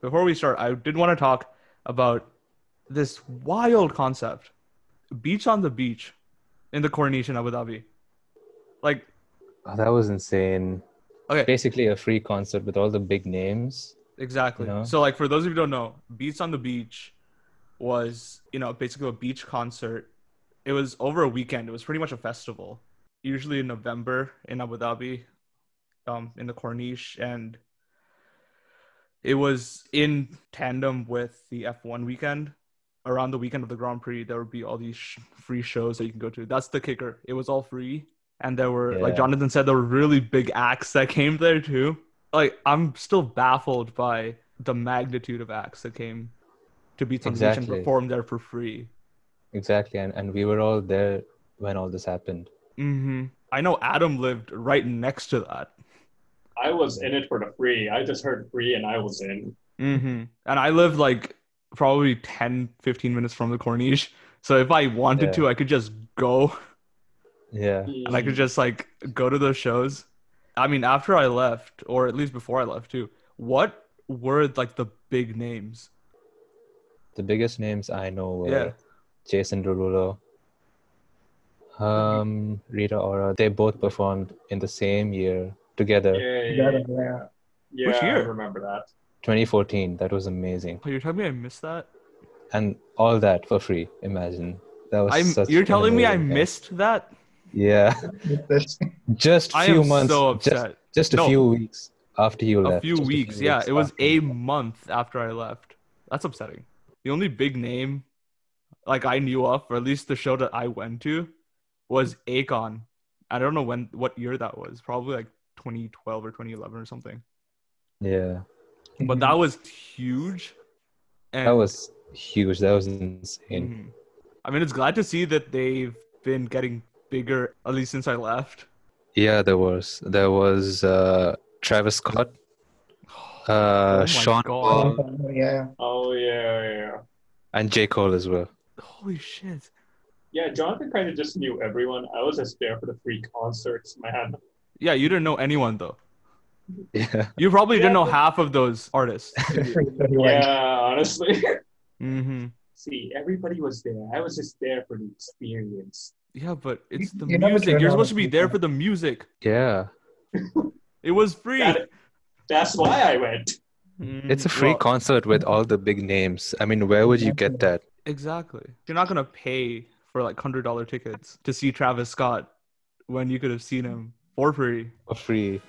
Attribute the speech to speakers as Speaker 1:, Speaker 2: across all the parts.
Speaker 1: before we start, I did want to talk about this wild concept beach on the beach in the coronation Abu Dhabi. Like,
Speaker 2: Oh, that was insane.
Speaker 1: okay,
Speaker 2: Basically, a free concert with all the big names.
Speaker 1: exactly.
Speaker 2: Yeah.
Speaker 1: So, like, for those of you who don't know, Beats on the Beach was, you know, basically a beach concert. It was over a weekend, it was pretty much a festival, usually in November in Abu Dhabi, um, in the Corniche. And it was in tandem with the F1 weekend. Around the weekend of the Grand Prix, there would be all these sh- free shows that you can go to. That's the kicker. It was all free. And there were, like
Speaker 2: Yeah.
Speaker 1: Jonathan said, there were really big acts that came there too. Like, I'm still baffled by the magnitude of acts that came to Beats on the Beach
Speaker 2: Exactly.
Speaker 1: and performed there for free.
Speaker 2: Exactly. And, and we were all there when all this happened.
Speaker 1: hmm I know Adam lived right next to that.
Speaker 3: I was in it for the free. I just heard free and I was in.
Speaker 1: Mm-hmm. And I lived like probably 10, 15 minutes from the Corniche. So if I wanted
Speaker 2: Yeah.
Speaker 1: to, I could just go
Speaker 2: Yeah.
Speaker 1: and I could just like go to those shows. I mean, after I left, or at least before I left too, what were like the big names?
Speaker 2: The biggest names I know were
Speaker 1: Yeah.
Speaker 2: Jason Derulo, um, Rita Ora. They both performed in the same year together,
Speaker 3: Yeah, yeah,
Speaker 4: Yeah,
Speaker 3: yeah.
Speaker 4: yeah.
Speaker 3: yeah
Speaker 1: Which year?
Speaker 3: I remember that.
Speaker 2: 2014. That was amazing.
Speaker 1: Oh, you're telling me I missed that?
Speaker 2: And all that for free. Imagine. That was
Speaker 1: I'm.
Speaker 2: such
Speaker 1: You're
Speaker 2: an
Speaker 1: telling me I
Speaker 2: amazing event.
Speaker 1: missed that?
Speaker 2: Yeah.
Speaker 4: That's-
Speaker 2: Just
Speaker 1: I
Speaker 2: few
Speaker 1: am
Speaker 2: months.
Speaker 1: so
Speaker 2: just-
Speaker 1: upset.
Speaker 2: Just, a
Speaker 1: No.
Speaker 2: few weeks after you left.
Speaker 1: a few
Speaker 2: just
Speaker 1: weeks. yeah, it was
Speaker 2: after you
Speaker 1: a month after I left. That's upsetting. The only big name, like I knew of, or at least the show that I went to, was Akon. I don't know when, what year that was. Probably like 2012 or 2011 or something.
Speaker 2: Yeah,
Speaker 1: But that was huge. And
Speaker 2: Mm-hmm. that was huge. That was
Speaker 1: Mhm.
Speaker 2: insane.
Speaker 1: I mean, it's glad to see that they've been getting bigger, at least since I left.
Speaker 2: Yeah, there was. There was uh, Travis Scott,
Speaker 1: Oh
Speaker 2: uh,
Speaker 1: my
Speaker 2: Sean
Speaker 1: God.
Speaker 2: Paul,
Speaker 4: yeah.
Speaker 3: Oh yeah, yeah.
Speaker 2: and J Cole as well.
Speaker 1: Holy shit.
Speaker 3: Yeah, Jonathan kind of just knew everyone. I was just there for the free concerts, man.
Speaker 1: Yeah, you didn't know anyone, though.
Speaker 2: Yeah,
Speaker 1: You probably didn't know
Speaker 3: Yeah.
Speaker 1: half of those artists.
Speaker 3: Yeah, honestly.
Speaker 1: hmm
Speaker 3: See, everybody was there. I was just there for the experience.
Speaker 1: Yeah, but it's the
Speaker 4: you never
Speaker 1: music.
Speaker 4: turn
Speaker 1: You're
Speaker 4: on
Speaker 1: supposed to
Speaker 4: a
Speaker 1: be there
Speaker 4: speaker.
Speaker 1: for the music.
Speaker 2: yeah.
Speaker 1: Mm-hmm. It was free. Mm,
Speaker 3: Got it. That's why I went.
Speaker 2: It's a free
Speaker 1: Well,
Speaker 2: concert with all the big names. I mean, where would you get that?
Speaker 1: Exactly. You're not gonna pay for like hundred dollar tickets to see Travis Scott when you could have seen him for free
Speaker 2: For free.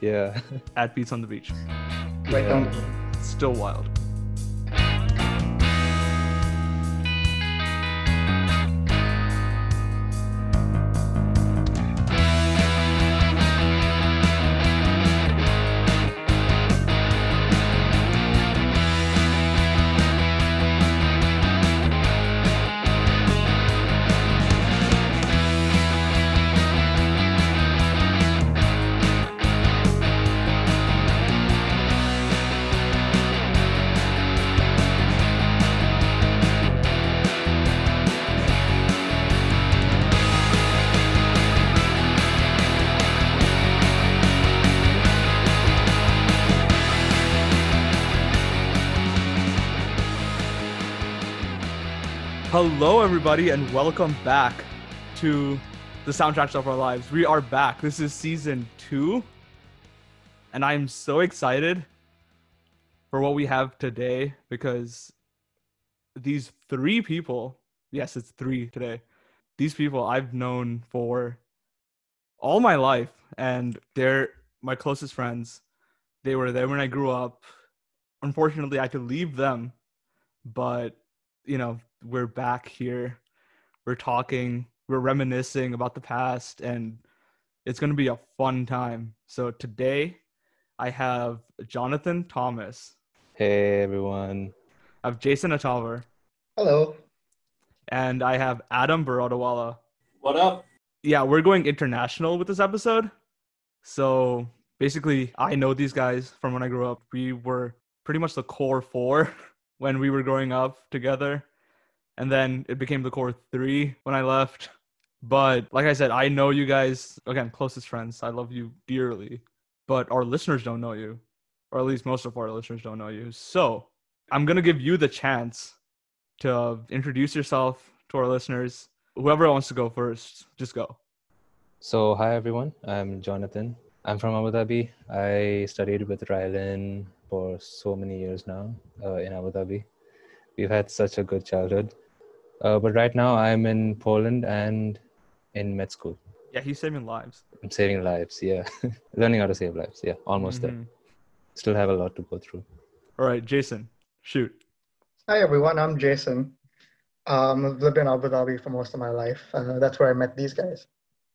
Speaker 2: Yeah.
Speaker 1: at Beats on the Beach.
Speaker 4: Like, um,
Speaker 1: It's still wild. Hello, everybody, and welcome back to the soundtracks of our lives. We are back. This is season two, and I'm so excited for what we have today because these three people yes, it's three today these people I've known for all my life, and they're my closest friends. They were there when I grew up. Unfortunately, I had to leave them, but you know, we're back here. We're talking, we're reminiscing about the past, and it's going to be a fun time. So today, I have Jonathan Thomas,
Speaker 2: Hey everyone.
Speaker 1: I have Jason Atavar,
Speaker 4: hello.
Speaker 1: and I have Adam Barodawala.
Speaker 3: What up?
Speaker 1: Yeah, we're going international with this episode. So basically, I know these guys from when I grew up. We were pretty much the core four when we were growing up together. And then it became the core three when I left. But like I said, I know you guys, again, closest friends. I love you dearly. But our listeners don't know you. or at least most of our listeners don't know you. So I'm gonna give you the chance to introduce yourself to our listeners. Whoever wants to go first, just go.
Speaker 2: So, hi everyone. I'm Jonathan. I'm from Abu Dhabi. I studied with Rylan for so many years now uh, in Abu Dhabi. We've had such a good childhood. Uh, but right now, I'm in Poland and in med school.
Speaker 1: Yeah, he's saving lives.
Speaker 2: I'm saving lives. Yeah. Learning how to save lives. Yeah. Almost there.
Speaker 1: Mhm.
Speaker 2: Still have a lot to go through.
Speaker 1: All right, Jason, shoot.
Speaker 4: Hi everyone, I'm Jason. Um, I've lived in Abu Dhabi for most of my life. Uh, that's where I met these guys.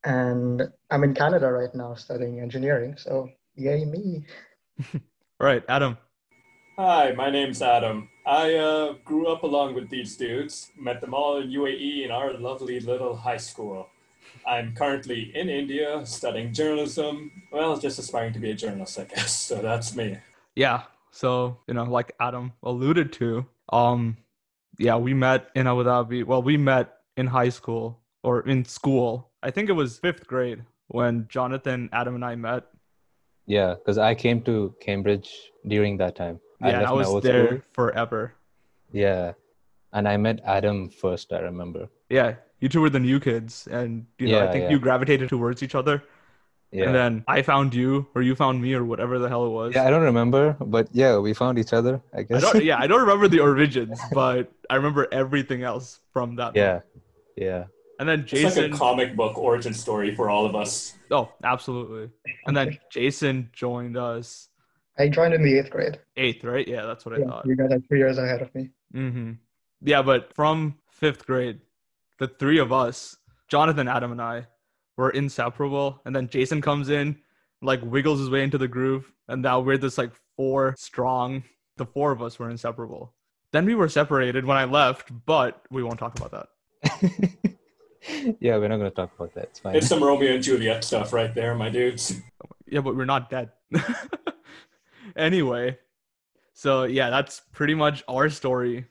Speaker 4: And I'm in Canada right now studying engineering, so yay me.
Speaker 1: All right, Adam.
Speaker 3: Hi, my name's Adam. I uh, grew up along with these dudes, met them all in UAE in our lovely little high school. I'm currently in India studying journalism. Well, just aspiring to be a journalist, I guess. So that's me.
Speaker 1: Yeah. So, you know, like Adam alluded to, um, yeah, we met in Abu Dhabi. Well, we met in high school or in school. I think it was fifth grade when Jonathan, Adam, and I met.
Speaker 2: Yeah. Because I came to Cambridge during that time.
Speaker 1: Yeah, and I
Speaker 2: left my
Speaker 1: was
Speaker 2: old
Speaker 1: there
Speaker 2: school.
Speaker 1: forever.
Speaker 2: Yeah. And I met Adam first, I remember.
Speaker 1: Yeah. You two were the new kids, and you know, I
Speaker 2: Yeah,
Speaker 1: think
Speaker 2: yeah.
Speaker 1: you gravitated towards each other.
Speaker 2: Yeah.
Speaker 1: And then I found you, or you found me, or whatever the hell it was.
Speaker 2: Yeah, I don't remember, but yeah, we found each other, I
Speaker 1: I
Speaker 2: guess.
Speaker 1: don't, yeah, I don't remember the origins, but I remember everything else from that.
Speaker 2: yeah, yeah,
Speaker 1: And then
Speaker 3: It's
Speaker 1: Jason.
Speaker 3: like a comic book origin story for all of us.
Speaker 1: Oh, absolutely. And then Jason joined us
Speaker 4: I joined in the eighth grade.
Speaker 1: eighth, right? Yeah, that's what I
Speaker 4: Yeah,
Speaker 1: thought.
Speaker 4: you guys are three years ahead of me.
Speaker 1: hmm Yeah, but from fifth grade, the three of us, Jonathan, Adam, and I, were inseparable. And then Jason comes in, like wiggles his way into the groove, and now we're this like four strong. The four of us were inseparable. Then we were separated when I left, but we won't talk about that.
Speaker 2: yeah. We're not gonna talk about that. It's fine.
Speaker 3: It's some Romeo and Juliet stuff right there, my dudes.
Speaker 1: Yeah, but we're not dead. anyway, so yeah, that's pretty much our story.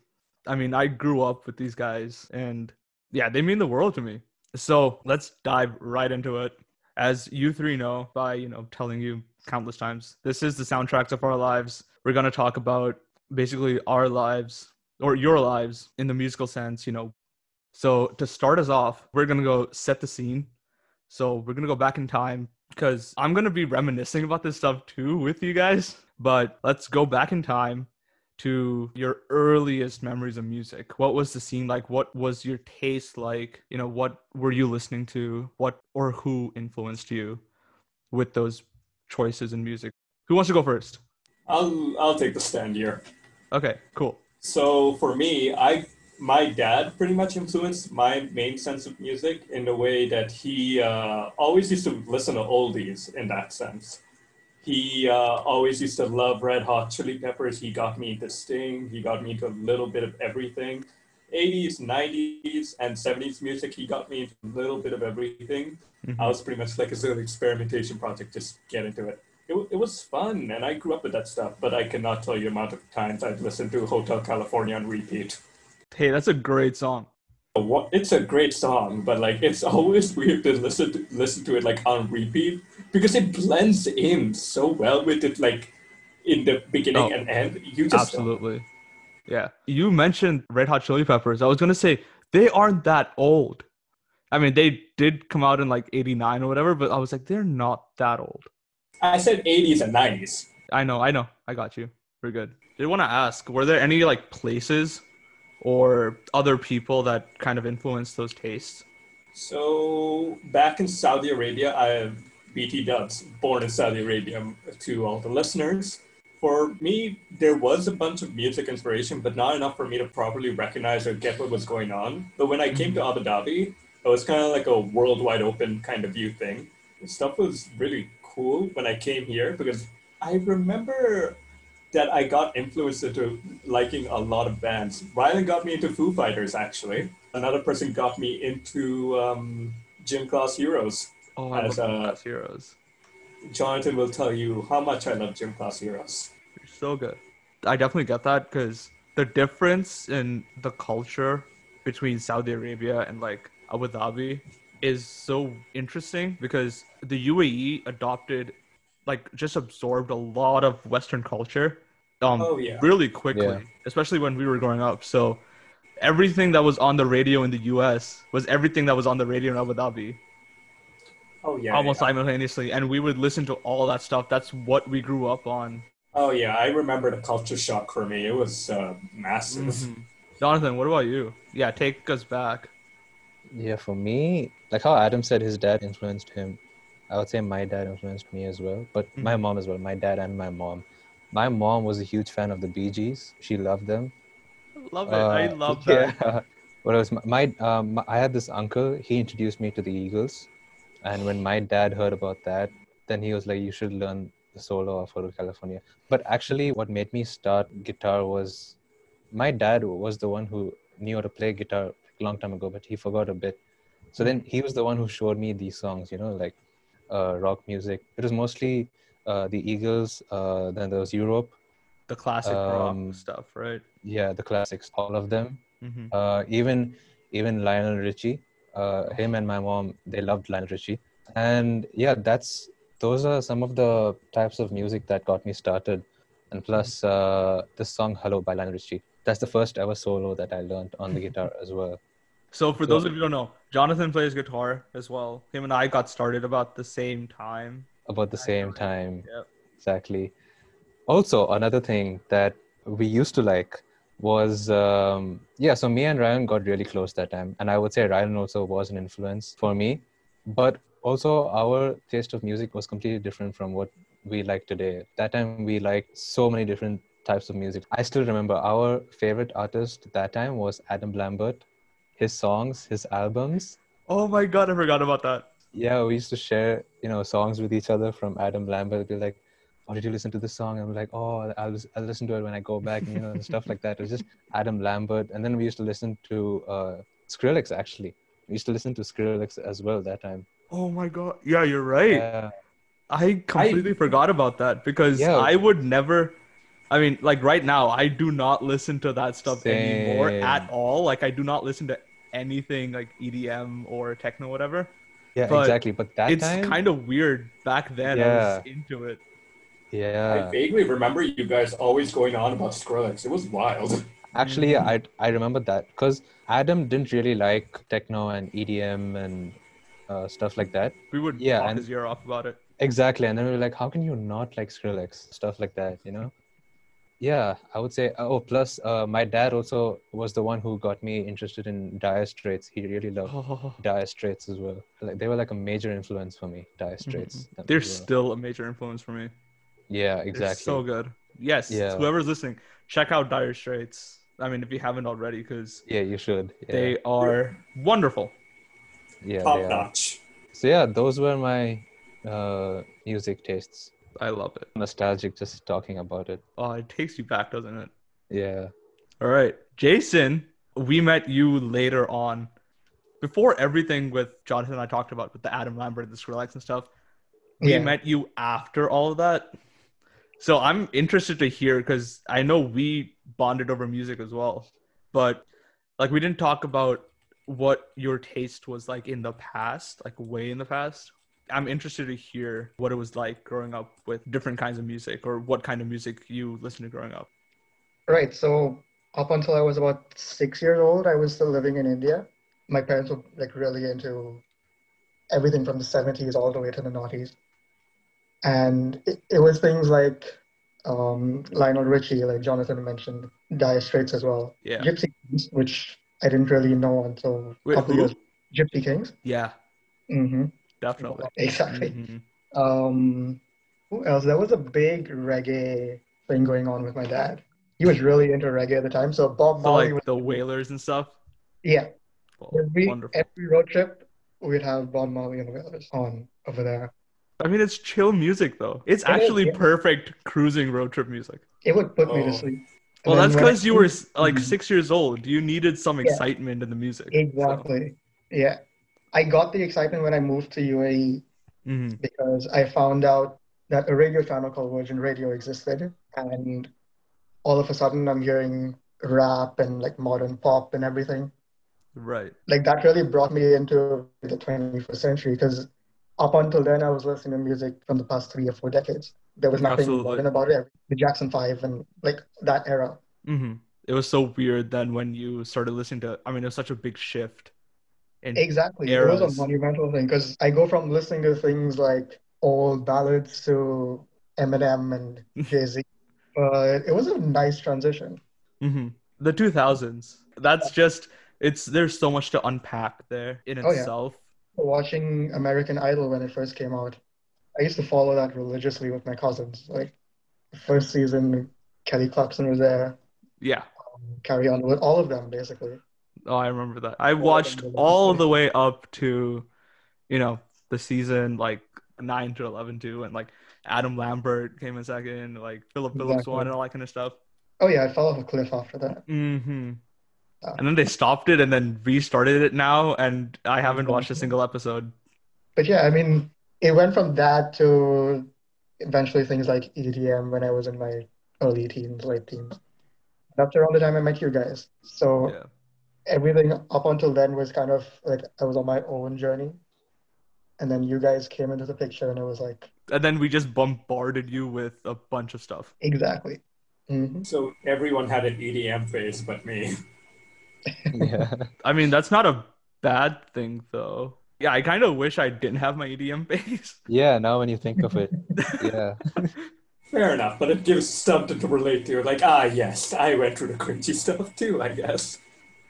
Speaker 1: I mean, I grew up with these guys and yeah, they mean the world to me. So let's dive right into it. As you three know, by you know telling you countless times, this is the soundtracks of our lives. We're gonna talk about basically our lives or your lives in the musical sense, you know. So to start us off, we're gonna go set the scene. So we're gonna go back in time because I'm gonna be reminiscing about this stuff too with you guys. But let's go back in time to your earliest memories of music. What was the scene like? What was your taste like? You know, what were you listening to? What or who influenced you with those choices in music? Who wants to go first?
Speaker 3: I'll I'll take the stand here.
Speaker 1: Okay, cool.
Speaker 3: So for me, I my dad pretty much influenced my main sense of music in the way that he uh, always used to listen to oldies. In that sense, he uh, always used to love Red Hot Chili Peppers. He got me into Sting. He got me into a little bit of everything. 80s, 90s, and 70s music. He got me into a little bit of everything. I was pretty much like a little experimentation project, just get into it. It, wa- it was fun, and I grew up with that stuff, but I cannot tell you amount of times I've listened to Hotel California on repeat.
Speaker 1: Hey, that's a great song.
Speaker 3: Wha- It's a great song, but like it's always weird to listen to, listen to it like on repeat because it blends in so well with it, like in the beginning
Speaker 1: Oh,
Speaker 3: and end. You just
Speaker 1: Absolutely. Yeah. You mentioned Red Hot Chili Peppers. I was going to say they aren't that old. I mean, they did come out in like 89 or whatever, but I was like, they're not that old.
Speaker 3: I said 80s and 90s.
Speaker 1: I know, I know. I got you. We're good. Did want to ask, were there any like places or other people that kind of influenced those tastes?
Speaker 3: So back in Saudi Arabia, I have BT Dubs, born in Saudi Arabia, to all the listeners. For me, there was a bunch of music inspiration, but not enough for me to properly recognize or get what was going on. But when I came to Abu Dhabi, it was kind of like a worldwide open kind of view thing. Stuff was really cool when I came here because I remember that I got influenced into liking a lot of bands. Rylan got me into Foo Fighters, actually. Another person got me into um, Gym Class Heroes.
Speaker 1: Oh, I
Speaker 3: As,
Speaker 1: love
Speaker 3: uh,
Speaker 1: uh, Heroes.
Speaker 3: Jonathan will tell you how much I love Gym Class Heroes.
Speaker 1: You're so good. I definitely get that because the difference in the culture between Saudi Arabia and like Abu Dhabi is so interesting because the UAE E adopted like just absorbed a lot of Western culture um
Speaker 3: Oh yeah.
Speaker 1: really quickly, especially when we were growing up. So everything that was on the radio in the US was everything that was on the radio in Abu Dhabi
Speaker 3: Oh yeah.
Speaker 1: almost simultaneously. And we would listen to all that stuff. That's what we grew up on.
Speaker 3: Oh yeah, I remember the culture shock for me. It was uh, massive.
Speaker 2: Mm-hmm.
Speaker 1: Mhm. Jonathan, what about you? Yeah, take us back.
Speaker 2: Yeah, for me, like how Adam said his dad influenced him, I would say my dad influenced me as well, but my mom as well, my dad and my mom. My mom was a huge fan of the Bee Gees. She loved them.
Speaker 1: Love it. I
Speaker 2: Uh,
Speaker 1: love that.
Speaker 2: Yeah. What else? My, my, um, I had this uncle. He introduced me to the Eagles, and when my dad heard about that, then he was like, "You should learn the solo of Hotel California." But actually, what made me start guitar was my dad was the one who knew how to play guitar a long time ago, but he forgot a bit. So then he was the one who showed me these songs. You know, like uh, rock music. It was mostly uh, the Eagles. Uh, then there was Europe.
Speaker 1: The classic
Speaker 2: um,
Speaker 1: rock stuff, right?
Speaker 2: Yeah, the classics, all of them.
Speaker 1: hmm
Speaker 2: uh, even even Lionel Richie, uh, him and my mom, they loved Lionel Richie, and yeah, that's those are some of the types of music that got me started, and plus uh, this song "Hello" by Lionel Richie. That's the first ever solo that I learned on the guitar as well.
Speaker 1: So for
Speaker 2: So-
Speaker 1: those of you who don't know, Jonathan plays guitar as well. Him and I got started about the same time.
Speaker 2: About the
Speaker 1: I
Speaker 2: same
Speaker 1: know.
Speaker 2: time,
Speaker 1: Yep.
Speaker 2: exactly. Also, another thing that we used to like was um, yeah. So me and Ryan got really close that time, and I would say Ryan also was an influence for me. But also, our taste of music was completely different from what we like today. That time, we liked so many different types of music. I still remember our favorite artist that time was Adam Lambert. His songs, his albums.
Speaker 1: Oh my god, I forgot about that.
Speaker 2: Yeah, we used to share, you know, songs with each other from Adam Lambert. Be like, "Oh, did you listen to this song?" And we're like, "Oh, I'll, I'll listen to it when I go back," and, you know, and stuff like that. It was just Adam Lambert, and then we used to listen to uh, Skrillex. Actually, we used to listen to Skrillex as well that time.
Speaker 1: Oh my god. Yeah, you're right.
Speaker 2: Yeah,
Speaker 1: I completely forgot about that because
Speaker 2: Yeah.
Speaker 1: I would never. I mean, like right now, I do not listen to that stuff anymore
Speaker 2: Same.
Speaker 1: at all. Like, I do not listen to anything like EDM or techno, whatever.
Speaker 2: yeah,
Speaker 1: But
Speaker 2: exactly. But that
Speaker 1: it's
Speaker 2: time,
Speaker 1: kind of weird. Back then, I was into it.
Speaker 2: yeah.
Speaker 3: I vaguely remember you guys always going on about Skrillex. It was wild.
Speaker 2: Actually, I I remember that because Adam didn't really like techno and EDM and uh, stuff like that.
Speaker 1: We would
Speaker 2: Yeah,
Speaker 1: talk
Speaker 2: and-
Speaker 1: his ear off about it.
Speaker 2: Exactly, and then we were like, "How can you not like Skrillex?" Stuff like that, you know. Yeah, I would say. Oh, plus, uh, my dad also was the one who got me interested in Dire Straits. He really loved
Speaker 1: Oh,
Speaker 2: Dire Straits as well. Like they were like a major influence for me. Dire Straits. them
Speaker 1: Mm-hmm. they're
Speaker 2: as well.
Speaker 1: still a major influence for me.
Speaker 2: yeah,
Speaker 1: They're
Speaker 2: exactly.
Speaker 1: so good. Yes,
Speaker 2: Yeah.
Speaker 1: whoever's listening, check out Dire Straits. I mean, if you haven't already, because
Speaker 2: Yeah, you should. Yeah,
Speaker 1: they are wonderful.
Speaker 2: yeah,
Speaker 3: Top
Speaker 2: they are.
Speaker 3: notch.
Speaker 2: So yeah, those were my uh, music tastes.
Speaker 1: I love it.
Speaker 2: Nostalgic just talking about it.
Speaker 1: Oh, it takes you back, doesn't it?
Speaker 2: Yeah.
Speaker 1: All right. Jason, we met you later on. Before everything with Jonathan and I talked about with the Adam Lambert and the Skrillex and stuff, we
Speaker 4: Yeah.
Speaker 1: met you after all of that. So I'm interested to hear because I know we bonded over music as well. But like we didn't talk about what your taste was like in the past, like way in the past. I'm interested to hear what it was like growing up with different kinds of music or what kind of music you listened to growing up.
Speaker 4: Right. So up until I was about six years old, I was still living in India. My parents were like really into everything from the 70s all the way to the noughties. And it, it was things like um, Lionel Richie, like Jonathan mentioned, Dire Straits as well.
Speaker 1: Yeah.
Speaker 4: Gypsy Kings, which I didn't really know until
Speaker 1: Wait,
Speaker 4: a couple
Speaker 1: who?
Speaker 4: years. Gypsy Kings.
Speaker 1: Yeah,
Speaker 4: hmm
Speaker 1: definitely.
Speaker 4: Exactly.
Speaker 1: Mhm.
Speaker 4: Um, who else? There was a big reggae thing going on with my dad. He was really into reggae at the time. So Bob
Speaker 1: So
Speaker 4: Marley was
Speaker 1: like the whalers and stuff.
Speaker 4: Yeah,
Speaker 1: Well,
Speaker 4: every
Speaker 1: wonderful.
Speaker 4: every road trip we'd have Bob Marley and Wailers on over there.
Speaker 1: I mean, it's chill music though. It's
Speaker 4: is,
Speaker 1: actually
Speaker 4: yeah.
Speaker 1: perfect cruising road trip music.
Speaker 4: It would put me
Speaker 3: Oh.
Speaker 4: to sleep. And
Speaker 1: Well,
Speaker 4: then
Speaker 1: that's
Speaker 4: when I-
Speaker 1: because you were s- like
Speaker 4: Mhm.
Speaker 1: six years old. You needed some
Speaker 4: Yeah.
Speaker 1: excitement in the music. so-
Speaker 4: exactly. Yeah, I got the excitement when I moved to UAE
Speaker 1: Mhm.
Speaker 4: because I found out that a radio channel called Virgin Radio existed, and all of a sudden I'm hearing rap and like modern pop and everything.
Speaker 1: Right.
Speaker 4: like that really brought me into the 21st century because up until then, I was listening to music from the past three or four decades. There was nothing
Speaker 1: Absolutely.
Speaker 4: modern about it. The Jackson Five and like that era.
Speaker 1: hmm It was so weird then when you started listening to. I mean, it was such a big shift. And
Speaker 4: Exactly. It was
Speaker 1: eras.
Speaker 4: a monumental thing because I go from listening to things like old ballads to Eminem and Jay Z. But it was a nice transition.
Speaker 1: Mhm. the 2000s. That's just. It's there's so much to unpack there in
Speaker 4: Oh, yeah.
Speaker 1: itself.
Speaker 4: Watching American Idol when it first came out, I used to follow that religiously with my cousins. Like the first season, Kelly Clarkson was there,
Speaker 1: yeah.
Speaker 4: Carrie Underwood, all of them basically.
Speaker 1: Oh, I remember that. I
Speaker 4: them
Speaker 1: watched
Speaker 4: were
Speaker 1: all
Speaker 4: lovely.
Speaker 1: the way up to, you know, the season like nine to eleven too, and like Adam Lambert came in second, like Philip Phillips
Speaker 4: Exactly.
Speaker 1: won, and all that kind of stuff.
Speaker 4: Oh yeah, I fell off a cliff after that.
Speaker 1: hmm
Speaker 4: Yeah.
Speaker 1: And then they stopped it and then restarted it now, and I haven't watched a
Speaker 4: Exactly.
Speaker 1: single episode.
Speaker 4: But yeah, I mean, it went from that to eventually things like EDM when I was in my early teens, late teens. That's around the time I met you guys. So
Speaker 1: Yeah.
Speaker 4: everything up until then was kind of like I was on my own journey. And then you guys came into the picture and it was like,
Speaker 1: And then we just bombarded you with a bunch of stuff.
Speaker 4: exactly. hmm
Speaker 3: So everyone had an EDM phase but me.
Speaker 2: yeah.
Speaker 1: I mean, that's not a bad thing though. Yeah, I kind of wish I didn't have my EDM base.
Speaker 2: Yeah. Now when you think of it, yeah.
Speaker 3: Fair enough, but it gives something to relate to. Like, ah, yes, I went through the cringy stuff too, I guess.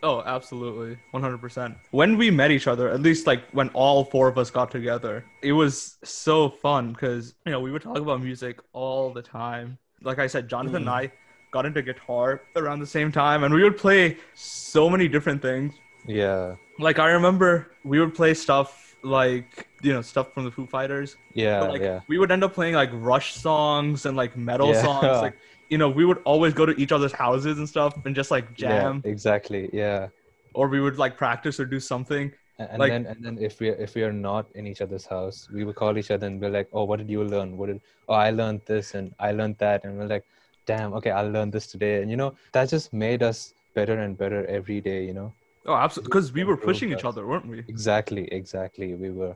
Speaker 1: Oh, absolutely. 100%. When we met each other, at least like when all four of us got together, it was so fun because, you know, we would talk about music all the time. Like I said, Jonathan
Speaker 2: Mm.
Speaker 1: and I got into guitar around the same time and we would play so many different things.
Speaker 2: Yeah.
Speaker 1: Like I remember we would play stuff like, you know, stuff from the Foo Fighters.
Speaker 2: Yeah.
Speaker 1: But, like
Speaker 2: Uh, yeah.
Speaker 1: we would end up playing like Rush songs and like metal
Speaker 2: Yeah.
Speaker 1: songs. Like, you know, we would always go to each other's houses and stuff and just like jam
Speaker 2: Yeah. Exactly. Yeah.
Speaker 1: or we would like practice or do something.
Speaker 2: A- And
Speaker 1: Like-
Speaker 2: then and then if we if we are not in each other's house, we would call each other and be like, oh, what did you learn? What did oh I learned this and I learned that and we're like, damn, okay, I learned this today. And you know that just made us better and better every day. You know
Speaker 1: Oh, absolutely, because we were
Speaker 2: Improve
Speaker 1: pushing each
Speaker 2: us.
Speaker 1: other, weren't we?
Speaker 2: exactly, exactly. We were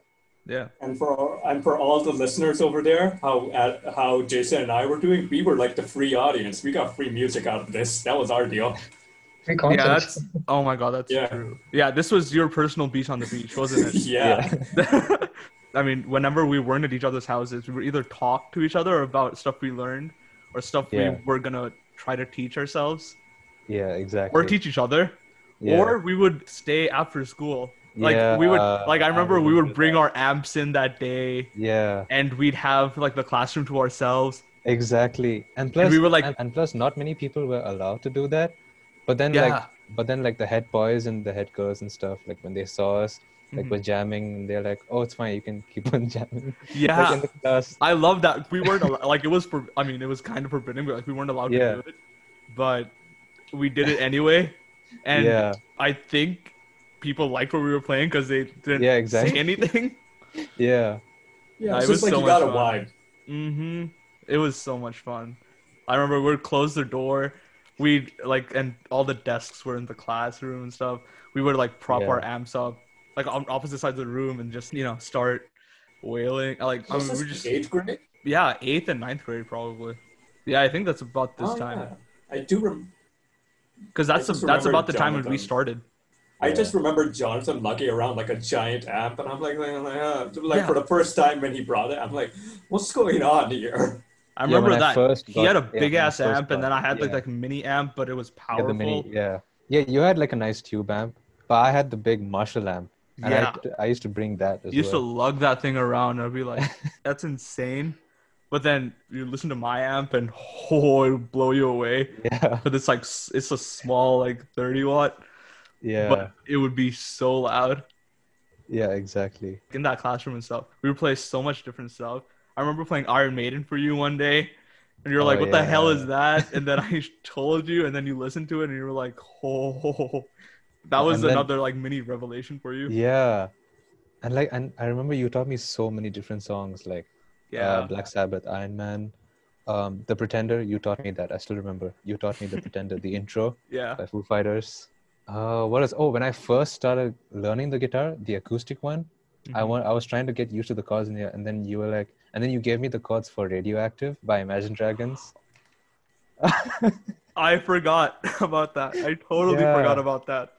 Speaker 1: Yeah.
Speaker 3: And for all, and for all the listeners over there, how uh, how Jason and I were doing, we were like the free audience. We got free music out of this. That was our deal.
Speaker 4: Free
Speaker 1: Yeah,
Speaker 4: content.
Speaker 1: that's. Oh my god, that's
Speaker 3: Yeah.
Speaker 1: true. Yeah, this was your personal beach on the beach, wasn't it?
Speaker 3: yeah.
Speaker 1: I mean, whenever we weren't at each other's houses, we would either talk to each other about stuff we learned, or stuff
Speaker 2: Yeah.
Speaker 1: we were gonna try to teach ourselves,
Speaker 2: yeah exactly
Speaker 1: or teach each other,
Speaker 2: yeah.
Speaker 1: or we would stay after school. Like
Speaker 2: Yeah,
Speaker 1: we would,
Speaker 2: uh,
Speaker 1: like I remember we
Speaker 2: remember
Speaker 1: would bring
Speaker 2: that.
Speaker 1: our amps in that day,
Speaker 2: yeah
Speaker 1: and we'd have like the classroom to ourselves.
Speaker 2: exactly and plus
Speaker 1: we were like-
Speaker 2: and, and plus not many people were allowed to do that but then like
Speaker 1: Yeah.
Speaker 2: but then like the head boys and the head girls and stuff like when they saw us like
Speaker 1: Mhm.
Speaker 2: we're jamming they're like oh it's fine you can keep on jamming
Speaker 1: Yeah.
Speaker 2: like in the class
Speaker 1: I love that we weren't al- like it was for. I mean, it was kind of forbidden, but like we weren't allowed
Speaker 2: Yeah.
Speaker 1: to do it. But we did it anyway, and
Speaker 2: yeah
Speaker 1: I think people liked what we were playing because they didn't
Speaker 2: Yeah, exactly.
Speaker 1: say anything.
Speaker 2: yeah
Speaker 3: Yeah,
Speaker 1: Nah,
Speaker 3: it's
Speaker 1: it was
Speaker 3: just like
Speaker 1: so
Speaker 3: you got a
Speaker 1: much fun.
Speaker 3: vibe.
Speaker 1: hmm It was so much fun. I remember we'd close the door. We like and all the desks were in the classroom and stuff. We would like prop
Speaker 2: Yeah.
Speaker 1: our amps up like on opposite sides of the room and just you know start wailing. Like I
Speaker 3: Was
Speaker 1: mean, we
Speaker 3: this
Speaker 1: just
Speaker 3: eighth grade?
Speaker 1: Yeah, eighth and ninth grade probably. Yeah, I think that's about this
Speaker 3: Oh,
Speaker 1: time
Speaker 3: yeah. I do. Rem-
Speaker 1: because
Speaker 3: I
Speaker 1: that's
Speaker 3: just
Speaker 1: that's
Speaker 3: remembered
Speaker 1: about the time when we
Speaker 3: Jonathan.
Speaker 1: started.
Speaker 3: I
Speaker 2: Yeah.
Speaker 3: just remember Jonathan lugging around like a giant amp, and I'm like, like, like, uh, like
Speaker 1: Yeah.
Speaker 3: for the first time when he brought it, I'm like, what's going on here?
Speaker 1: I
Speaker 2: Yeah,
Speaker 1: remember
Speaker 2: when I
Speaker 1: that
Speaker 2: first
Speaker 1: he
Speaker 2: got-
Speaker 1: had a
Speaker 2: yeah, when I
Speaker 1: big ass
Speaker 2: first
Speaker 1: amp, and
Speaker 2: got-
Speaker 1: then I had like
Speaker 2: yeah.
Speaker 1: like mini amp, but it was
Speaker 2: yeah,
Speaker 1: powerful.
Speaker 2: the mini, yeah yeah you had like a nice tube amp but i had the big marshall amp and I,
Speaker 1: Yeah.
Speaker 2: used to- I used to bring that as
Speaker 1: You used to
Speaker 2: well
Speaker 1: lug that thing around. I'd be like, that's insane. But then you listen to my amp, and oh, it would blow you away.
Speaker 2: yeah
Speaker 1: But it's like s- it's a small like thirty watt,
Speaker 2: yeah
Speaker 1: but it would be so loud.
Speaker 2: yeah exactly
Speaker 1: in that classroom and stuff. We would play so much different stuff. I remember playing Iron Maiden for you one day, and you were
Speaker 2: Oh,
Speaker 1: like, "What the hell
Speaker 2: yeah.
Speaker 1: is that?" And then I told you, and then you listened to it, and you were like, "Oh." That was
Speaker 2: And then-
Speaker 1: another like mini revelation for you.
Speaker 2: yeah and like and i remember you taught me so many different songs like uh,
Speaker 1: Yeah.
Speaker 2: black sabbath iron man um, the pretender you taught me that i still remember you taught me the pretender the intro
Speaker 1: Yeah.
Speaker 2: by foo fighters uh, what is oh when i first started learning the guitar the acoustic one I
Speaker 1: Mm-hmm.
Speaker 2: want. I was trying to get used to the chords, and, and then you were like, and then you gave me the chords for "Radioactive" by Imagine Dragons.
Speaker 1: I forgot about that. I totally
Speaker 2: Yeah.
Speaker 1: forgot about that.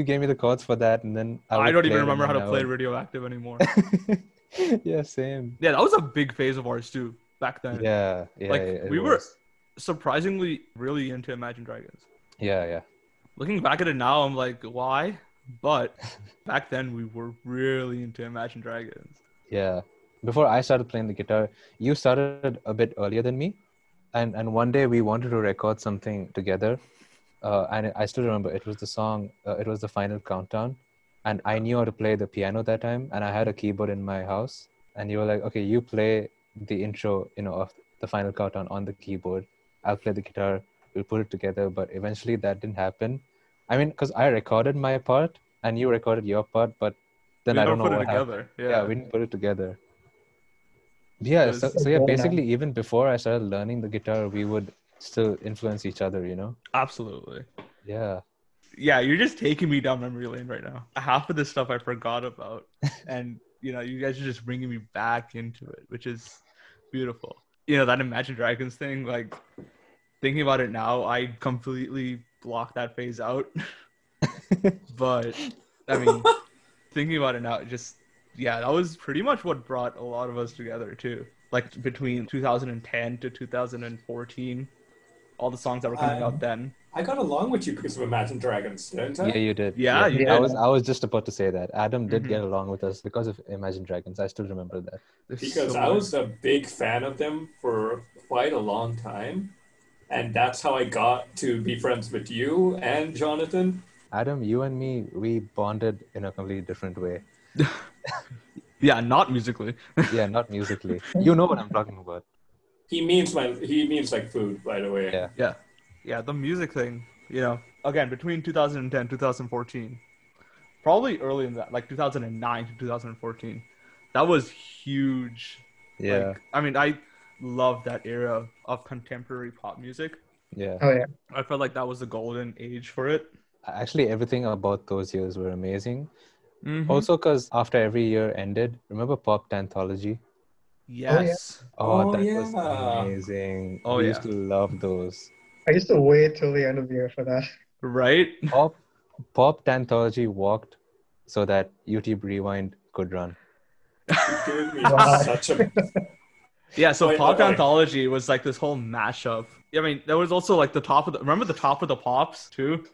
Speaker 2: You gave me the chords for that, and then I,
Speaker 1: I,
Speaker 2: would
Speaker 1: don't even
Speaker 2: play it, and
Speaker 1: remember how
Speaker 2: then
Speaker 1: to
Speaker 2: I
Speaker 1: play
Speaker 2: would-
Speaker 1: radioactive anymore.
Speaker 2: yeah, same.
Speaker 1: yeah, that was a big phase of ours too back then.
Speaker 2: Yeah, yeah.
Speaker 1: Like,
Speaker 2: it
Speaker 1: we were-
Speaker 2: was.
Speaker 1: Surprisingly, really into Imagine Dragons.
Speaker 2: Yeah, yeah.
Speaker 1: Looking back at it now, I'm like, why? But back then, we were really into Imagine Dragons.
Speaker 2: Yeah. Before I started playing the guitar, you started a bit earlier than me. And and one day we wanted to record something together. Uh, and I still remember it was the song, uh, it was the final countdown. And I knew how to play the piano that time. And I had a keyboard in my house. And you were like, okay, you play the intro, you know, of the final countdown on the keyboard. I'll play the guitar. We'll put it together. But eventually that didn't happen. I mean, because I recorded my part and you recorded your part, but then
Speaker 1: we
Speaker 2: I don't know
Speaker 1: put
Speaker 2: what
Speaker 1: it
Speaker 2: happened
Speaker 1: together. Yeah.
Speaker 2: yeah we didn't put it together yeah so,
Speaker 1: was-
Speaker 2: so yeah
Speaker 4: Okay, man.
Speaker 2: basically even before i started learning the guitar we would still influence each other you know
Speaker 1: absolutely.
Speaker 2: yeah
Speaker 1: Yeah, you're just taking me down memory lane right now. Half of the stuff I forgot about, and you know, you guys are just bringing me back into it, which is beautiful. You know that Imagine Dragons thing. Like thinking about it now, I completely blocked that phase out. but I mean, thinking about it now, it just yeah, that was pretty much what brought a lot of us together too. Like between 2010 to 2014, all the songs that were coming
Speaker 3: Um,
Speaker 1: out then.
Speaker 3: I got along with you because of Imagine Dragons, didn't I?
Speaker 2: yeah you did
Speaker 1: Yeah, you
Speaker 2: i
Speaker 4: did.
Speaker 2: was i was just about to say that adam did
Speaker 1: Mhm.
Speaker 2: get along with us because of imagine dragons i still remember that
Speaker 1: There's
Speaker 3: because
Speaker 1: so
Speaker 3: I
Speaker 1: much.
Speaker 3: was a big fan of them for quite a long time, and that's how I got to be friends with you and Jonathan.
Speaker 2: adam you and me we bonded in a completely different way
Speaker 1: yeah, not musically.
Speaker 2: yeah not musically you know what i'm talking about
Speaker 3: He means my he means like food, by the way.
Speaker 2: Yeah.
Speaker 1: Yeah. Yeah, the music thing, you know, again, between 2010, 2014, probably early in that, like 2009 to 2014, that was huge.
Speaker 2: yeah
Speaker 1: Like, I mean, I love that era of contemporary pop music.
Speaker 2: yeah
Speaker 4: Oh yeah,
Speaker 1: I felt like that was the golden age for it.
Speaker 2: actually everything about those years were amazing
Speaker 1: Mhm.
Speaker 2: also because after every year ended remember pop anthology
Speaker 1: yes.
Speaker 2: Oh,
Speaker 3: Oh,
Speaker 2: that
Speaker 3: yeah.
Speaker 2: was amazing.
Speaker 1: Oh,
Speaker 2: we
Speaker 1: yeah.
Speaker 2: used to love those.
Speaker 4: I used to wait till the end of the year for that.
Speaker 1: Right?
Speaker 2: Pop Pop Anthology walked so that YouTube Rewind could run.
Speaker 3: You're giving me
Speaker 4: Wow.
Speaker 3: such a
Speaker 1: Yeah, so
Speaker 3: Wait,
Speaker 1: Pop
Speaker 3: okay.
Speaker 1: Anthology was like this whole mashup. I mean, there was also like the top of the, remember the top of the pops too?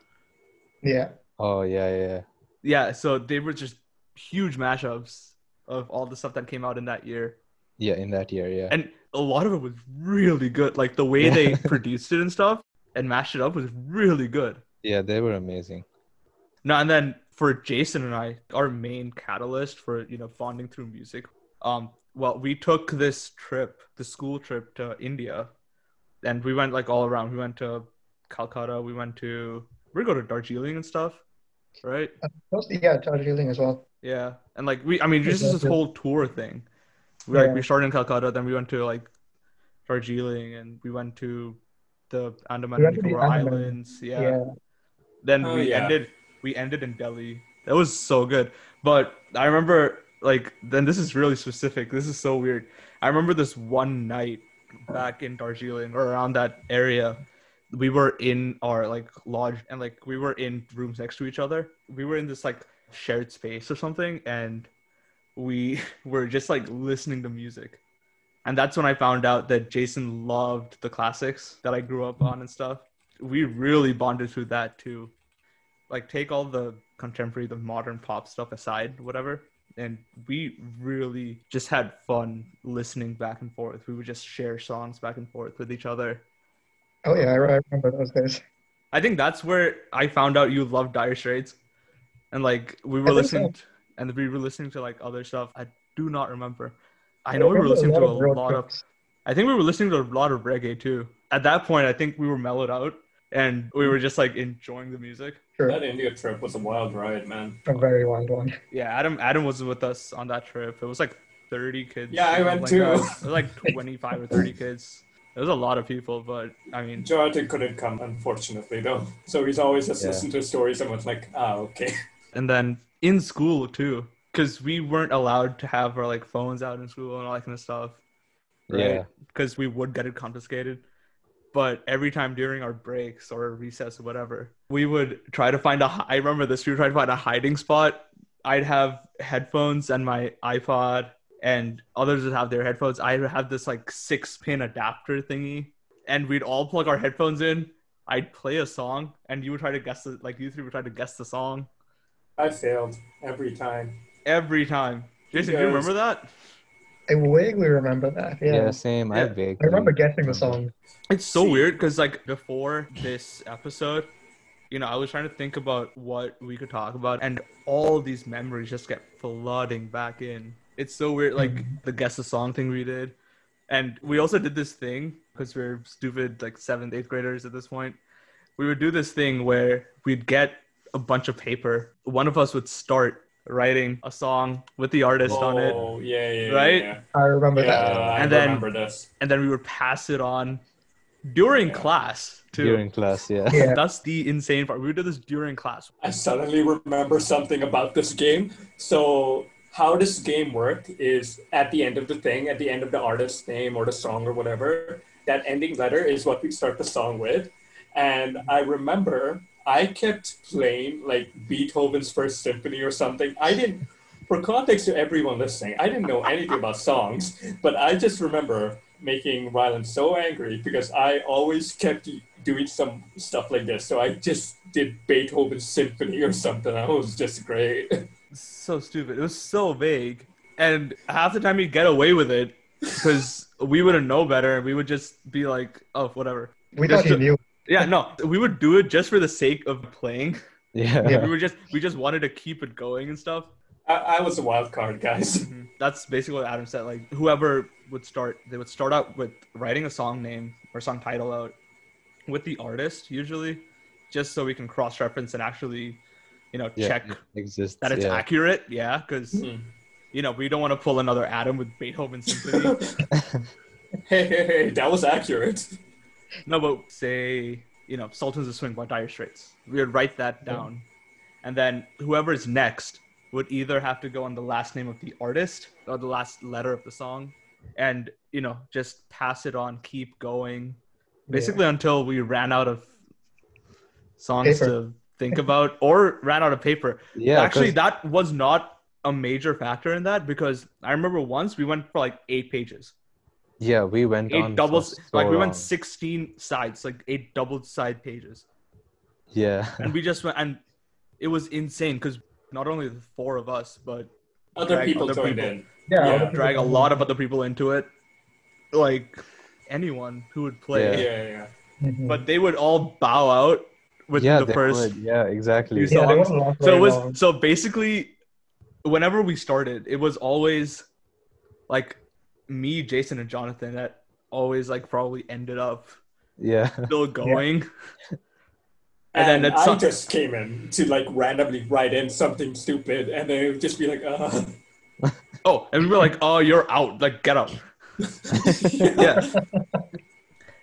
Speaker 4: Yeah,
Speaker 2: Oh yeah, yeah.
Speaker 1: yeah so they were just huge mashups of all the stuff that came out in that year
Speaker 2: Yeah, in that year, yeah.
Speaker 1: and a lot of it was really good like the way they produced it and stuff and mashed it up was really good
Speaker 2: yeah, they were amazing.
Speaker 1: no and then for jason and i our main catalyst for you know bonding through music um well we took this trip the school trip to india and we went like all around we went to calcutta we went to we go to darjeeling and stuff right
Speaker 4: mostly yeah, Darjeeling as well.
Speaker 1: Yeah, and like we, I mean, just this
Speaker 4: Exactly.
Speaker 1: whole tour thing. We like we started in Calcutta, then we went to like Darjeeling, and we went to the Andaman and
Speaker 4: We went to the
Speaker 1: Nicobar
Speaker 4: Andaman,
Speaker 1: Islands. Yeah.
Speaker 4: Yeah,
Speaker 1: Then
Speaker 3: Oh,
Speaker 1: we
Speaker 3: yeah.
Speaker 1: ended. We ended in Delhi. That was so good. But I remember like then this is really specific. This is so weird. I remember this one night back in Darjeeling or around that area. We were in our like lodge and like we were in rooms next to each other. We were in this like shared space or something and we were just like listening to music. And that's when I found out that Jason loved the classics that I grew up on and stuff. We really bonded through that too. Like take all the contemporary, the modern pop stuff aside, whatever. And we really just had fun listening back and forth. We would just share songs back and forth with each other.
Speaker 4: oh yeah, I, I remember those days.
Speaker 1: I think that's where I found out you love Dire Straits, and like we were
Speaker 4: think
Speaker 1: listening, t- and we were listening to like other stuff. I do not remember. I know we were
Speaker 4: remember
Speaker 1: listening to a
Speaker 4: road
Speaker 1: lot of.
Speaker 4: trips.
Speaker 1: I think we were listening to a lot of reggae too. At that point, I think we were mellowed out, and we were just like enjoying the music.
Speaker 4: Sure,
Speaker 3: that India trip was a wild ride, man.
Speaker 4: a very wild one.
Speaker 1: Yeah, Adam. Adam was with us on that trip. It was like thirty kids.
Speaker 3: Yeah, I
Speaker 1: something
Speaker 3: went
Speaker 1: like
Speaker 3: too.
Speaker 1: that. It was like twenty-five or thirty kids. There was a lot of people, but I mean,
Speaker 3: Jonathan couldn't come, unfortunately, though. So he's always just
Speaker 2: Yeah.
Speaker 3: listened to stories and was like, ah, okay.
Speaker 1: and then in school too. because we weren't allowed to have our like phones out in school and all that kind of stuff.
Speaker 2: Yeah.
Speaker 1: Because we would get it confiscated. But every time during our breaks or recess or whatever, we would try to find a. hi- I remember this. We would try to find a hiding spot. I'd have headphones and my iPod, and others would have their headphones. I would have this like six pin adapter thingy, and we'd all plug our headphones in. I'd play a song, and you would try to guess the like you three would try to guess the song
Speaker 3: I failed every time.
Speaker 1: every time. Jason, do you
Speaker 3: Yes.
Speaker 1: remember that?
Speaker 4: I vaguely remember that. Yeah.
Speaker 2: Yeah, same. I
Speaker 1: Yeah.
Speaker 2: vaguely.
Speaker 4: I remember guessing the song.
Speaker 1: It's so
Speaker 3: See-
Speaker 1: weird because like before this episode, you know, I was trying to think about what we could talk about, and all these memories just get flooding back in. It's so weird, like
Speaker 3: Mm-hmm.
Speaker 1: the guess the song thing we did, and we also did this thing because we're stupid, like seventh, eighth graders at this point. We would do this thing where we'd get a bunch of paper. One of us would start writing a song with the artist on it,
Speaker 3: Oh, yeah, yeah, yeah,
Speaker 1: Right?
Speaker 3: Yeah,
Speaker 4: I remember
Speaker 3: Yeah,
Speaker 4: that.
Speaker 3: I
Speaker 1: And then-
Speaker 3: remember this.
Speaker 1: and then we would pass it on during
Speaker 3: Yeah.
Speaker 1: class too.
Speaker 2: During class, yeah.
Speaker 4: Yeah.
Speaker 1: That's the insane part. We did this during class.
Speaker 3: I suddenly remember something about this game. So, how this game worked is at the end of the thing, at the end of the artist's name or the song or whatever, that ending letter is what we start the song with. And I remember I kept playing like Beethoven's First Symphony or something. I didn't, for context to everyone listening, I didn't know anything about songs, but I just remember making Rylan so angry because I always kept doing some stuff like this. So I just did Beethoven's Symphony or something. I was just great.
Speaker 1: So stupid. It was so vague. And half the time you'd get away with it because we wouldn't know better and we would just be like, oh, whatever.
Speaker 4: We thought
Speaker 1: Just
Speaker 4: you
Speaker 1: to-
Speaker 4: knew.
Speaker 1: Yeah, no, we would do it just for the sake of playing.
Speaker 2: Yeah.
Speaker 4: Yeah.
Speaker 1: we were just we just wanted to keep it going and stuff.
Speaker 3: I, I was a wild card, guys.
Speaker 2: Mm-hmm.
Speaker 1: That's basically what Adam said. Like whoever would start, they would start out with writing a song name or song title out with the artist usually, just so we can cross reference and actually, you know,
Speaker 2: Yeah,
Speaker 1: check
Speaker 2: it Exists.
Speaker 1: that it's
Speaker 2: yeah.
Speaker 1: accurate. Yeah, because
Speaker 3: Hmm.
Speaker 1: you know we don't want to pull another Adam with Beethoven
Speaker 3: hey,
Speaker 1: symphony.
Speaker 3: hey, hey, that was accurate.
Speaker 1: no, but say you know Sultans of Swing by Dire Straits. We would write that down, and then whoever is next would either have to go on the last name of the artist or the last letter of the song, and you know just pass it on, keep going, basically until we ran out of songs
Speaker 4: Paper.
Speaker 1: to think about or ran out of paper.
Speaker 2: Yeah.
Speaker 1: actually
Speaker 2: 'cause-
Speaker 1: that was not a major factor in that because I remember once we went for like eight pages,
Speaker 2: yeah, we went
Speaker 1: eight
Speaker 2: on. for
Speaker 1: doubles,
Speaker 2: so
Speaker 1: like we
Speaker 2: long.
Speaker 1: went sixteen sides, like eight double side pages,
Speaker 2: Yeah.
Speaker 1: and we just went, and it was insane because not only the four of us, but
Speaker 3: Other
Speaker 1: Drag
Speaker 3: people
Speaker 1: other
Speaker 3: joined
Speaker 1: people.
Speaker 3: in.
Speaker 4: Yeah.
Speaker 3: Yeah.
Speaker 4: other people
Speaker 1: drag a
Speaker 4: knew.
Speaker 1: lot of other people into it, like anyone who would
Speaker 3: Yeah,
Speaker 1: play,
Speaker 3: yeah, yeah.
Speaker 4: Mhm.
Speaker 1: but they would all bow out within
Speaker 2: yeah,
Speaker 1: the
Speaker 2: they
Speaker 1: first.
Speaker 2: would. Yeah, exactly.
Speaker 1: You
Speaker 4: yeah, they
Speaker 1: songs.
Speaker 4: wouldn't last
Speaker 1: so it
Speaker 4: very
Speaker 1: was
Speaker 4: long.
Speaker 1: so basically whenever we started it was always like me jason and jonathan that always like probably ended up
Speaker 2: Yeah.
Speaker 1: still going And
Speaker 3: And,
Speaker 1: then
Speaker 3: then
Speaker 1: at
Speaker 3: I
Speaker 1: some-
Speaker 3: just came in to like randomly write in something stupid, and they would just be like, uh.
Speaker 1: oh and we were like oh you're out like get out yeah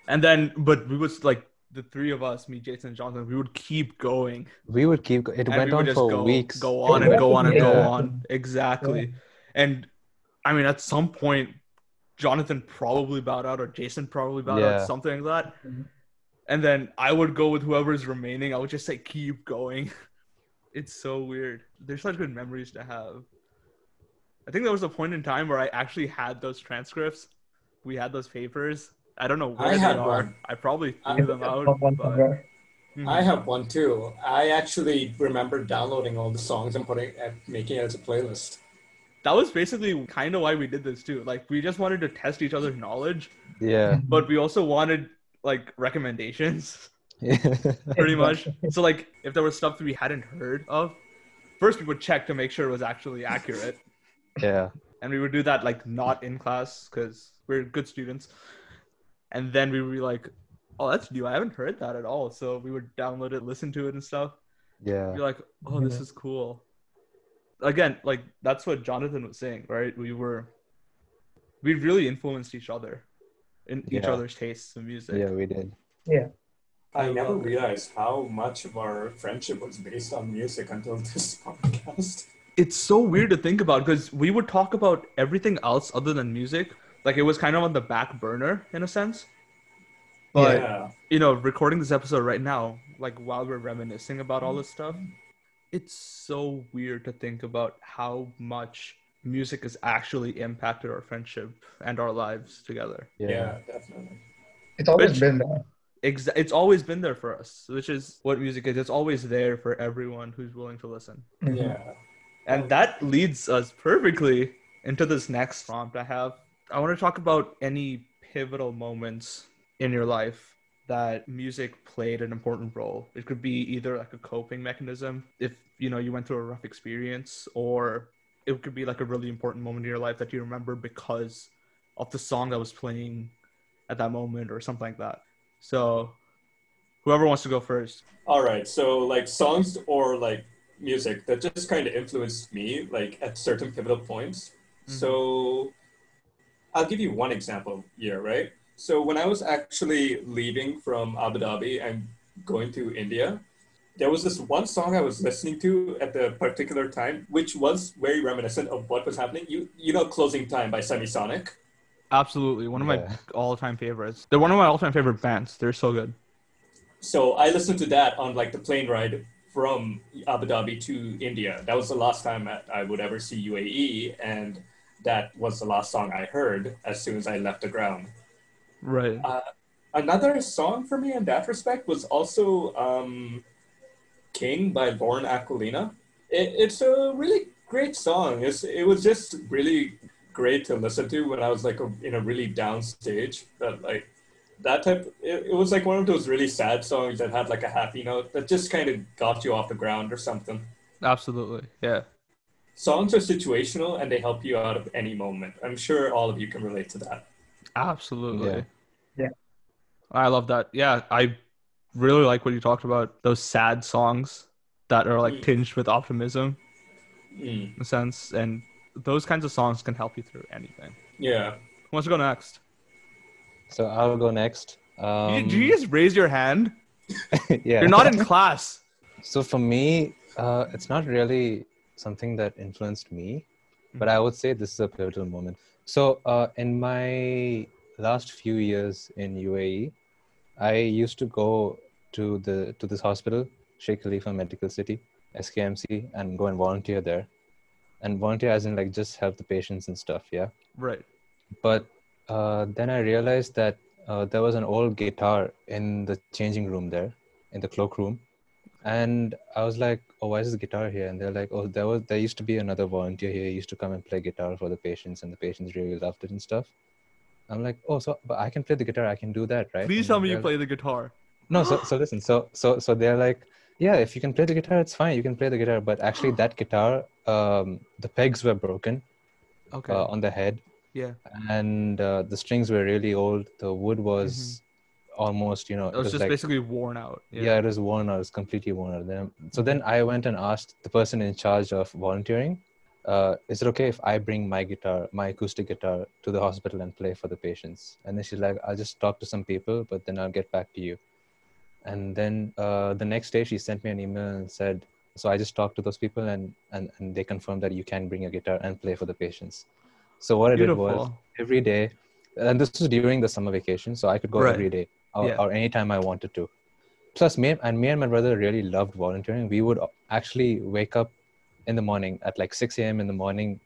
Speaker 1: and then but we was like the three of us me jason and jonathan we would keep going
Speaker 2: We would keep. go- It
Speaker 1: and
Speaker 2: went
Speaker 1: we would
Speaker 2: on
Speaker 1: just
Speaker 2: for
Speaker 1: go,
Speaker 2: weeks.
Speaker 1: go on and go on and go
Speaker 2: Yeah.
Speaker 1: on exactly and i mean at some point jonathan probably bowed out or jason probably bowed
Speaker 2: Yeah. Mm-hmm.
Speaker 1: out something like that
Speaker 4: Mhm.
Speaker 1: and then i would go with whoever's remaining i would just say keep going it's so weird there's such good memories to have i think there was a point in time where i actually had those transcripts we had those papers i don't know where
Speaker 3: I
Speaker 1: they
Speaker 3: had
Speaker 1: are
Speaker 3: one.
Speaker 1: i probably
Speaker 3: I-
Speaker 1: threw them out
Speaker 4: One
Speaker 1: but-
Speaker 4: finger.
Speaker 1: Mhm.
Speaker 3: I have one too. I actually remember downloading all the songs and putting and making it as a playlist.
Speaker 1: that was basically kind of why we did this too. Like we just wanted to test each other's knowledge,
Speaker 2: Yeah.
Speaker 1: but we also wanted like recommendations pretty much. So like if there was stuff that we hadn't heard of, first we would check to make sure it was actually accurate.
Speaker 2: yeah.
Speaker 1: And we would do that like not in class because we're good students. And then we would be like, Oh, that's new. I haven't heard that at all. So we would download it, listen to it and stuff.
Speaker 2: Yeah.
Speaker 1: You're like, oh, this
Speaker 4: Yeah.
Speaker 1: is cool. Again, like that's what Jonathan was saying, right? We were, we really influenced each other, in each
Speaker 2: Yeah.
Speaker 1: other's tastes in music.
Speaker 2: Yeah, we did.
Speaker 3: I never realized how much of our friendship was based on music until this podcast.
Speaker 1: it's so weird to think about because we would talk about everything else other than music. Like it was kind of on the back burner in a sense. But
Speaker 3: yeah.
Speaker 1: you know, recording this episode right now, like while we're reminiscing about all this stuff, it's so weird to think about how much music has actually impacted our friendship and our lives together.
Speaker 3: yeah,
Speaker 2: Yeah.
Speaker 3: definitely.
Speaker 4: It's always
Speaker 1: Which-
Speaker 4: been there.
Speaker 1: Ex- it's always been there for us, which is what music is. It's always there for everyone who's willing to listen.
Speaker 4: Mhm.
Speaker 3: Yeah.
Speaker 1: And that leads us perfectly into this next prompt I have. I want to talk about any pivotal moments in your life that music played an important role. It could be either like a coping mechanism if you know you went through a rough experience or it could be like a really important moment in your life that you remember because of the song that was playing at that moment or something like that. So whoever wants to go first.
Speaker 3: All right. So like songs or like music that just kind of influenced me like at certain pivotal points. So I'll give you one example here, right? So when I was actually leaving from Abu Dhabi and going to India, there was this one song I was listening to at the particular time, which was very reminiscent of what was happening. You you know, "Closing Time" by Semisonic.
Speaker 1: Absolutely. One of
Speaker 2: Yeah.
Speaker 1: my all-time favorites. They're one of my all-time favorite bands. They're so good.
Speaker 3: So I listened to that on like the plane ride from Abu Dhabi to India. That was the last time I I would ever see UAE, and that was the last song I heard as soon as I left the ground.
Speaker 1: Right.
Speaker 2: Uh,
Speaker 3: Another song for me in that respect was also um, "King" by Lauren Aquilina. It, it's a really great song. It's, it was just really great to listen to when I was like a, in a really down stage. But like that type, it, it was like one of those really sad songs that had like a happy note that just kind of got you off the ground or something.
Speaker 1: Absolutely. Yeah.
Speaker 3: Songs are situational and they help you out of any moment. I'm sure all of you can relate to that.
Speaker 1: Absolutely.
Speaker 2: Yeah.
Speaker 4: Yeah.
Speaker 1: I love that. Yeah. I really like what you talked about those sad songs that are like
Speaker 3: Mm.
Speaker 1: tinged with optimism
Speaker 3: Mm,
Speaker 1: in a sense. And those kinds of songs can help you through anything.
Speaker 3: yeah.
Speaker 1: Who wants to go next?
Speaker 2: So I'll go next.
Speaker 1: Did you-
Speaker 2: Um,
Speaker 1: did you just raise your hand?
Speaker 2: yeah.
Speaker 1: You're not in class.
Speaker 2: So for me, uh, it's not really something that influenced me,
Speaker 1: Hmm.
Speaker 2: but I would say this is a pivotal moment. So uh, in my last few years in UAE, I used to go to the to this hospital, Sheikh Khalifa Medical City, SKMC, and go and volunteer there, and volunteer as in like just help the patients and stuff. Yeah
Speaker 1: Right.
Speaker 2: but uh, then I realized that uh, there was an old guitar in the changing room there, in the cloakroom, and I was like, "Oh, why is this guitar here?" And they're like, "Oh, there was there used to be another volunteer here. He used to come and play guitar for the patients, and the patients really loved it and stuff." I'm like, "Oh, so but I can play the guitar. I can do that, right?"
Speaker 1: Please
Speaker 2: And
Speaker 1: tell me you
Speaker 2: they're-
Speaker 1: play the guitar.
Speaker 2: no, so so listen, so so so they're like, yeah, if you can play the guitar, it's fine. You can play the guitar, but actually, that guitar, um, the pegs were broken
Speaker 1: Okay.
Speaker 2: uh, on the head,
Speaker 1: yeah.
Speaker 2: and uh, the strings were really old. The wood was almost, you know,
Speaker 1: It Mm-hmm. was just
Speaker 2: like,
Speaker 1: basically worn out.
Speaker 2: yeah. it was worn out. It was completely worn out. Then, so then I went and asked the person in charge of volunteering, uh, "Is it okay if I bring my guitar, my acoustic guitar, to the hospital and play for the patients?" And then she's like, "I'll just talk to some people, but then I'll get back to you." And then uh, the next day, she sent me an email and said, "So I just talked to those people, and and, and they confirmed that you can bring your guitar and play for the patients." So what I did was
Speaker 1: Beautiful.
Speaker 2: every day and this was during the summer vacation so i could go
Speaker 1: Right.
Speaker 2: every day or,
Speaker 1: Yeah.
Speaker 2: or anytime i wanted to plus me and me and my brother really loved volunteering we would actually wake up in the morning at like 6 a.m in the morning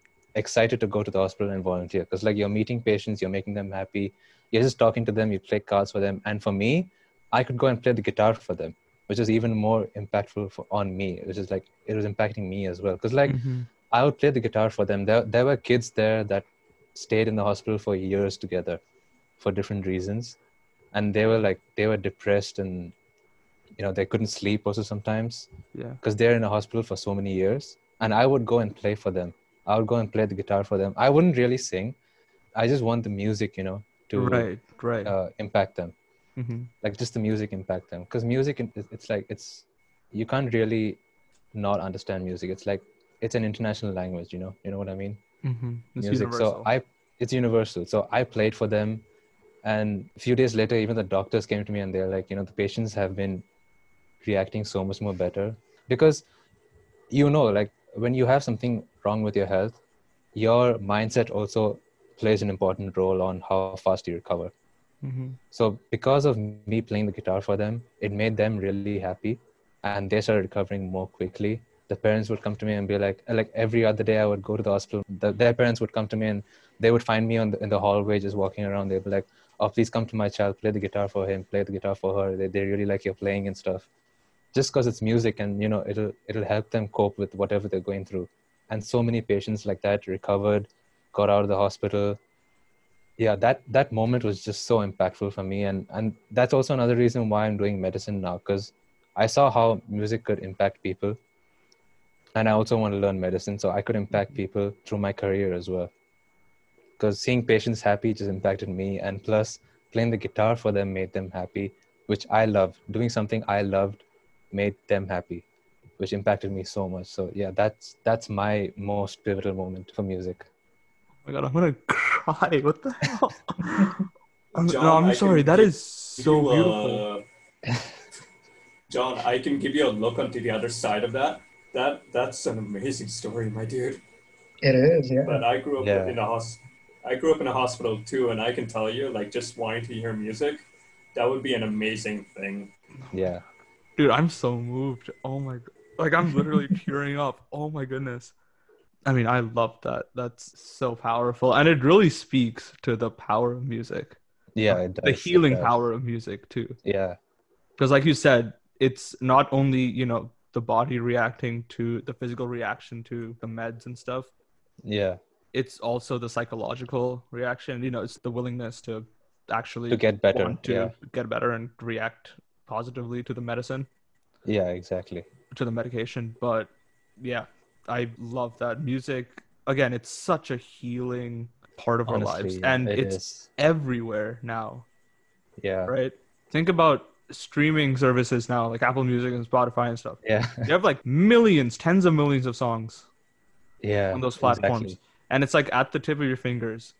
Speaker 2: excited to go to the hospital and volunteer because like you're meeting patients you're making them happy you're just talking to them you play cards for them and for me i could go and play the guitar for them which is even more impactful for, on me which is like it was impacting me as well because like
Speaker 1: Mhm.
Speaker 2: I would play the guitar for them. There, there were kids there that stayed in the hospital for years together for different reasons. And they were like, they were depressed and, you know, they couldn't sleep also sometimes
Speaker 1: Yeah.
Speaker 2: because they're in a hospital for so many years. And I would go and play for them. I would go and play the guitar for them. I wouldn't really sing. I just want the music, you know, to
Speaker 1: Right. Right.
Speaker 2: uh, mm-hmm. impact them
Speaker 1: Mhm.
Speaker 2: like just the music impact them because music in- it- it's like it's you can't really not understand music it's like it's an international language you know you know what i mean
Speaker 1: Mhm. It's
Speaker 2: music so
Speaker 1: universal.
Speaker 2: i it's universal so i played for them and a few days later even the doctors came to me and they're like you know the patients have been reacting so much more better because you know like when you have something wrong with your health, your mindset also plays an important role on how fast you recover.
Speaker 1: Mm-hmm.
Speaker 2: So because of me playing the guitar for them, it made them really happy, and they started recovering more quickly. The parents would come to me and be like, like every other day I would go to the hospital. The, their parents would come to me and they would find me on the, in the hallway just walking around. They'd be like, "Oh, please come to my child, play the guitar for him, play the guitar for her. They they really like your playing and stuff." Just because it's music, and you know, it'll it'll help them cope with whatever they're going through. And so many patients like that recovered, got out of the hospital, yeah that that moment was just so impactful for me and and that's also another reason why i'm doing medicine now because i saw how music could impact people and i also want to learn medicine so i could impact
Speaker 1: Mm-hmm.
Speaker 2: people through my career as well because seeing patients happy just impacted me and plus playing the guitar for them made them happy which i loved doing something i loved made them happy which impacted me so much so yeah that's that's my most pivotal moment for music
Speaker 1: Oh my god, I'm gonna cry. What the hell? I'm,
Speaker 3: John,
Speaker 1: no, I'm
Speaker 3: I
Speaker 1: sorry.
Speaker 3: can
Speaker 1: That
Speaker 3: give
Speaker 1: is so
Speaker 3: You, uh,
Speaker 1: beautiful.
Speaker 3: John, I can give you a look onto the other side of that. That that's an amazing story, my dude.
Speaker 4: It is, yeah.
Speaker 3: But I grew up
Speaker 2: Yeah.
Speaker 3: in a hos- I grew up in a hospital too, and I can tell you, like, just wanting to hear music, that would be an amazing thing.
Speaker 2: yeah
Speaker 1: Dude, I'm so moved. Oh my god. Like I'm literally tearing up. Oh my goodness. I mean, I love that. That's so powerful. And it really speaks to the power of music.
Speaker 2: yeah it does,
Speaker 1: The
Speaker 2: it
Speaker 1: healing
Speaker 2: does.
Speaker 1: power of music too.
Speaker 2: yeah
Speaker 1: Because like you said, it's not only, you know, the body reacting to the physical reaction to the meds and stuff.
Speaker 2: yeah
Speaker 1: It's also the psychological reaction. You know, it's the willingness to actually
Speaker 2: to get better
Speaker 1: want to
Speaker 2: yeah
Speaker 1: get better and react positively to the medicine.
Speaker 2: yeah exactly
Speaker 1: to the medication but yeah i love that music again it's such a healing part of our lives
Speaker 2: Honestly,
Speaker 1: and
Speaker 2: it
Speaker 1: it's
Speaker 2: is.
Speaker 1: everywhere now
Speaker 2: yeah
Speaker 1: right think about streaming services now like apple music and spotify and stuff
Speaker 2: yeah
Speaker 1: they have like millions tens of millions of songs
Speaker 2: yeah
Speaker 1: on those
Speaker 2: exactly.
Speaker 1: platforms and it's like at the tip of your fingers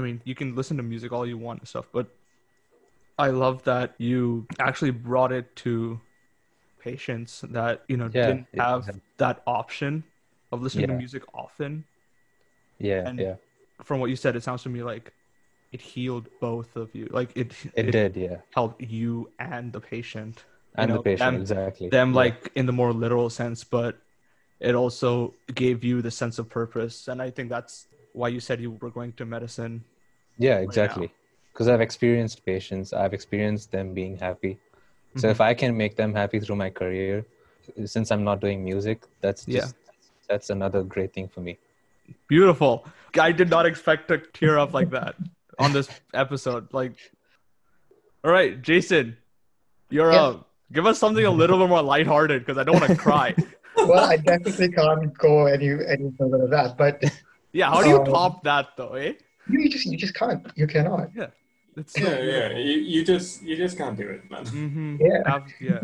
Speaker 1: i mean you can listen to music all you want and stuff but i love that you actually brought it to patients that you know
Speaker 2: Yeah,
Speaker 1: didn't
Speaker 2: yeah,
Speaker 1: have
Speaker 2: exactly.
Speaker 1: that option of listening to
Speaker 2: Yeah.
Speaker 1: music often
Speaker 2: yeah
Speaker 1: And-
Speaker 2: yeah
Speaker 1: from what you said it sounds to me like it healed both of you like it
Speaker 2: it, did yeah
Speaker 1: helped you and the patient
Speaker 2: and
Speaker 1: know,
Speaker 2: the patient
Speaker 1: them-
Speaker 2: exactly
Speaker 1: them
Speaker 2: Yeah.
Speaker 1: like in the more literal sense but it also gave you the sense of purpose and i think that's why you said you were going to medicine
Speaker 2: yeah
Speaker 1: now.
Speaker 2: exactly because i've experienced patients i've experienced them being happy
Speaker 1: Mm-hmm.
Speaker 2: so if i can make them happy through my career since i'm not doing music that's
Speaker 1: Yeah.
Speaker 2: just that's another great thing for me
Speaker 1: beautiful i did not expect to tear up like that on this episode like all right jason you're
Speaker 4: Yes.
Speaker 1: up give us something a little bit more lighthearted because i don't want to cry
Speaker 4: well, I definitely can't go any any further than that. But
Speaker 1: yeah how do you
Speaker 4: Um,
Speaker 1: top that though eh
Speaker 4: you, you just you just can't. You cannot.
Speaker 1: it's so
Speaker 3: Yeah, yeah. You, you just you just can't do it, man.
Speaker 1: mm-hmm.
Speaker 4: Yeah.
Speaker 1: yeah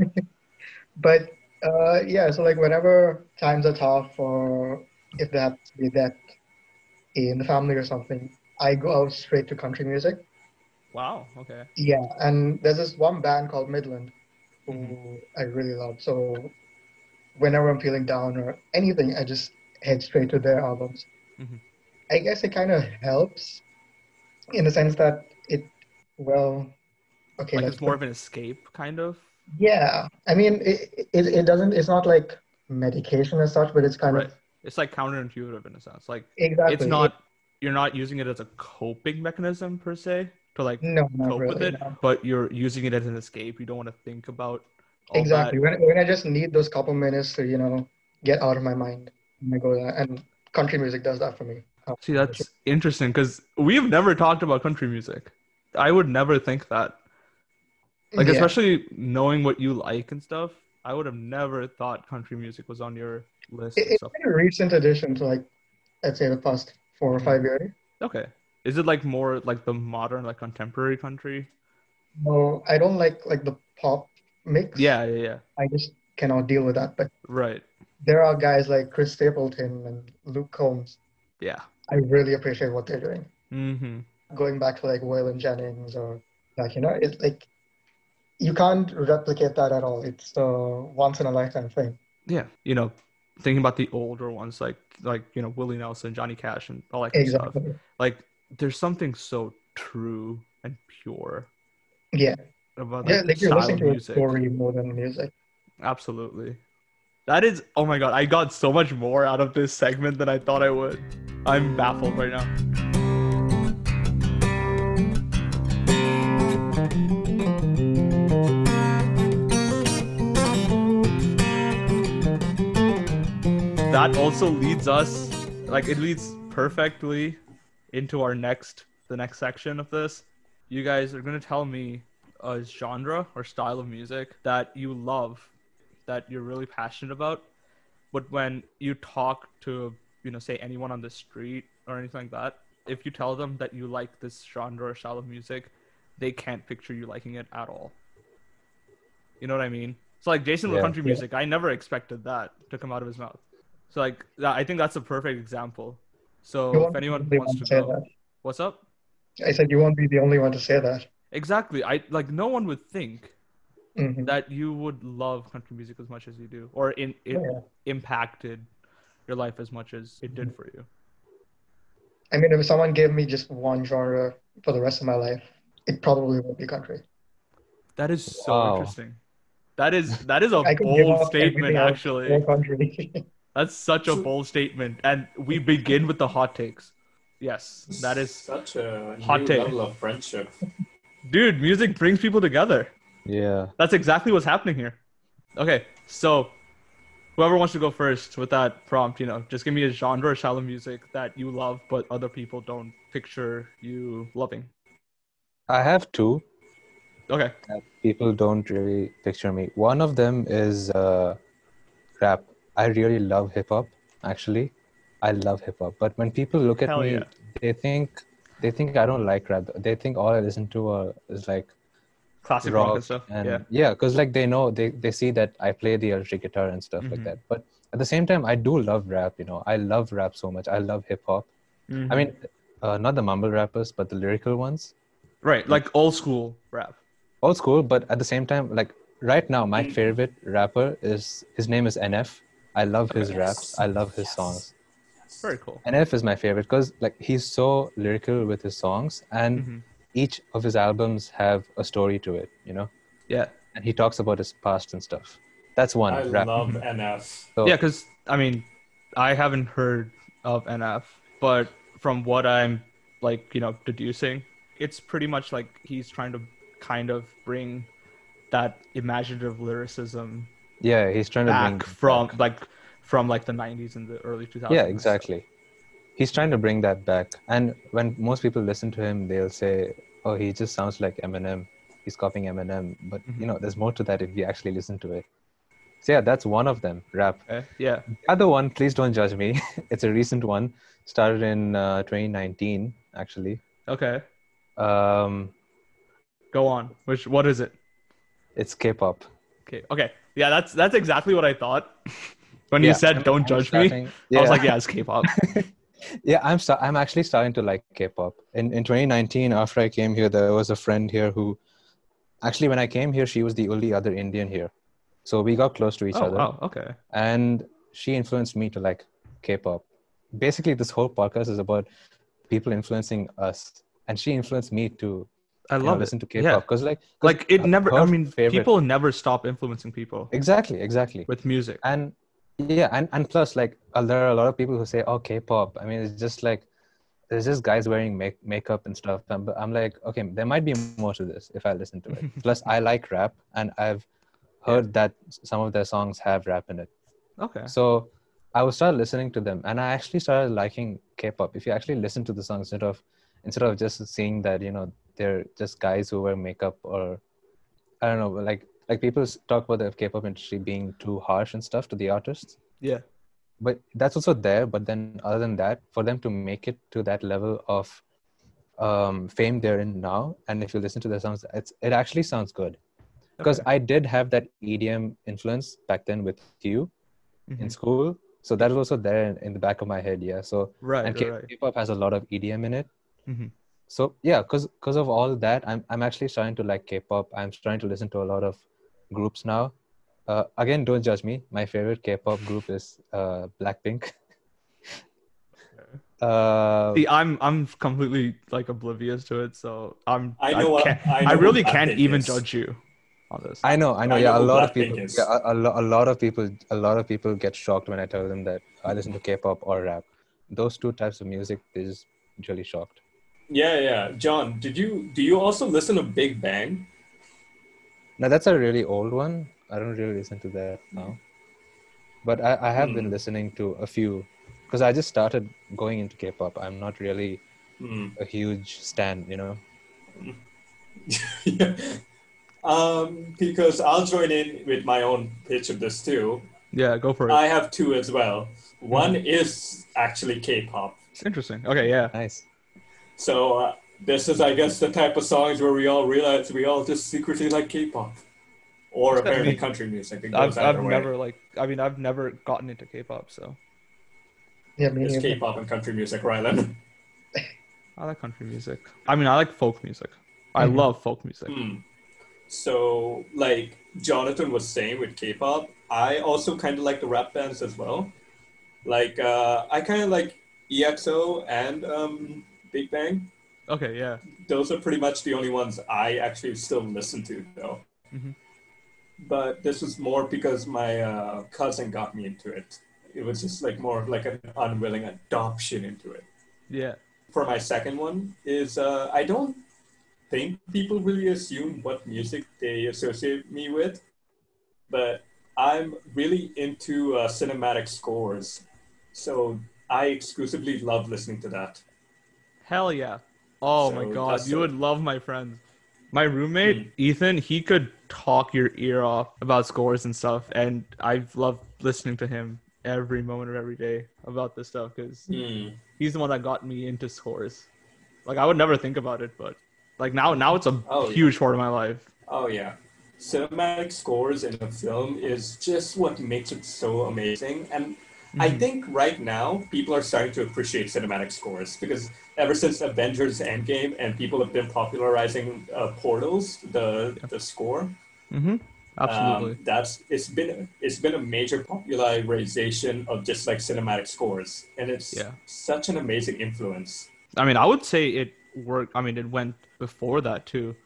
Speaker 4: But uh, yeah, so like whenever times are tough, or if there happens to be death in the family or something, I go out straight to country music.
Speaker 1: wow okay
Speaker 4: Yeah, and there's this one band called Midland who
Speaker 1: Mm-hmm.
Speaker 4: I really love. So whenever I'm feeling down or anything, I just head straight to their albums.
Speaker 1: Mhm.
Speaker 4: I guess it kind of helps in the sense that it, well, okay,
Speaker 1: like
Speaker 4: let's
Speaker 1: it's more of an escape kind of
Speaker 4: put- yeah. I mean, it, it it doesn't. It's not like medication as such, but it's kind
Speaker 1: right
Speaker 4: of
Speaker 1: it's like counterintuitive in a sense like
Speaker 4: exactly.
Speaker 1: it's not you're not using it as a coping mechanism per se to like
Speaker 4: No, not
Speaker 1: cope with
Speaker 4: really,
Speaker 1: it,
Speaker 4: no.
Speaker 1: but you're using it as an escape. You don't want to think about all
Speaker 4: Exactly.
Speaker 1: That.
Speaker 4: When, when I just need those couple minutes to, you know, get out of my mind, I go there. And country music does that for me.
Speaker 1: See, that's interesting because we've never talked about country music. I would never think that. Like,
Speaker 4: Yeah.
Speaker 1: especially knowing what you like and stuff, I would have never thought country music was on your list.
Speaker 4: It-
Speaker 1: And
Speaker 4: it's
Speaker 1: stuff.
Speaker 4: been a recent addition to like, let's say the past four
Speaker 1: Mm-hmm.
Speaker 4: or five years.
Speaker 1: Okay. Is it like more like the modern, like contemporary country?
Speaker 4: No, I don't like like the pop mix.
Speaker 1: Yeah, yeah, yeah.
Speaker 4: I just cannot deal with that. But
Speaker 1: Right.
Speaker 4: there are guys like Chris Stapleton and Luke Combs.
Speaker 1: Yeah.
Speaker 4: I really appreciate what they're doing.
Speaker 1: Mm-hmm.
Speaker 4: Going back to like Waylon Jennings or like, you know, it's like, you can't replicate that at all. It's a once in a lifetime thing.
Speaker 1: Yeah. You know, thinking about the older ones, like like you know Willie Nelson, Johnny Cash, and all that kind of stuff.
Speaker 4: Exactly.
Speaker 1: Like there's something so true and pure
Speaker 4: Yeah.
Speaker 1: about
Speaker 4: Yeah,
Speaker 1: like,
Speaker 4: like you're
Speaker 1: style
Speaker 4: listening
Speaker 1: of
Speaker 4: to a
Speaker 1: music.
Speaker 4: story more than music.
Speaker 1: Absolutely. That is, oh my god, I got so much more out of this segment than I thought I would. I'm baffled right now. That also leads us, like, it leads perfectly into our next, the next section of this. You guys are gonna tell me a genre or style of music that you love that you're really passionate about but when you talk to you know say anyone on the street or anything like that if you tell them that you like this genre or style of music they can't picture you liking it at all you know what i mean so like jason with
Speaker 2: Yeah.
Speaker 1: country music i never expected that to come out of his mouth so like that, i think that's a perfect example
Speaker 4: You
Speaker 1: so
Speaker 4: won't
Speaker 1: if
Speaker 4: be the
Speaker 1: anyone
Speaker 4: only
Speaker 1: wants
Speaker 4: one
Speaker 1: to
Speaker 4: say
Speaker 1: go what's up
Speaker 4: that. I said you won't be the only one to say that.
Speaker 1: exactly i like no one would think
Speaker 4: Mhm.
Speaker 1: that you would love country music as much as you do, or in it
Speaker 4: Yeah.
Speaker 1: impacted your life as much as it
Speaker 4: Mm-hmm.
Speaker 1: did for you.
Speaker 4: I mean, if someone gave me just one genre for the rest of my life, it probably would be country.
Speaker 1: That is so
Speaker 2: Wow.
Speaker 1: interesting. That is that is a
Speaker 4: I could give
Speaker 1: bold
Speaker 4: up
Speaker 1: statement.
Speaker 4: everything else
Speaker 1: Actually,
Speaker 4: for country.
Speaker 1: that's such a
Speaker 3: So-
Speaker 1: bold statement. And we begin with the hot takes. Yes, that is,
Speaker 3: such a
Speaker 1: Hot
Speaker 3: new
Speaker 1: take.
Speaker 3: level of friendship.
Speaker 1: dude. Music brings people together.
Speaker 2: Yeah.
Speaker 1: That's exactly what's happening here. Okay, so whoever wants to go first with that prompt, you know, just give me a genre or style of music that you love, but other people don't picture you loving.
Speaker 2: I have two.
Speaker 1: Okay.
Speaker 2: that people don't really picture me. One of them is uh, rap. I really love hip hop. Actually, I love hip hop. But when people look at
Speaker 1: Hell
Speaker 2: me,
Speaker 1: yeah.
Speaker 2: they think they think I don't like rap. They think all I listen to are, is like
Speaker 1: classic rock,
Speaker 2: rock
Speaker 1: and stuff.
Speaker 2: and
Speaker 1: yeah.
Speaker 2: because like they know they they see that I play the electric guitar and stuff like
Speaker 1: Mhm.
Speaker 2: that. But at the same time, I do love rap. You know, I love rap so much. I love hip hop.
Speaker 1: Mm-hmm.
Speaker 2: I mean, uh, not the mumble rappers, but the lyrical ones.
Speaker 1: right, like old school rap.
Speaker 2: old school, but at the same time, like right now,
Speaker 3: Mm.
Speaker 2: my favorite rapper is his name is NF. I love his raps. I love his songs.
Speaker 1: Very cool.
Speaker 2: NF is my favorite because like he's so lyrical with his songs, and
Speaker 3: Mm-hmm.
Speaker 1: Mhm.
Speaker 2: each of his albums have a story to it. You know,
Speaker 1: Yeah,
Speaker 2: and he talks about his past and stuff. That's one
Speaker 3: I
Speaker 2: rap.
Speaker 3: love NF.
Speaker 2: So-
Speaker 1: yeah. Because I mean, I haven't heard of NF, but from what I'm like, you know, deducing, it's pretty much like he's trying to kind of bring that imaginative lyricism
Speaker 2: yeah, he's trying to bring
Speaker 1: back from like from like the 90s and the early 2000s.
Speaker 2: yeah exactly he's trying to bring that back and when most people listen to him they'll say oh he just sounds like eminem he's copying eminem but
Speaker 1: Mm-hmm.
Speaker 2: you know there's more to that if you actually listen to it so yeah that's one of them rap
Speaker 1: Okay, Yeah.
Speaker 2: The other one please don't judge me it's a recent one started in uh, 2019 actually
Speaker 1: Okay.
Speaker 2: um
Speaker 1: Go on. Which what is it?
Speaker 2: it's k-pop
Speaker 1: Okay. Okay. Yeah, that's that's exactly what I thought. when you
Speaker 2: Yeah.
Speaker 1: said don't
Speaker 2: I'm
Speaker 1: judge me,
Speaker 2: starting-
Speaker 1: I was
Speaker 2: Yeah.
Speaker 1: like, yeah, it's K-pop.
Speaker 2: Yeah, I'm sta- I'm actually starting to like K-pop. In in 2019, after I came here, there was a friend here who, actually, when I came here, she was the only other Indian here, so we got close to each
Speaker 1: oh,
Speaker 2: other,
Speaker 1: wow. Okay.
Speaker 2: and she influenced me to like K-pop. Basically, this whole podcast is about people influencing us, and she influenced me to
Speaker 1: I
Speaker 2: you
Speaker 1: love
Speaker 2: know,
Speaker 1: it.
Speaker 2: listen to
Speaker 1: Yeah.
Speaker 2: K-pop because like 'cause
Speaker 1: Like it
Speaker 2: her
Speaker 1: never. I mean,
Speaker 2: favorite-
Speaker 1: people never stop influencing people
Speaker 2: exactly exactly
Speaker 1: with music.
Speaker 2: and yeah and, and plus like uh, there are a lot of people who say oh k-pop i mean it's just like there's just guys wearing make, makeup and stuff and, but i'm like okay there might be more to this if i listen to it plus i like rap and i've heard that s- some of their songs have rap in it
Speaker 1: Okay.
Speaker 2: so i would start listening to them and i actually started liking k-pop if you actually listen to the songs instead of instead of just seeing that you know they're just guys who wear makeup or i don't know like like people s- talk about the k-pop industry being too harsh and stuff to the artists
Speaker 1: Yeah.
Speaker 2: but that's also there but then other than that for them to make it to that level of um, fame they're in now and if you listen to their songs it's, it actually sounds good because i did have that edm influence back then with you in
Speaker 1: Mhm.
Speaker 2: school so that was also there in, in the back of my head yeah so
Speaker 1: Right.
Speaker 2: and
Speaker 1: right,
Speaker 2: K-
Speaker 1: right.
Speaker 2: k-pop has a lot of edm in it
Speaker 1: Mhm.
Speaker 2: so yeah because of all that I'm, I'm actually starting to like k-pop i'm starting to listen to a lot of groups now Uh, again, don't judge me. My favorite K-pop group is uh, Blackpink. uh,
Speaker 1: See, I'm I'm completely like oblivious to it, so I'm.
Speaker 3: I know what-
Speaker 1: can't-
Speaker 3: I know
Speaker 1: really
Speaker 3: what
Speaker 1: can't
Speaker 3: Blackpink
Speaker 1: even
Speaker 3: is.
Speaker 1: judge you on this.
Speaker 2: I know, I know.
Speaker 3: I
Speaker 2: yeah,
Speaker 3: know
Speaker 2: a
Speaker 3: who
Speaker 2: lot of
Speaker 3: Blackpink
Speaker 2: people.
Speaker 3: is.
Speaker 2: Yeah, a, a, lo- a lot of people. A lot of people get shocked when I tell them that I listen to K-pop or rap. Those two types of music, they're just really shocked.
Speaker 3: Yeah, yeah. John, did you do you also listen to Big Bang?
Speaker 2: Now that's a really old one. I don't really listen to that now, but I, I have been listening to a few because I just started going into K-pop. I'm not really
Speaker 3: Hmm.
Speaker 2: a huge stan, you know.
Speaker 3: yeah. Um, because I'll join in with my own pitch of this too.
Speaker 1: yeah, go for it.
Speaker 3: I have two as well. One
Speaker 1: Mm-hmm.
Speaker 3: is actually K-pop.
Speaker 1: it's interesting. Okay, yeah.
Speaker 2: Nice.
Speaker 3: So uh, this is, I guess, the type of songs where we all realize we all just secretly like K-pop, or
Speaker 1: Except
Speaker 3: apparently
Speaker 1: me.
Speaker 3: country music. It goes
Speaker 1: I've, I've
Speaker 3: either way.
Speaker 1: never like I mean I've never gotten into K-pop, so
Speaker 4: Yeah, me
Speaker 3: It's
Speaker 4: neither.
Speaker 3: K-pop and country music, Rylan.
Speaker 1: I like country music. I mean I like folk music. I
Speaker 4: Mhm.
Speaker 1: love folk music.
Speaker 3: Hmm. So, like Jonathan was saying with K-pop, I also kind of like the rap bands as well. Like uh, I kind of like EXO and um, Big Bang.
Speaker 1: Okay, yeah.
Speaker 3: Those are pretty much the only ones I actually still listen to, though.
Speaker 1: Mhm.
Speaker 3: But this was more because my uh, cousin got me into it. It was just like more of like an unwilling adoption into it
Speaker 1: Yeah.
Speaker 3: for my second one is uh, I don't think people really assume what music they associate me with, but I'm really into uh, cinematic scores. So I exclusively love listening to that.
Speaker 1: Hell yeah. Oh my
Speaker 3: So
Speaker 1: god,
Speaker 3: that's Mm.
Speaker 1: you
Speaker 3: it.
Speaker 1: would love my friends. My roommate, Ethan, he could talk your ear off about scores and stuff, and I've loved listening to him every moment of every day about this stuff because he's the one that got me into scores. Like I would never think about it, but like now now it's a
Speaker 3: Oh, yeah.
Speaker 1: huge part of my life.
Speaker 3: Oh, yeah. Cinematic scores in a film is just what makes it so amazing. And I
Speaker 1: Mhm.
Speaker 3: think right now people are starting to appreciate cinematic scores because ever since Avengers Endgame and people have been popularizing uh, Portals, the, the score,
Speaker 1: Mm-hmm. Absolutely.
Speaker 3: Um, that's it's been it's been a major popularization of just like cinematic scores, and it's
Speaker 1: Yeah.
Speaker 3: such an amazing influence.
Speaker 1: I mean, I would say it worked. I mean, it went before that too,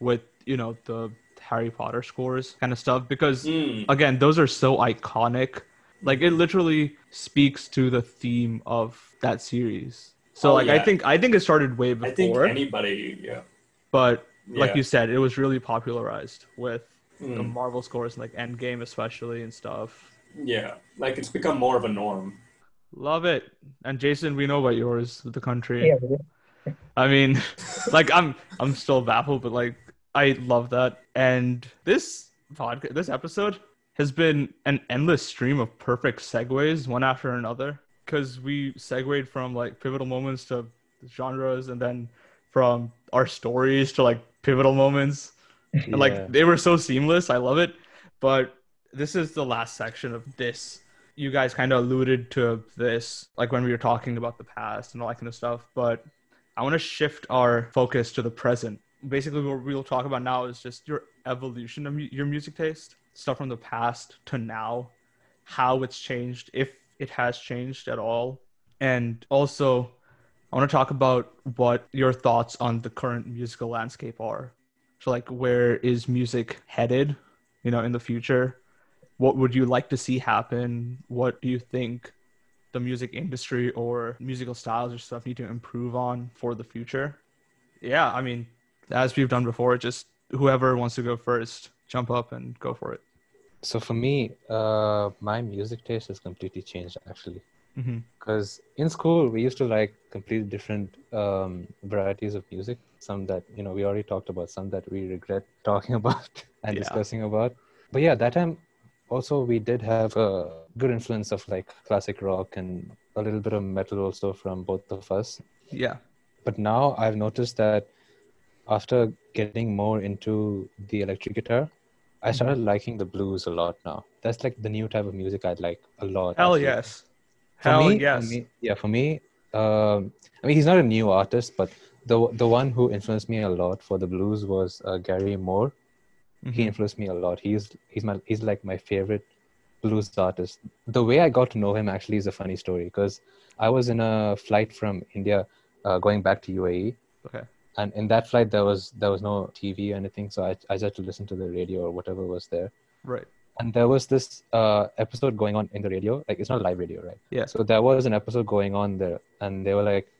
Speaker 1: with you know the Harry Potter scores kind of stuff because
Speaker 3: Mm,
Speaker 1: again, those are so iconic. Like it literally speaks to the theme of that series. So
Speaker 3: Oh,
Speaker 1: like I
Speaker 3: yeah.
Speaker 1: think I think it started way before,
Speaker 3: I think anybody, yeah,
Speaker 1: but like
Speaker 3: Yeah.
Speaker 1: you said, it was really popularized with the
Speaker 3: Mm,
Speaker 1: Marvel scores, like Endgame especially and stuff.
Speaker 3: yeah, like it's become more of a norm.
Speaker 1: Love it. And Jason, we know about yours, with the country.
Speaker 4: Yeah,
Speaker 1: I mean, like I'm I'm still baffled, but like I love that. And this podcast, this episode has been an endless stream of perfect segues, one after another, because we segued from like pivotal moments to genres, and then from our stories to like pivotal moments. And,
Speaker 2: Yeah.
Speaker 1: Like they were so seamless. I love it. But this is the last section of this. You guys kind of alluded to this, like when we were talking about the past and all that kind of stuff. But I want to shift our focus to the present. Basically, what we'll talk about now is just your evolution of mu- your music taste, stuff from the past to now, how it's changed, if it has changed at all. And also, I want to talk about what your thoughts on the current musical landscape are. So, like, where is music headed, you know, in the future? What would you like to see happen? What do you think the music industry or musical styles or stuff need to improve on for the future? Yeah, I mean, as we've done before, just whoever wants to go first, jump up and go for it.
Speaker 2: So for me, uh, my music taste has completely changed actually.
Speaker 1: Mm-hmm.
Speaker 2: because in school we used to like completely different um, varieties of music some that you know we already talked about some that we regret talking about and
Speaker 1: Yeah.
Speaker 2: discussing about but yeah that time also we did have a good influence of like classic rock and a little bit of metal also from both of us
Speaker 1: Yeah.
Speaker 2: but now i've noticed that after getting more into the electric guitar
Speaker 1: Mm-hmm.
Speaker 2: i started liking the blues a lot now that's like the new type of music i like a lot
Speaker 1: Hell
Speaker 2: actually.
Speaker 1: yes.
Speaker 2: For
Speaker 1: Hell
Speaker 2: me,
Speaker 1: yes.
Speaker 2: For me, yeah, for me, um, I mean, he's not a new artist, but the the one who influenced me a lot for the blues was uh, Gary Moore.
Speaker 1: Mm-hmm.
Speaker 2: he influenced me a lot. He's he's my he's like my favorite blues artist. The way I got to know him actually is a funny story because I was in a flight from India uh, going back to UAE.
Speaker 1: Okay.
Speaker 2: And in that flight there was there was no TV or anything, so I I just had to listen to the radio or whatever was there.
Speaker 1: Right.
Speaker 2: And there was this uh, episode going on in the radio, like it's not live radio, right?
Speaker 1: Yeah.
Speaker 2: So there was an episode going on there, and they were like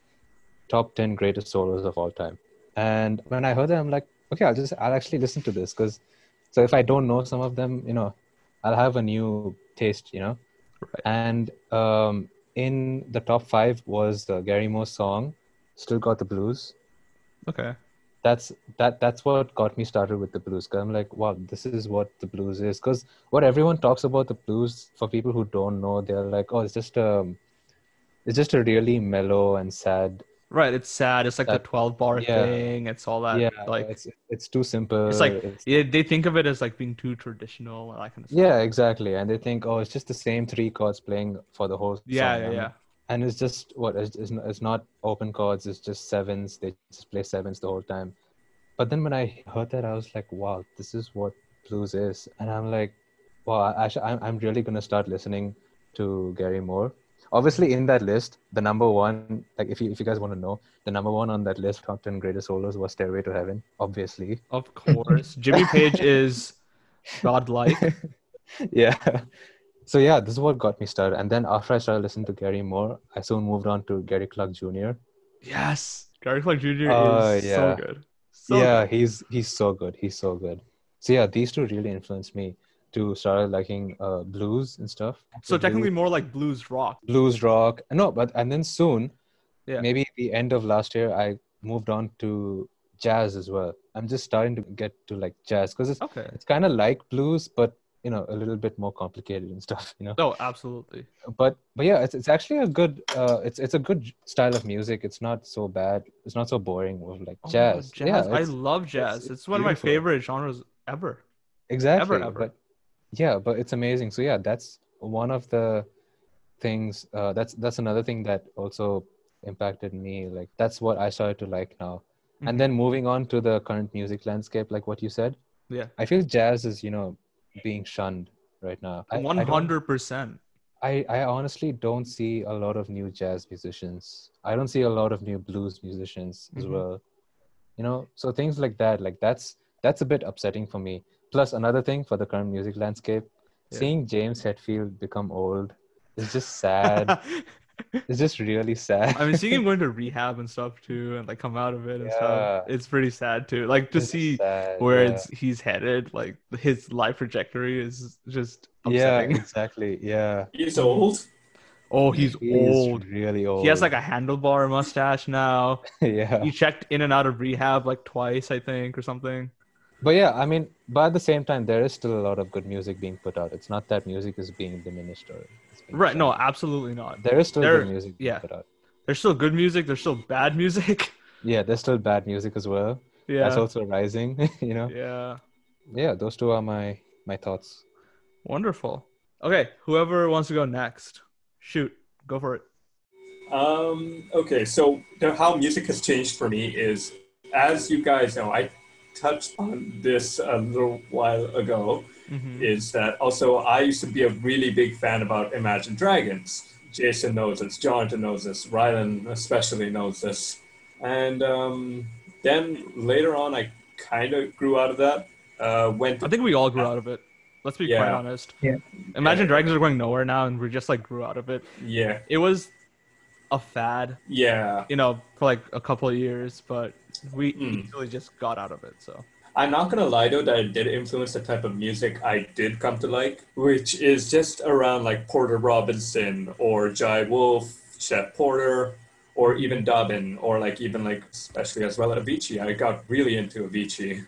Speaker 2: top ten greatest solos of all time. And when I heard them, I'm like, okay, I'll just I'll actually listen to this because so if I don't know some of them, you know, I'll have a new taste, you know.
Speaker 1: Right.
Speaker 2: And um, in the top five was uh, Gary Moore's song "Still Got the Blues."
Speaker 1: Okay.
Speaker 2: That's that that's what got me started with the blues. Cause I'm like, wow, this is what the blues is. Cause what everyone talks about the blues for people who don't know, they're like, oh, it's just um, it's just a really mellow and sad.
Speaker 1: Right. It's sad. It's like
Speaker 2: That-
Speaker 1: the 12 bar
Speaker 2: yeah.
Speaker 1: thing. It's all that.
Speaker 2: yeah,
Speaker 1: like
Speaker 2: it's it's too simple.
Speaker 1: it's like yeah, they think of it as like being too traditional and that kind of stuff.
Speaker 2: Yeah, exactly. And they think, oh, it's just the same three chords playing for the whole
Speaker 1: Yeah.
Speaker 2: song.
Speaker 1: Yeah.
Speaker 2: I'm
Speaker 1: yeah.
Speaker 2: like, And it's just what it's, it's it's not open chords. It's just sevens. They just play sevens the whole time. But then when I heard that, I was like, wow, this is what blues is. And I'm like, wow, I, I sh- I'm I'm really gonna start listening to Gary Moore. Obviously, in that list, the number one, like if you if you guys want to know, the number one on that list, top ten greatest solos was Stairway to Heaven. Obviously,
Speaker 1: Of course. Jimmy Page is godlike.
Speaker 2: yeah. So yeah, this is what got me started. And then after I started listening to Gary Moore, I soon moved on to Gary Clark Jr.
Speaker 1: Yes. Gary Clark Jr.
Speaker 2: Oh,
Speaker 1: is
Speaker 2: yeah.
Speaker 1: so good. So
Speaker 2: yeah,
Speaker 1: good.
Speaker 2: he's he's so good. He's so good. So yeah, these two really influenced me to start liking uh, blues and stuff.
Speaker 1: So
Speaker 2: The
Speaker 1: technically
Speaker 2: blues,
Speaker 1: more like blues rock.
Speaker 2: blues rock. No, but and then soon,
Speaker 1: Yeah.
Speaker 2: maybe at the end of last year, I moved on to jazz as well. I'm just starting to get to like jazz because it's
Speaker 1: Okay.
Speaker 2: it's kind of like blues, but you know, a little bit more complicated and stuff. You know.
Speaker 1: No, absolutely.
Speaker 2: but but yeah, it's it's actually a good uh, it's it's a good style of music. It's not so bad. It's not so boring with like
Speaker 1: Oh my God,
Speaker 2: jazz. Yeah,
Speaker 1: jazz. I
Speaker 2: it's-
Speaker 1: love jazz. It's,
Speaker 2: it's- it's
Speaker 1: one of my
Speaker 2: beautiful.
Speaker 1: favorite genres ever.
Speaker 2: exactly.
Speaker 1: ever.
Speaker 2: But yeah, but it's amazing. So yeah, that's one of the things. Uh, that's that's another thing that also impacted me. Like that's what I started to like now.
Speaker 1: Mhm.
Speaker 2: And then moving on to the current music landscape, like what you said.
Speaker 1: Yeah.
Speaker 2: I feel jazz is you know being shunned right now. I- I
Speaker 1: One
Speaker 2: don't-
Speaker 1: hundred percent.
Speaker 2: I, I honestly don't see a lot of new jazz musicians. I don't see a lot of new blues musicians as
Speaker 1: Mhm.
Speaker 2: well. You know, so things like that, like that's that's a bit upsetting for me. Plus another thing for the current music landscape,
Speaker 1: Yeah.
Speaker 2: seeing James Hetfield become old is just sad. it's just really sad.
Speaker 1: I mean, seeing him going to rehab and stuff too, and like come out of it and stuff.
Speaker 2: Yeah.
Speaker 1: It's pretty sad too. Like to
Speaker 2: It's just
Speaker 1: see
Speaker 2: sad,
Speaker 1: where
Speaker 2: yeah.
Speaker 1: it's, he's headed, like his life trajectory is just
Speaker 2: yeah,
Speaker 1: upsetting.
Speaker 2: exactly. Yeah.
Speaker 3: He's old.
Speaker 1: Oh, he's
Speaker 2: He is
Speaker 1: old.
Speaker 2: really old.
Speaker 1: He has like a handlebar mustache now.
Speaker 2: yeah.
Speaker 1: He checked in and out of rehab like twice, I think, or something.
Speaker 2: But yeah, I mean, but at the same time, there is still a lot of good music being put out. It's not that music is being diminished or it's being
Speaker 1: Right? No,
Speaker 2: shunned.
Speaker 1: absolutely not.
Speaker 2: there is still
Speaker 1: there-
Speaker 2: good music
Speaker 1: yeah.
Speaker 2: being put out.
Speaker 1: There's still good music. There's still bad music.
Speaker 2: Yeah, there's still bad music as well.
Speaker 1: yeah.
Speaker 2: That's also rising. you know.
Speaker 1: yeah.
Speaker 2: Yeah. those two are my my thoughts.
Speaker 1: Wonderful. Okay, whoever wants to go next, shoot, go for it.
Speaker 3: Um, okay, so the, how music has changed for me is, as you guys know, I touched on this a little while ago,
Speaker 1: Mhm.
Speaker 3: is that also I used to be a really big fan about Imagine Dragons. Jason knows this, Jonathan knows this, Rylan especially knows this. And um, then later on, I kind of grew out of that. Uh, went
Speaker 1: I think we all grew out of it. Let's be quite
Speaker 3: Yeah.
Speaker 1: honest.
Speaker 4: Yeah.
Speaker 1: Imagine Dragons are going nowhere now, and we just like grew out of it.
Speaker 3: yeah,
Speaker 1: It was a fad,
Speaker 3: yeah.
Speaker 1: you know, for like a couple of years, but we
Speaker 3: Mm.
Speaker 1: easily just got out of it. So
Speaker 3: I'm not gonna lie though that it did influence the type of music I did come to like, which is just around like Porter Robinson or Jai Wolf, Chet Porter, or even Dobbin, or like even like especially as well Avicii. I got really into Avicii.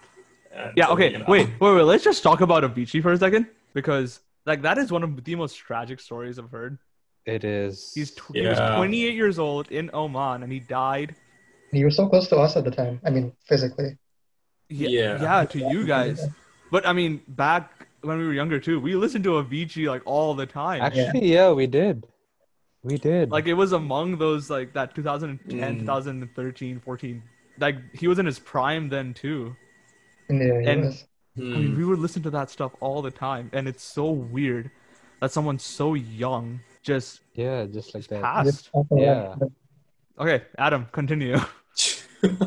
Speaker 3: And
Speaker 1: yeah,
Speaker 3: so,
Speaker 1: okay.
Speaker 3: you know.
Speaker 1: Wait, wait, wait. Let's just talk about Avicii for a second because like that is one of the most tragic stories I've heard.
Speaker 2: It is.
Speaker 1: He's tw- he was
Speaker 3: Yeah.
Speaker 1: 28 years old in Oman, and he died.
Speaker 4: You were so close to us at the time. I mean, physically.
Speaker 1: Yeah, yeah,
Speaker 3: Yeah.
Speaker 1: to you guys. But I mean, back when we were younger too, we listened to Avicii like all the time.
Speaker 2: actually yeah. we did, we did.
Speaker 1: like it was among those like that 2010
Speaker 3: Mm.
Speaker 1: 2013 14 like he was in his prime then too
Speaker 4: Yeah, he
Speaker 1: And-
Speaker 4: was.
Speaker 1: I
Speaker 3: Hmm. Mm.
Speaker 1: mean, we would listen to that stuff all the time, and it's so weird that someone so young just
Speaker 2: Yeah, just like that.
Speaker 1: passed.
Speaker 2: Yeah.
Speaker 1: Okay, Adam, continue.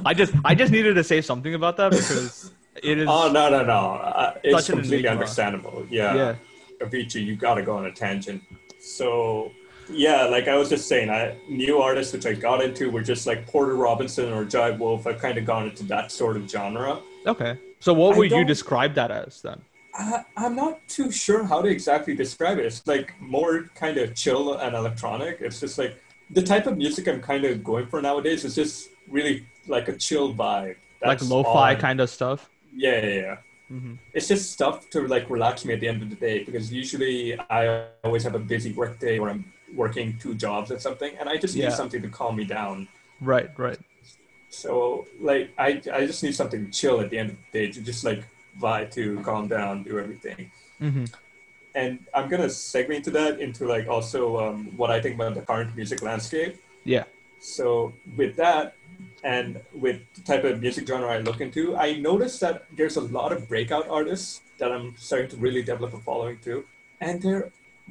Speaker 1: I just I just needed to say something about that because it is
Speaker 3: Oh no no no! Uh, it's
Speaker 1: Such an
Speaker 3: completely
Speaker 1: enigma.
Speaker 3: understandable. Yeah.
Speaker 1: yeah.
Speaker 3: Avicii, you gotta go on a tangent. So, yeah, like I was just saying, I new artists which I got into were just like Porter Robinson or Jive Wolf. I've kind of gone into that sort of genre.
Speaker 1: Okay. So what
Speaker 3: I
Speaker 1: would you
Speaker 3: don't-
Speaker 1: describe that as then?
Speaker 3: I, I'm not too sure how to exactly describe it. It's like more kind of chill and electronic. It's just like the type of music I'm kind of going for nowadays is just really like a chill vibe.
Speaker 1: like
Speaker 3: That's
Speaker 1: lo-fi
Speaker 3: on.
Speaker 1: kind of stuff.
Speaker 3: Yeah, yeah, yeah.
Speaker 1: Mhm.
Speaker 3: it's just stuff to like relax me at the end of the day because usually I always have a busy work day where I'm working two jobs or something and I just
Speaker 1: Yeah.
Speaker 3: need something to calm me down.
Speaker 1: Right, right.
Speaker 3: So like I, I just need something chill at the end of the day to just like vibe to calm down, do everything.
Speaker 1: hmm
Speaker 3: And I'm gonna segue into that into like also um, what I think about the current music landscape.
Speaker 1: Yeah.
Speaker 3: So with that and with the type of music genre I look into, I noticed that there's a lot of breakout artists that I'm starting to really develop a following to. And there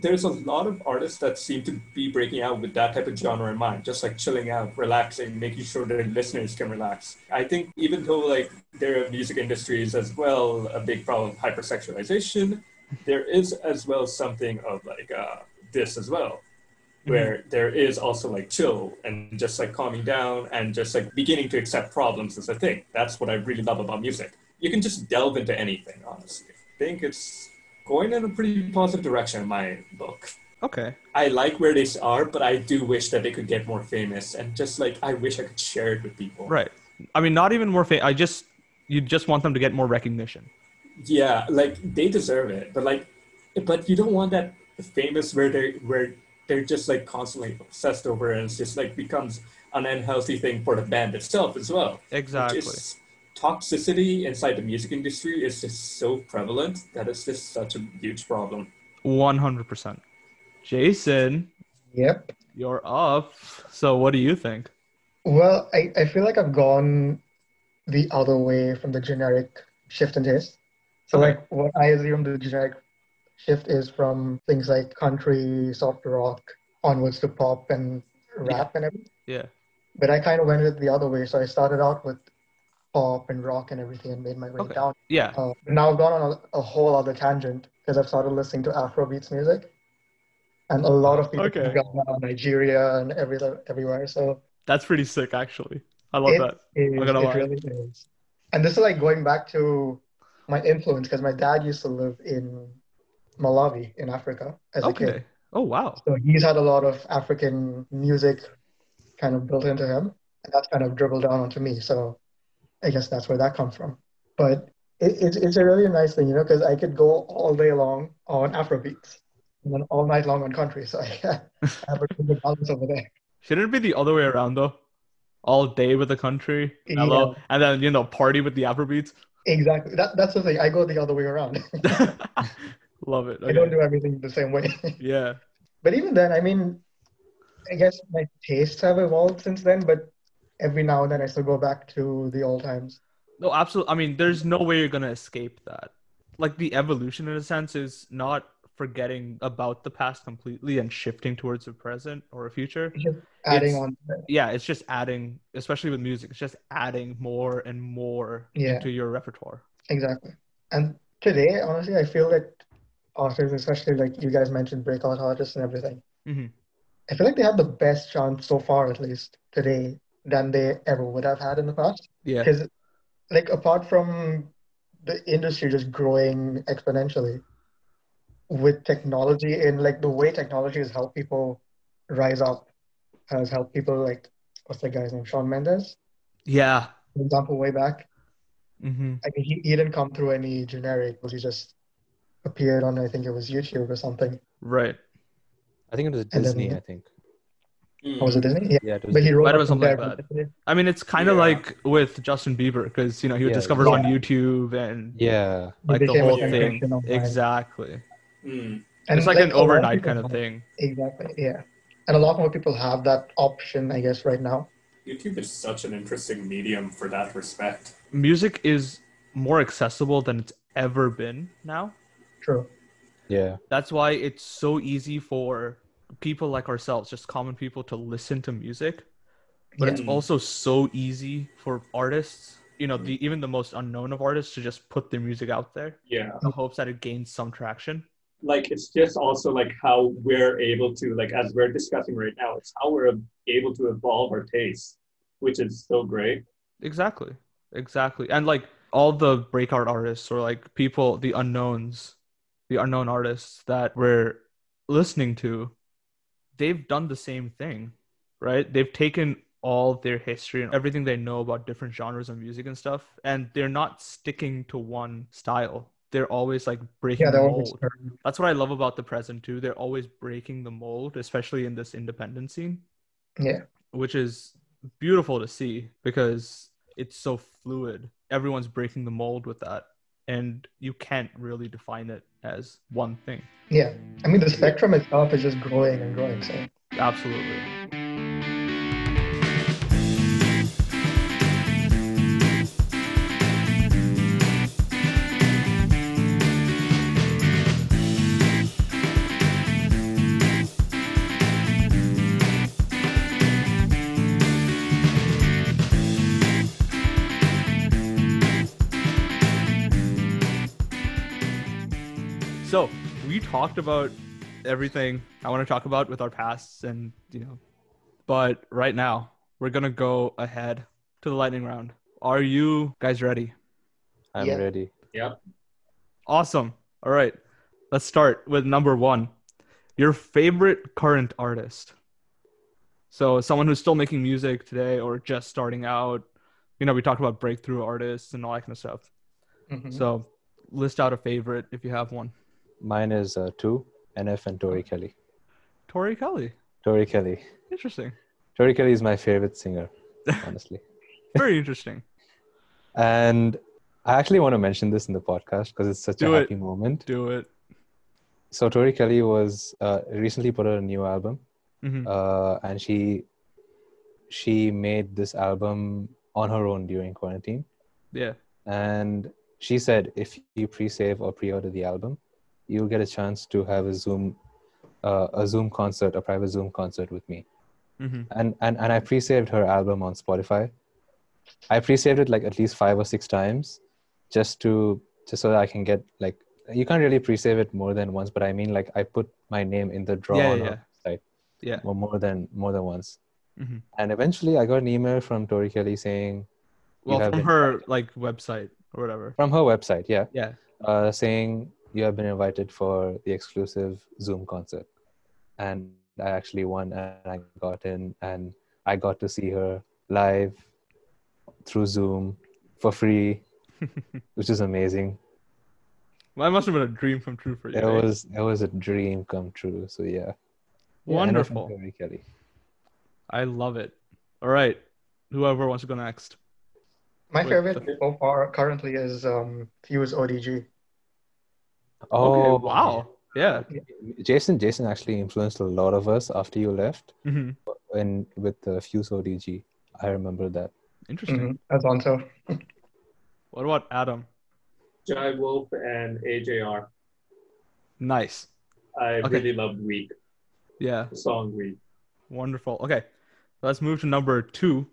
Speaker 3: there's a lot of artists that seem to be breaking out with that type of genre in mind, just like chilling out, relaxing, making sure their listeners can relax. I think even though like their music industry is as well a big problem of hypersexualization, there is as well something of like uh, this as well where there is also like chill and just like calming down and just like beginning to accept problems as a thing. That's what I really love about music. You can just delve into anything, honestly. I think it's going in a pretty positive direction in my book.
Speaker 1: Okay.
Speaker 3: I like where they are, but I do wish that they could get more famous and just like I wish I could share it with people.
Speaker 1: Right. I mean, not even more fame. I just you just want them to get more recognition.
Speaker 3: Yeah, like they deserve it, but like, but you don't want that famous where they where they're just like constantly obsessed over, it and it's just like becomes an unhealthy thing for the band itself as well.
Speaker 1: Exactly.
Speaker 3: Just toxicity inside the music industry is just so prevalent that it's just such a huge problem.
Speaker 1: One hundred percent. Jason,
Speaker 4: Yep.
Speaker 1: you're up. So what do you think?
Speaker 4: Well, I, I feel like I've gone the other way from the generic shift in taste. So
Speaker 1: Okay.
Speaker 4: like what I assume the generic shift is from things like country, soft rock, onwards to pop and rap and everything.
Speaker 1: Yeah.
Speaker 4: But I kind of went it the other way. So I started out with pop and rock and everything and made my way
Speaker 1: Okay.
Speaker 4: down.
Speaker 1: Yeah.
Speaker 4: Uh, but now I've gone on a, a whole other tangent because I've started listening to Afrobeats music. And a lot of people from
Speaker 1: Okay.
Speaker 4: Ghana, Nigeria, and every, everywhere. So
Speaker 1: That's pretty sick, actually. I love
Speaker 4: It-
Speaker 1: that.
Speaker 4: is,
Speaker 1: I'm gonna
Speaker 4: it
Speaker 1: lie.
Speaker 4: really is. And this is like going back to my influence because my dad used to live in Malawi in Africa as a kid.
Speaker 1: Okay. Oh wow.
Speaker 4: So he's had a lot of African music kind of built into him, and that's kind of dribbled down onto me. So I guess that's where that comes from. But it, it's it's a really nice thing, you know, because I could go all day long on Afrobeats and then all night long on country. So I have a pretty good balance over there.
Speaker 1: Shouldn't it be the other way around though? All day with the country,
Speaker 4: Yeah.
Speaker 1: hello, and then you know party with the Afrobeats.
Speaker 4: Exactly. That, that's the thing. I go the other way around.
Speaker 1: love it.
Speaker 4: I don't
Speaker 1: Okay.
Speaker 4: do everything the same way.
Speaker 1: Yeah.
Speaker 4: but even then, I mean, I guess my tastes have evolved since then, but every now and then I still go back to the old times.
Speaker 1: No, absolutely. I mean, there's no way you're gonna escape that. Like the evolution, in a sense, is not forgetting about the past completely and shifting towards a present or a future.
Speaker 4: Just adding
Speaker 1: It's-
Speaker 4: on.
Speaker 1: Yeah, it's just adding, especially with music, it's just adding more and more
Speaker 4: Yeah.
Speaker 1: to your repertoire.
Speaker 4: Exactly. And today, honestly, I feel that artists, especially like you guys mentioned, breakout artists and everything,
Speaker 1: Mhm.
Speaker 4: I feel like they have the best chance so far, at least today, than they ever would have had in the past.
Speaker 1: Yeah,
Speaker 4: Because, like, apart from the industry just growing exponentially with technology and like the way technology has helped people rise up, has helped people like what's that guy's name, Sean Mendes,
Speaker 1: yeah.
Speaker 4: for example, way back.
Speaker 1: hmm
Speaker 4: I mean, he, he didn't come through any generic, he just appeared on I think it was YouTube or something.
Speaker 1: Right.
Speaker 2: I think it was
Speaker 4: then-
Speaker 2: Disney, I think.
Speaker 4: Or was it Disney? Yeah.
Speaker 2: Yeah, it was
Speaker 4: But he wrote
Speaker 1: Might have
Speaker 4: up
Speaker 1: been something
Speaker 4: there.
Speaker 1: like I mean, it's kind of
Speaker 3: Yeah.
Speaker 1: like with Justin Bieber because you know he was
Speaker 2: Yeah,
Speaker 1: discovered on YouTube and
Speaker 2: Yeah.
Speaker 4: It
Speaker 1: like the
Speaker 4: became a
Speaker 1: whole
Speaker 4: sensation
Speaker 1: thing.
Speaker 4: online.
Speaker 1: Exactly.
Speaker 3: Mm.
Speaker 4: And
Speaker 1: it's like, an
Speaker 4: a lot
Speaker 1: overnight
Speaker 4: people
Speaker 1: kind of
Speaker 4: have-
Speaker 1: thing.
Speaker 4: Exactly. Yeah. And a lot more people have that option, I guess, right now.
Speaker 3: YouTube is such an interesting medium for that respect.
Speaker 1: music is more accessible than it's ever been now.
Speaker 4: True.
Speaker 2: Yeah.
Speaker 1: That's why it's so easy for people like ourselves, just common people, to listen to music. But it's
Speaker 4: Mm.
Speaker 3: Yeah.
Speaker 1: also so easy for artists, you know, the, even the most unknown of artists, to just put their music out there
Speaker 3: Yeah.
Speaker 1: in the hopes that it gains some traction.
Speaker 3: Like it's just also like how we're able to like as we're discussing right now, it's how we're able to evolve our tastes, which is so great.
Speaker 1: Exactly. Exactly. And like all the breakout artists or like people, the unknowns, the unknown artists that we're listening to, they've done the same thing, right? They've taken all their history and everything they know about different genres of music and stuff, and they're not sticking to one style. They're always like breaking
Speaker 4: Yeah,
Speaker 1: the
Speaker 4: that always
Speaker 1: mold. That's what I love about the present too. They're always breaking the mold, especially in this independent scene
Speaker 4: yeah.
Speaker 1: which is beautiful to see because it's so fluid. Everyone's breaking the mold with that, and you can't really define it as one thing.
Speaker 4: Yeah. I mean, the spectrum itself is just growing and growing. So
Speaker 1: Absolutely. So we talked about everything I want to talk about with our pasts and you know, but right now we're gonna go ahead to the lightning round. Are you guys ready?
Speaker 2: I'm
Speaker 4: Yeah.
Speaker 2: ready.
Speaker 1: Awesome. All right, let's start with number one. Your favorite current artist. So someone who's still making music today or just starting out. You know, we talked about breakthrough artists and all that kind of stuff.
Speaker 4: Mhm.
Speaker 1: So list out a favorite if you have one.
Speaker 2: Mine is uh, two NF and Tori Kelly.
Speaker 1: Tori Kelly.
Speaker 2: Tori Kelly.
Speaker 1: Interesting.
Speaker 2: Tori Kelly is my favorite singer, honestly.
Speaker 1: Very interesting.
Speaker 2: and I actually want to mention this in the podcast because it's such
Speaker 1: Do
Speaker 2: a
Speaker 1: it.
Speaker 2: happy moment.
Speaker 1: Do it.
Speaker 2: So Tori Kelly was uh, recently put out a new album,
Speaker 1: Mhm.
Speaker 2: uh, and she she made this album on her own during quarantine.
Speaker 1: Yeah.
Speaker 2: And she said, if you pre-save or pre-order the album, you'll get a chance to have a Zoom uh, a Zoom concert, a private Zoom concert with me.
Speaker 1: Mhm.
Speaker 2: And and and I pre-saved her album on Spotify. I pre-saved it like at least five or six times, just to just so that I can get like you can't really pre-save it more than once, but I mean like I put my name in the draw
Speaker 1: Yeah,
Speaker 2: on
Speaker 1: yeah,
Speaker 2: her website
Speaker 1: Yeah.
Speaker 2: or more than more than once.
Speaker 1: Mhm.
Speaker 2: And eventually, I got an email from Tori Kelly saying
Speaker 1: Well,
Speaker 2: have
Speaker 1: from
Speaker 2: been
Speaker 1: her like website or whatever.
Speaker 2: from her website, yeah,
Speaker 1: Yeah.
Speaker 2: uh, saying you have been invited for the exclusive Zoom concert, and I actually won, and I got in, and I got to see her live through Zoom for free, which is amazing.
Speaker 1: Well, that must have been a dream come true for you. eh?
Speaker 2: It
Speaker 1: right?
Speaker 2: was it was a dream come true. So yeah, Yeah, and I'm from
Speaker 1: Wonderful.
Speaker 2: Tori Kelly.
Speaker 1: I love it. All right. Whoever wants to go next.
Speaker 4: my
Speaker 1: Wait,
Speaker 4: favorite
Speaker 1: okay.
Speaker 4: so far currently is um, Fuse ODG.
Speaker 2: Oh
Speaker 1: okay. Wow. Yeah.
Speaker 2: Jason, Jason actually influenced a lot of us after you left,
Speaker 1: hmm
Speaker 2: and with the Fuse ODG, I remember that.
Speaker 1: Interesting.
Speaker 4: Mm-hmm. That's also
Speaker 1: What about Adam?
Speaker 3: Jai Wolf and AJR.
Speaker 1: Nice.
Speaker 3: I
Speaker 1: Okay.
Speaker 3: really loved Week,
Speaker 1: Yeah.
Speaker 3: the song Week.
Speaker 1: Wonderful. Okay. Let's move to number two.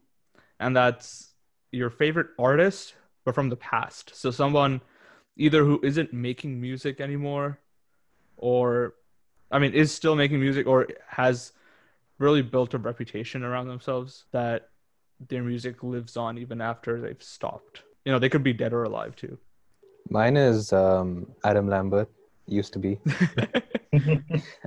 Speaker 1: And that's your favorite artist, but from the past. So someone either who isn't making music anymore or I mean is still making music or has really built a reputation around themselves that their music lives on even after they've stopped. You know, they could be dead or alive too.
Speaker 2: Mine is um, Adam Lambert. Used to be at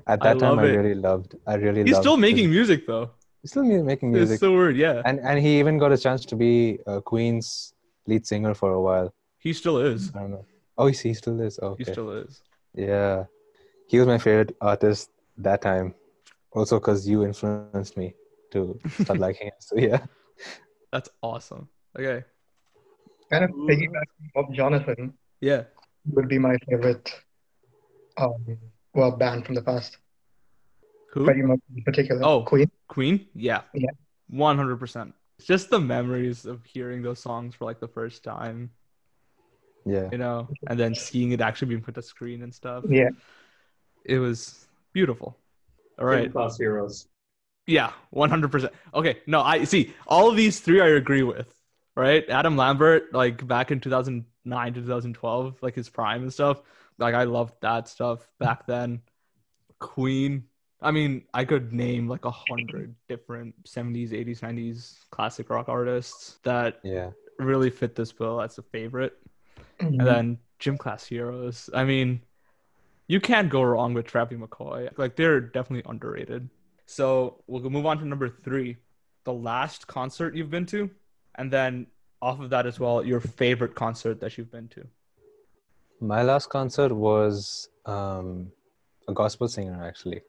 Speaker 1: I
Speaker 2: that time.
Speaker 1: love
Speaker 2: I
Speaker 1: it.
Speaker 2: really loved. I really.
Speaker 1: He's
Speaker 2: loved
Speaker 1: still
Speaker 2: his-
Speaker 1: making music though.
Speaker 2: He's still mu- making
Speaker 1: It's
Speaker 2: music,
Speaker 1: so weird, yeah.
Speaker 2: and and he even got a chance to be uh, Queen's lead singer for a while.
Speaker 1: He still is.
Speaker 2: I don't know. Oh, he, he still is. Okay.
Speaker 1: He still is.
Speaker 2: yeah, he was my favorite artist that time. Also, because you influenced me to start liking him. So yeah.
Speaker 1: That's awesome. Okay.
Speaker 4: kind of
Speaker 1: Ooh.
Speaker 4: piggybacking off Jonathan
Speaker 1: Yeah.
Speaker 4: would be my favorite um, well band from the past.
Speaker 1: Who?
Speaker 4: Freddie Mercury in particular.
Speaker 1: Oh.
Speaker 4: Queen.
Speaker 1: Queen? Yeah.
Speaker 4: Yeah.
Speaker 1: 100%. Just the memories of hearing those songs for like the first time.
Speaker 2: Yeah.
Speaker 1: you know, and then seeing it actually being put to screen and stuff.
Speaker 4: Yeah.
Speaker 1: It was beautiful. All right.
Speaker 3: Class heroes.
Speaker 1: Yeah, 100%. Okay, no, I see. All of these three I agree with, right? Adam Lambert, like back in 2009 to 2012, like his prime and stuff. Like, I loved that stuff back then. Queen. I mean, I could name like a hundred different 70s, 80s, 90s classic rock artists that
Speaker 2: Yeah.
Speaker 1: really fit this bill as a favorite. And
Speaker 2: Mm-hmm.
Speaker 1: then Gym Class Heroes. I mean, you can't go wrong with Trappy McCoy. Like they're definitely underrated. So we'll move on to number three, the last concert you've been to, and then off of that as well, your favorite concert that you've been to.
Speaker 2: My last concert was um, a gospel singer actually.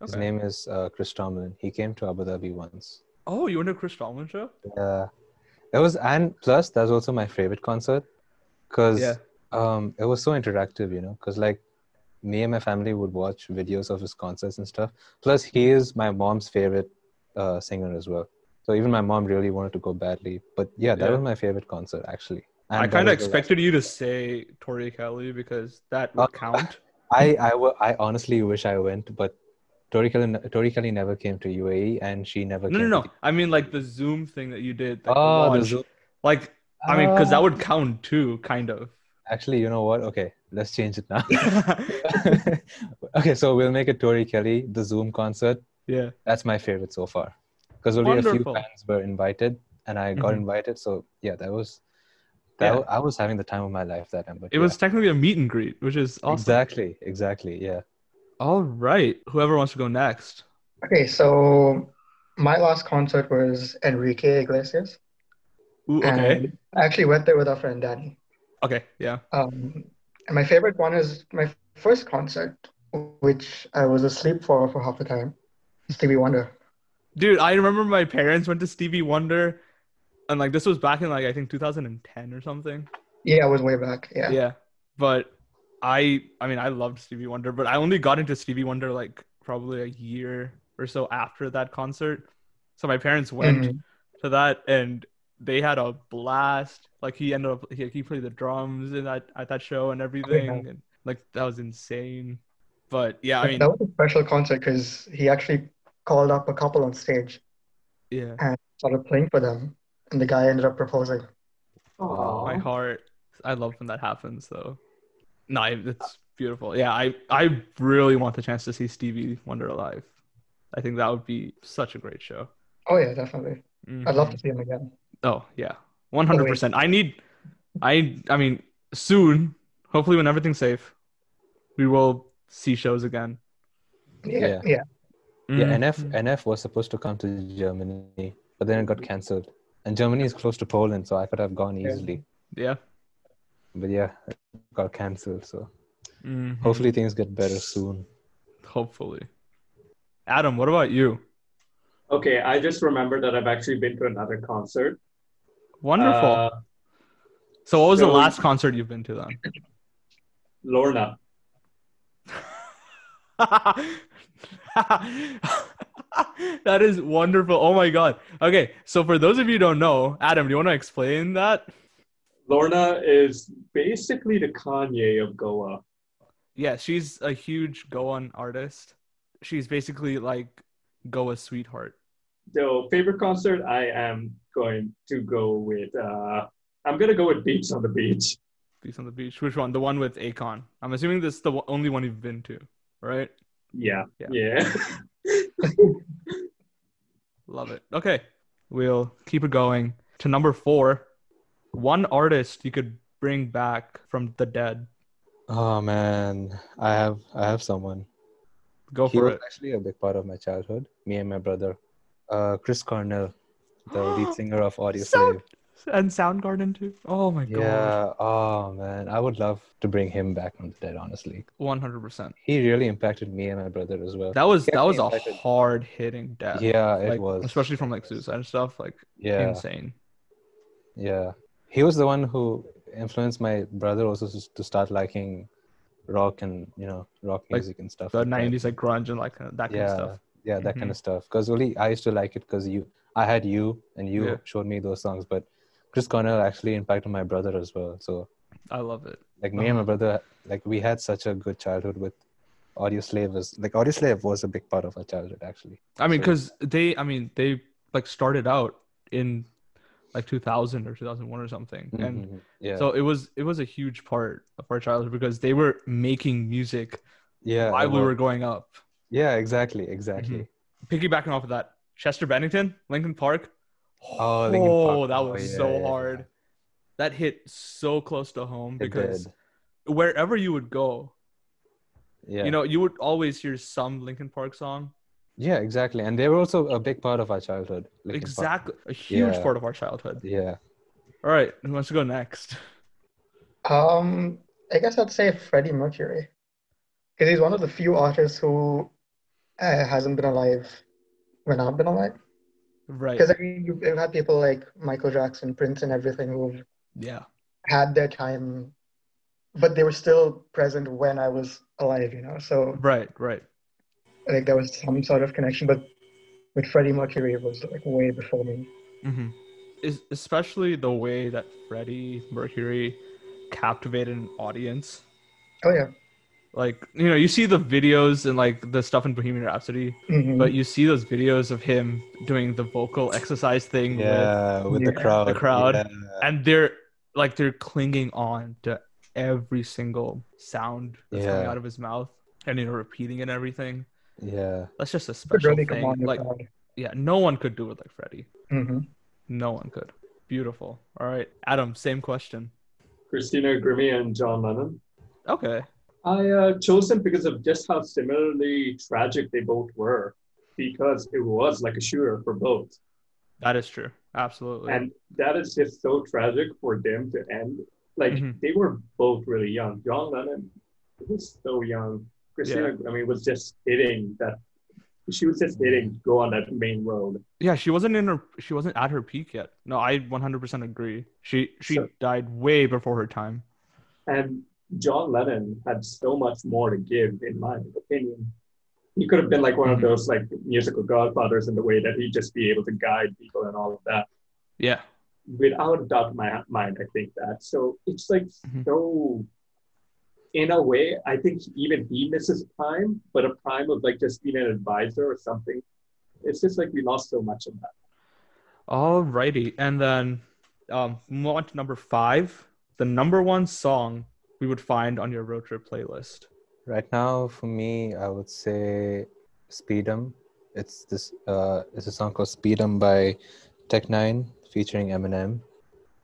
Speaker 2: His
Speaker 1: Okay.
Speaker 2: name is uh, Chris Tomlin. He came to Abu Dhabi once.
Speaker 1: Oh, you went to Chris Tomlin show?
Speaker 2: Yeah. Uh, It was, and plus, that was also my favorite concert because
Speaker 1: Yeah.
Speaker 2: um, it was so interactive, you know, because like me and my family would watch videos of his concerts and stuff. Plus, he is my mom's favorite uh, singer as well. So even my mom really wanted to go badly. But yeah, that
Speaker 1: Yeah.
Speaker 2: was my favorite concert actually. And
Speaker 1: I
Speaker 2: that
Speaker 1: kind of
Speaker 2: was the last-
Speaker 1: expected you to say Tori Kelly because that would
Speaker 2: Oh.
Speaker 1: count.
Speaker 2: I I wa- I honestly wish I went, but Tori Kelly, Tori Kelly never came to UAE, and she never.
Speaker 1: No, no,
Speaker 2: came
Speaker 1: no.
Speaker 2: To
Speaker 1: I mean, like the Zoom thing that you did.
Speaker 2: the,
Speaker 1: Like, the
Speaker 2: oh, the
Speaker 1: launch.
Speaker 2: Zoom.
Speaker 1: like I mean, because
Speaker 2: Ah.
Speaker 1: that would count too, kind of.
Speaker 2: Actually, you know what? Okay, let's change it now. okay, so we'll make it Tori Kelly, the Zoom concert.
Speaker 1: yeah.
Speaker 2: That's my favorite so far, because only
Speaker 1: Wonderful.
Speaker 2: a few fans were invited, and I got
Speaker 1: Mhm.
Speaker 2: invited. So yeah, that was. That
Speaker 1: Yeah.
Speaker 2: wa- I was having the time of my life that time. But
Speaker 1: It
Speaker 2: yeah.
Speaker 1: was technically a meet and greet, which is awesome.
Speaker 2: exactly, exactly, yeah.
Speaker 1: All right. Whoever wants to go next.
Speaker 4: Okay, so my last concert was Enrique Iglesias,
Speaker 1: Ooh, okay.
Speaker 4: and I actually went there with our friend Danny.
Speaker 1: okay. Yeah.
Speaker 4: Um, and my favorite one is my first concert, which I was asleep for for half the time. Stevie Wonder.
Speaker 1: Dude, I remember my parents went to Stevie Wonder and like this was back in like I think 2010 or something.
Speaker 4: Yeah, I was way back.
Speaker 1: Yeah.
Speaker 4: Yeah.
Speaker 1: But I I mean I loved Stevie Wonder, but I only got into Stevie Wonder like probably a year or so after that concert. So my parents went
Speaker 4: Mhm.
Speaker 1: to that and they had a blast. Like he ended up he, he played the drums in that at that show and everything and like that was insane. But yeah, I mean
Speaker 4: that was a special concert because he actually called up a couple on stage,
Speaker 1: yeah,
Speaker 4: started playing for them, and the guy ended up proposing.
Speaker 2: Wow.
Speaker 1: my heart. I love when that happens though. No, I- it's beautiful. Yeah, I I really want the chance to see Stevie Wonder live. I think that would be such a great show. Mm-hmm.
Speaker 4: Oh yeah, definitely. I'd love to see him again.
Speaker 1: Oh yeah, one hundred percent. I need, I I mean, soon. Hopefully, when everything's safe, we will see shows again.
Speaker 4: Yeah,
Speaker 2: Yeah.
Speaker 4: yeah.
Speaker 2: Yeah,
Speaker 1: Mhm.
Speaker 2: NF NF was supposed to come to Germany, but then it got cancelled. And Germany is close to Poland, so I could have gone
Speaker 4: Yeah.
Speaker 2: easily.
Speaker 1: Yeah.
Speaker 2: But yeah, it got cancelled. So
Speaker 1: Mhm.
Speaker 2: hopefully things get better soon.
Speaker 1: Hopefully. Adam, what about you?
Speaker 3: Okay, I just remembered that I've actually been to another concert.
Speaker 1: Wonderful.
Speaker 3: Uh,
Speaker 1: so, what was the
Speaker 3: so-
Speaker 1: last concert you've been to then?
Speaker 3: Lorna.
Speaker 1: that is wonderful. Oh my god. Okay, so for those of you who don't know, Adam, do you want to explain that?
Speaker 3: Lorna is basically the Kanye of Goa.
Speaker 1: Yeah, she's a huge Goan artist. She's basically like Goa's sweetheart.
Speaker 3: So favorite concert, I am going to go with. Uh, I'm gonna go with Beats on the Beach.
Speaker 1: Beast on the Beach. Which one? The one with Akon. I'm assuming this is the o- only one you've been to, right?
Speaker 3: Yeah,
Speaker 1: Yeah.
Speaker 3: yeah.
Speaker 1: Love it. Okay. We'll keep it going to number four. One artist you could bring back from the dead.
Speaker 2: Oh man, I have I have someone.
Speaker 1: Go
Speaker 2: He
Speaker 1: for
Speaker 2: was
Speaker 1: it.
Speaker 2: actually a big part of my childhood. Me and my brother, uh, Chris Cornell, the lead singer of Audioslave.
Speaker 1: Sound- And Soundgarden too. Oh my god.
Speaker 2: Yeah. Oh man, I would love to bring him back on the dead. Honestly,
Speaker 1: One hundred percent.
Speaker 2: he really impacted me and my brother as well.
Speaker 1: That was
Speaker 2: Kept
Speaker 1: that
Speaker 2: me
Speaker 1: was a
Speaker 2: impacted.
Speaker 1: hard hitting death.
Speaker 2: yeah, it
Speaker 1: Like,
Speaker 2: was
Speaker 1: Especially from like
Speaker 2: It was.
Speaker 1: suicide and stuff. Like
Speaker 2: Yeah.
Speaker 1: insane.
Speaker 2: Yeah, he was the one who influenced my brother also s- to start liking rock and you know rock
Speaker 1: Like,
Speaker 2: music and stuff.
Speaker 1: the
Speaker 2: like that.
Speaker 1: nineties like grunge and like uh, that kind
Speaker 2: Yeah,
Speaker 1: of stuff.
Speaker 2: yeah, that
Speaker 1: Mm-hmm.
Speaker 2: kind of stuff. Because only I used to like it because you, I had you, and you
Speaker 1: Yeah.
Speaker 2: showed me those songs. But Chris Cornell actually impacted my brother as well. So
Speaker 1: I love it.
Speaker 2: like me and my brother like we had such a good childhood with audio slave was like audio slave was a big part of our childhood actually
Speaker 1: I mean,
Speaker 2: So-
Speaker 1: because they, I mean, they like started out in like 2000 or 2001 or something, and
Speaker 2: Mhm. yeah
Speaker 1: Mm-hmm. so it was it was a huge part of our childhood because they were making music
Speaker 2: yeah
Speaker 1: while
Speaker 2: it
Speaker 1: we
Speaker 2: was-
Speaker 1: were Mm-hmm. growing up.
Speaker 2: yeah exactly exactly
Speaker 1: Piggybacking off of that, Chester Bennington, Lincoln Park.
Speaker 2: Oh, Linkin Park.
Speaker 1: Oh, that
Speaker 2: Oh,
Speaker 1: was
Speaker 2: yeah,
Speaker 1: so
Speaker 2: yeah, yeah.
Speaker 1: hard. That hit so close to home
Speaker 2: It
Speaker 1: because
Speaker 2: did.
Speaker 1: wherever you would go,
Speaker 2: yeah
Speaker 1: you know, you would always hear some Lincoln Park song.
Speaker 2: yeah exactly and they were also a big part of our childhood Linkin Park.
Speaker 1: exactly, a huge
Speaker 2: Yeah.
Speaker 1: part of our childhood.
Speaker 2: yeah
Speaker 1: All right, who wants to go next?
Speaker 4: Um, I guess I'd say Freddie Mercury, because he's one of the few artists who uh, hasn't been alive when I've been alive.
Speaker 1: Right.
Speaker 4: Because I mean, you- you've had people like Michael Jackson, Prince, and everything who've
Speaker 1: Yeah.
Speaker 4: had their time, but they were still present when I was alive, you know. So
Speaker 1: Right. Right.
Speaker 4: like there was some sort of connection, but with Freddie Mercury, it was like way before me.
Speaker 1: Mm-hmm. Is especially the way that Freddie Mercury captivated an audience.
Speaker 4: Oh yeah,
Speaker 1: Like you know, you see the videos and like the stuff in Bohemian Rhapsody,
Speaker 4: Mhm.
Speaker 2: Mm-hmm.
Speaker 1: but you see those videos of him doing the vocal exercise thing, with,
Speaker 2: yeah with the
Speaker 4: Yeah.
Speaker 2: crowd
Speaker 1: The crowd.
Speaker 2: yeah,
Speaker 1: and they're like they're clinging on to every single sound that's coming
Speaker 2: Yeah.
Speaker 1: out of his mouth, and you know, repeating and everything.
Speaker 2: yeah.
Speaker 1: That's just a
Speaker 4: could
Speaker 1: special
Speaker 4: really
Speaker 1: thing.
Speaker 4: command the
Speaker 1: Like
Speaker 4: crowd.
Speaker 1: yeah, no one could do it like Freddie.
Speaker 4: Mhm.
Speaker 1: No one could. Beautiful. All right, Adam. Same question.
Speaker 3: Christina Grimmie and John Lennon.
Speaker 1: Okay.
Speaker 3: I uh, chose them because of just how similarly tragic they both were, because it was like a shooter for both.
Speaker 1: That is true. Absolutely.
Speaker 3: And that is just so tragic for them to end. Like
Speaker 1: Mhm.
Speaker 3: they were both really young. John Lennon was so young. Christina, I mean, was just hitting that. She was just hitting to go on that main road.
Speaker 1: yeah, she wasn't in her she wasn't at her peak yet. No, I 100% agree. She she
Speaker 3: So-
Speaker 1: died way before her time.
Speaker 3: And John Lennon had so much more to give, in my opinion. He could have been like one
Speaker 1: Mhm.
Speaker 3: of those like musical godfathers in the way that he'd just be able to guide people and all of that.
Speaker 1: Yeah.
Speaker 3: without a doubt in my mind, I think that. So it's like
Speaker 1: Mhm.
Speaker 3: so in a way, I think even he misses a prime, but a prime of like just being an advisor or something. It's just like we lost so much of that.
Speaker 1: Alrighty. And then um move on to number 5, the number 1 song we would find on your road trip playlist.
Speaker 2: Right now, for me, I would say Speedum. It's this. Uh, it's a song called Speedum by Tech Nine featuring Eminem.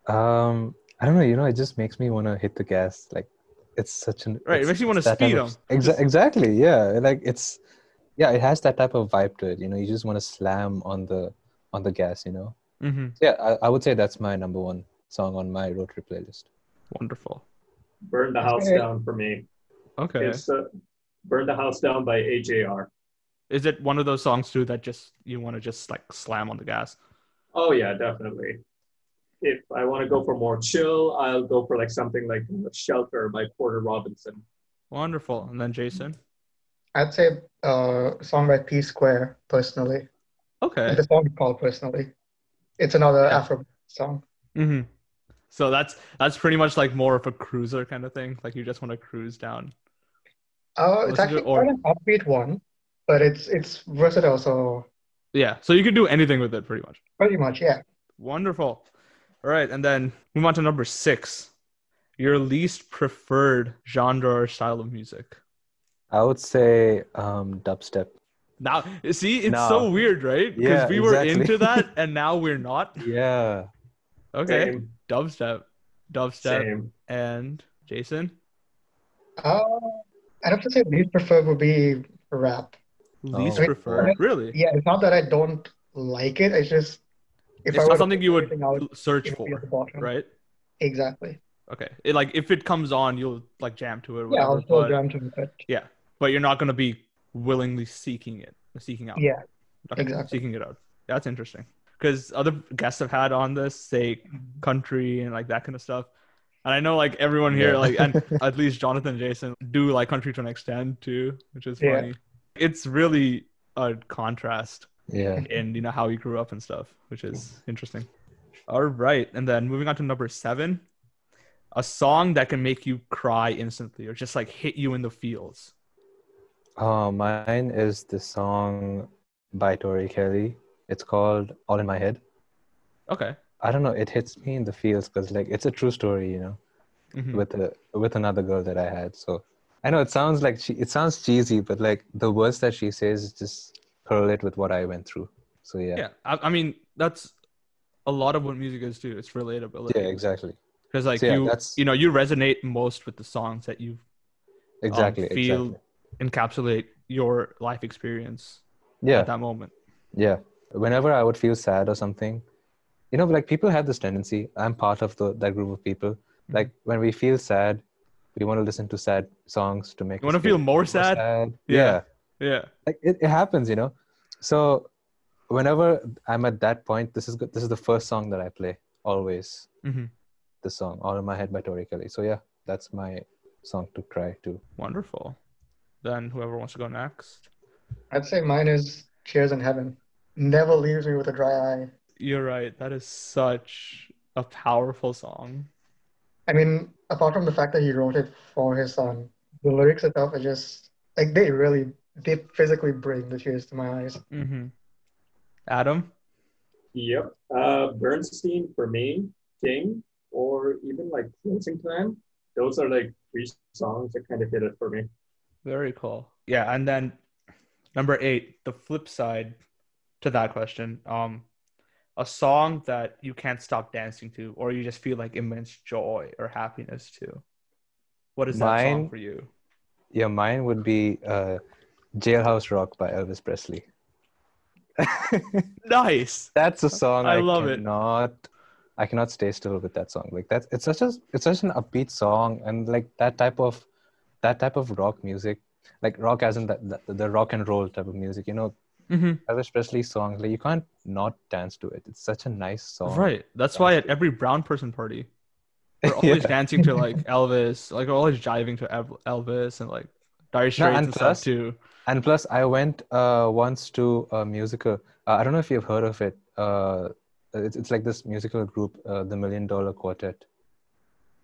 Speaker 2: Um, I don't know. You know, it just makes me want to hit the gas. Like, it's such an
Speaker 1: Right, it
Speaker 2: it's-
Speaker 1: makes you wanna
Speaker 2: it's that type
Speaker 1: speed
Speaker 2: of-
Speaker 1: 'em.
Speaker 2: Exa- exactly. Yeah. Like it's. Yeah, it has that type of vibe to it. You know, you just want to slam on the on the gas. You know.
Speaker 1: Mhm.
Speaker 2: Yeah, I, I would say that's my number one song on my road trip playlist.
Speaker 1: Wonderful.
Speaker 3: Burn the house
Speaker 4: Okay.
Speaker 3: down for me.
Speaker 1: Okay.
Speaker 3: It's uh, Burn the House Down by AJR.
Speaker 1: Is it one of those songs too that just you want to just like slam on the gas?
Speaker 3: Oh yeah, definitely. If I want to go for more chill, I'll go for like something like Shelter by Porter Robinson.
Speaker 1: Wonderful. And then Jason.
Speaker 4: I'd say uh, a song by P Square personally.
Speaker 1: Okay.
Speaker 4: The song is called personally. It's another
Speaker 1: Yeah.
Speaker 4: Afro song.
Speaker 1: hmm So that's that's pretty much like more of a cruiser kind of thing. Like you just want to cruise down.
Speaker 4: Uh,
Speaker 1: Listen
Speaker 4: it's
Speaker 1: to
Speaker 4: actually
Speaker 1: it or-
Speaker 4: quite an upbeat one, but it's it's versatile. So
Speaker 1: Yeah. So you can do anything with it pretty much.
Speaker 4: pretty much, yeah.
Speaker 1: Wonderful. All right, and then move on to number six. Your least preferred genre or style of music.
Speaker 2: I would say um, dubstep.
Speaker 1: Now, see, it's
Speaker 2: No.
Speaker 1: so weird, right? Because
Speaker 2: Yeah,
Speaker 1: we were
Speaker 2: exactly.
Speaker 1: into that, and now we're not.
Speaker 2: Yeah.
Speaker 1: Okay,
Speaker 3: Same,
Speaker 1: dubstep, dubstep,
Speaker 3: same.
Speaker 1: and Jason.
Speaker 4: Uh, I'd have to say least preferred would be rap.
Speaker 1: Least
Speaker 2: Oh.
Speaker 1: preferred, really?
Speaker 4: Yeah, it's not that I don't like it. It's just if
Speaker 1: It's
Speaker 4: I
Speaker 1: not
Speaker 4: were to
Speaker 1: something
Speaker 4: pick
Speaker 1: you would
Speaker 4: anything, I would-
Speaker 1: Search
Speaker 4: it would be at the
Speaker 1: for,
Speaker 4: bottom.
Speaker 1: right?
Speaker 4: Exactly.
Speaker 1: Okay, it, like if it comes on, you'll like jam to it. or
Speaker 4: Yeah,
Speaker 1: Whatever,
Speaker 4: I'll slow
Speaker 1: but-
Speaker 4: down to it. but
Speaker 1: Yeah, but you're not going to be willingly seeking it, seeking out.
Speaker 4: Yeah,
Speaker 1: Okay,
Speaker 4: exactly.
Speaker 1: Seeking it out. That's interesting because other guests have had on this say country and like that kind of stuff, and I know like everyone here
Speaker 2: Yeah.
Speaker 1: like and at least Jonathan, and Jason do like country to an extent too, which is
Speaker 4: Yeah.
Speaker 1: funny. It's really a contrast
Speaker 2: Yeah.
Speaker 1: in you know how you grew up and stuff, which is interesting. All right, and then moving on to number seven, a song that can make you cry instantly or just like hit you in the feels.
Speaker 2: Oh, mine is the song by Tori Kelly. It's called All in My Head.
Speaker 1: Okay.
Speaker 2: I don't know. It hits me in the feels because like it's a true story, you know,
Speaker 1: Mhm.
Speaker 2: with a, with another girl that I had. So I know it sounds like she, it sounds cheesy, but like the words that she says just correlate with what I went through. So yeah,
Speaker 1: Yeah. I, I mean, that's a lot of what music is too. It's relatability.
Speaker 2: yeah exactly,
Speaker 1: Because like
Speaker 2: So, yeah,
Speaker 1: you,
Speaker 2: that's-
Speaker 1: you know, you resonate most with the songs that you
Speaker 2: exactly,
Speaker 1: Um, feel-
Speaker 2: exactly.
Speaker 1: encapsulate your life experience
Speaker 2: Yeah,
Speaker 1: at that moment.
Speaker 2: Yeah. Whenever I would feel sad or something, you know, like people have this tendency. I'm part of the, that group of people.
Speaker 1: Mm-hmm.
Speaker 2: Like when we feel sad, we want to listen to sad songs to make
Speaker 1: You
Speaker 2: us
Speaker 1: want to feel more sad?
Speaker 2: Yeah.
Speaker 1: Yeah. Yeah.
Speaker 2: Like it, it happens, you know. So whenever I'm at that point, this is good. This is the first song that I play always.
Speaker 1: Mhm.
Speaker 2: The song "All in My Head" by Tori Kelly. So yeah, that's my song to cry to.
Speaker 1: Wonderful. Then whoever wants to go next.
Speaker 4: I'd say mine is Cheers in Heaven. Never leaves me with a dry eye.
Speaker 1: You're right. That is such a powerful song.
Speaker 4: I mean, apart from the fact that he wrote it for his son, the lyrics itself are just like they really they physically bring the tears to my eyes.
Speaker 1: Mm-hmm. Adam?
Speaker 3: Yep. Uh, Bernstein for me, King, or even like Closing Time. Those are like three songs that kind of hit it for me.
Speaker 1: Very cool. Yeah, and then number eight, the flip side to that question, um, a song that you can't stop dancing to, or you just feel like immense joy or happiness to. What is that song
Speaker 2: Mine-
Speaker 1: for you?
Speaker 2: Yeah, mine would be uh, "Jailhouse Rock" by Elvis Presley.
Speaker 1: Nice.
Speaker 2: that's a song
Speaker 1: I
Speaker 2: I,
Speaker 1: love it.
Speaker 2: cannot, I cannot stay still with that song. Like that's it's such a it's such an upbeat song and like that type of that type of rock music, like rock as in that the, the rock and roll type of music. You know,
Speaker 1: Mm-hmm.
Speaker 2: Elvis Presley songs like you can't not dance to it. It's such a nice song.
Speaker 1: Right. That's why at every brown person party, they're always
Speaker 2: Yeah.
Speaker 1: dancing to like Elvis, like always jiving to Ev- Elvis and like Dire Straits
Speaker 2: and
Speaker 1: and
Speaker 2: plus-
Speaker 1: stuff too.
Speaker 2: And plus, I went uh, once to a musical. Uh, I don't know if you've heard of it. Uh, it's, it's like this musical group, uh, the Million Dollar Quartet.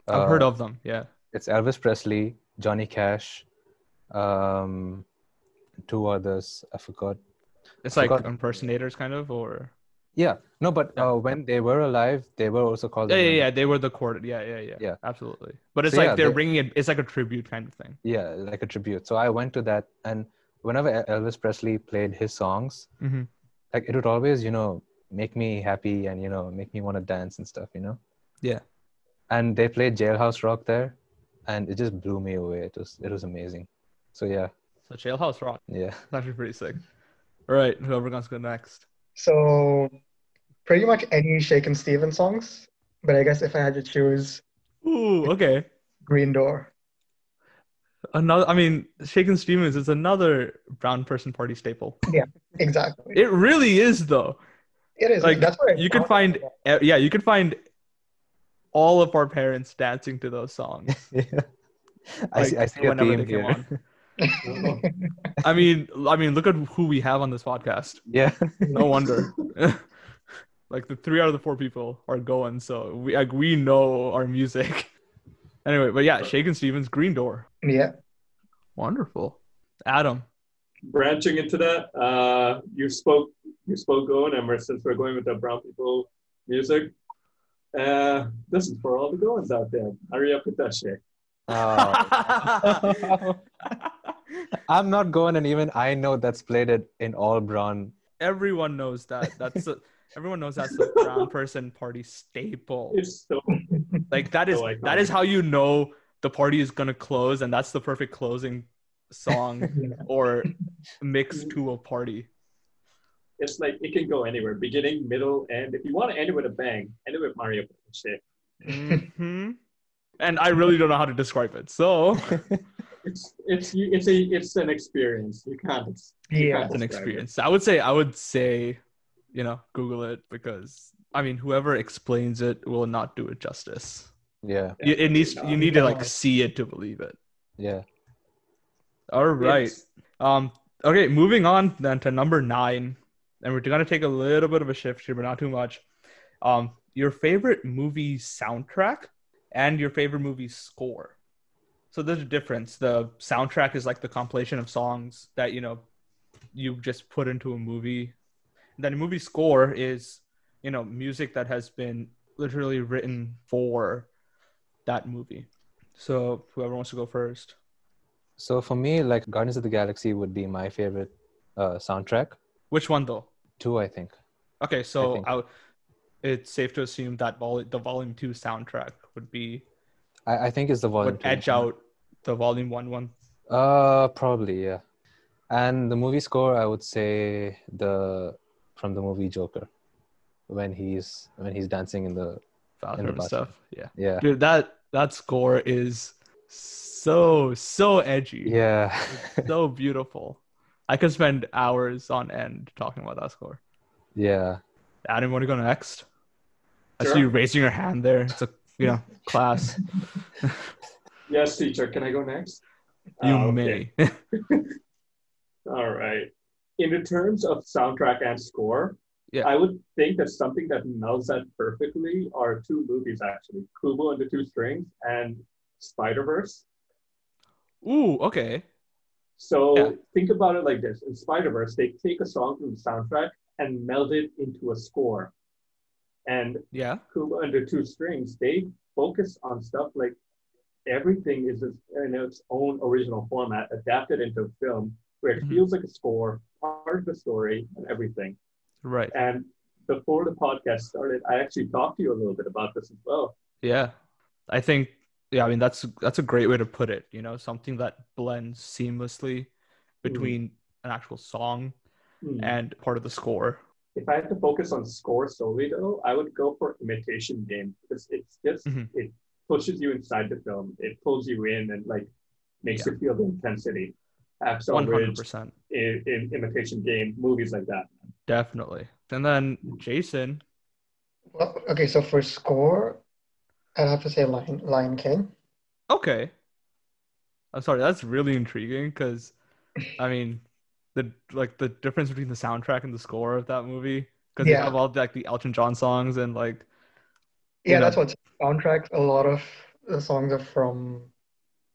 Speaker 1: I've heard
Speaker 2: Uh,
Speaker 1: of them. Yeah.
Speaker 2: it's Elvis Presley, Johnny Cash, um, two others. I forgot.
Speaker 1: It's like
Speaker 2: forgot-
Speaker 1: impersonators, kind of, or
Speaker 2: Yeah, no, but
Speaker 1: Yeah.
Speaker 2: Uh, when they were alive, they were also called. the
Speaker 1: yeah, yeah,
Speaker 2: Million-
Speaker 1: yeah. They were the court. Yeah, yeah, yeah.
Speaker 2: Yeah.
Speaker 1: absolutely. But it's
Speaker 2: So,
Speaker 1: like
Speaker 2: yeah,
Speaker 1: they're
Speaker 2: they-
Speaker 1: bringing it. It's like a tribute kind of thing.
Speaker 2: yeah, like a tribute. So I went to that, and whenever El- Elvis Presley played his songs,
Speaker 1: Mhm.
Speaker 2: like it would always, you know, make me happy and you know make me want to dance and stuff, you know.
Speaker 1: Yeah.
Speaker 2: And they played Jailhouse Rock there, and it just blew me away. It was it was amazing. So yeah,
Speaker 1: So Jailhouse Rock.
Speaker 2: yeah.
Speaker 1: It's actually pretty sick. All right, whoever wants to go next.
Speaker 4: So pretty much any Shaken Stevens songs, but I guess if I had to choose
Speaker 1: Ooh, okay.
Speaker 4: Green Door.
Speaker 1: Another. I mean, Shaken Stevens is another brown person party staple.
Speaker 4: Exactly.
Speaker 1: It really is, though.
Speaker 4: It is
Speaker 1: like,
Speaker 4: that's what I
Speaker 1: you could
Speaker 4: thought.
Speaker 1: find Uh, yeah, you could find all of our parents dancing to those songs.
Speaker 2: yeah. I
Speaker 1: Like,
Speaker 2: see, I see a
Speaker 1: whenever they
Speaker 2: theme
Speaker 1: came
Speaker 2: here.
Speaker 1: on. I mean, I mean, look at who we have on this podcast.
Speaker 2: yeah.
Speaker 1: No wonder. like the three out of the four people are going, so we like we know our music. Anyway, but yeah, Shaken Stevens, Green Door,
Speaker 4: Yeah.
Speaker 1: wonderful. Adam,
Speaker 3: Branching into that, uh, you spoke you spoke Going, and we're- since we're going with the brown people music, uh, this is for all the Goins out there. Hurry up with that shit.
Speaker 2: Oh. I'm not going, and even I know that's played it in all brown.
Speaker 1: everyone knows that. That's a, everyone knows that's the brown person party staple.
Speaker 3: It's so
Speaker 1: Like that is
Speaker 3: So iconic.
Speaker 1: that is how you know the party is gonna close, and that's the perfect closing song or mix to a party.
Speaker 3: it's like it can go anywhere, beginning, middle, and if you want to end it with a bang, end it with Mario Kart shit.
Speaker 1: Mhm. And I really don't know how to describe it. So
Speaker 3: It's it's you- it's a it's an experience. You can't. ex- you
Speaker 4: Yeah.
Speaker 3: can't
Speaker 1: it's an
Speaker 3: describe it.
Speaker 1: experience. I would say I would say, you know, Google it because I mean whoever explains it will not do it justice.
Speaker 2: Yeah,
Speaker 1: You- It needs you need to like
Speaker 4: No.
Speaker 1: see it to believe it.
Speaker 2: yeah.
Speaker 1: All right.
Speaker 3: It's-
Speaker 1: Um, okay, moving on then to number nine, and we're gonna take a little bit of a shift here, but not too much. Um, your favorite movie soundtrack, and your favorite movie score. So there's a difference. The soundtrack is like the compilation of songs that you know you just put into a movie. And then a movie score is you know music that has been literally written for that movie. So whoever wants to go first.
Speaker 2: So for me, like Guardians of the Galaxy would be my favorite uh, soundtrack.
Speaker 1: Which one though?
Speaker 2: Two, I think.
Speaker 1: Okay, so
Speaker 2: think.
Speaker 1: I w- it's safe to assume that vol- the volume two soundtrack would be
Speaker 2: I, I think is the volume.
Speaker 1: would
Speaker 2: two.
Speaker 1: edge out the volume one one.
Speaker 2: Uh, probably yeah. And the movie score, I would say the from the movie Joker, when he's when he's dancing in the
Speaker 1: Falcon and
Speaker 2: bathroom.
Speaker 1: stuff. Yeah.
Speaker 2: yeah
Speaker 1: Dude, that that score is so so edgy.
Speaker 2: yeah.
Speaker 1: So beautiful. I could spend hours on end talking about that score.
Speaker 2: Yeah.
Speaker 1: Adam, want to go next? I
Speaker 3: Sure.
Speaker 1: see you raising your hand there. It's a you know class.
Speaker 3: Yes, teacher. Can I go next?
Speaker 1: You
Speaker 3: Uh, okay.
Speaker 1: may.
Speaker 3: All right. In the terms of soundtrack and score,
Speaker 1: Yeah.
Speaker 3: I would think that something that melds that perfectly are two movies actually, Kubo and the Two Strings and Spider Verse.
Speaker 1: Ooh, okay.
Speaker 3: So
Speaker 1: Yeah.
Speaker 3: think about it like this: in Spider Verse, they take a song from the soundtrack and meld it into a score, and
Speaker 1: Yeah.
Speaker 3: Kubo and the Two Strings, they focus on stuff like everything is in its own original format, adapted into a film where it
Speaker 1: Mhm.
Speaker 3: feels like a score, part of the story, and everything.
Speaker 1: Right.
Speaker 3: And before the podcast started, I actually talked to you a little bit about this as well.
Speaker 1: Yeah. I think yeah, I mean that's that's a great way to put it, you know, something that blends seamlessly between an actual song
Speaker 3: Hmm.
Speaker 1: and part of the score.
Speaker 3: If I had to focus on score solely, though, I would go for Imitation Game because it's just
Speaker 1: Mhm.
Speaker 3: it pushes you inside the film, it pulls you in, and like makes you feel the intensity. Axel
Speaker 1: One hundred
Speaker 3: Ridge,
Speaker 1: percent.
Speaker 3: in, in Imitation Game, movies like that.
Speaker 1: Definitely. And then Jason.
Speaker 4: Well, okay, so for score, I'd have to say Lion, Lion King.
Speaker 1: Okay. I'm sorry, that's really intriguing because I mean the like the difference between the soundtrack and the score of that movie. Because
Speaker 4: Yeah.
Speaker 1: you have all like the Elton John songs and like
Speaker 4: Yeah,
Speaker 1: You know-
Speaker 4: that's what soundtracks. A lot of the songs are from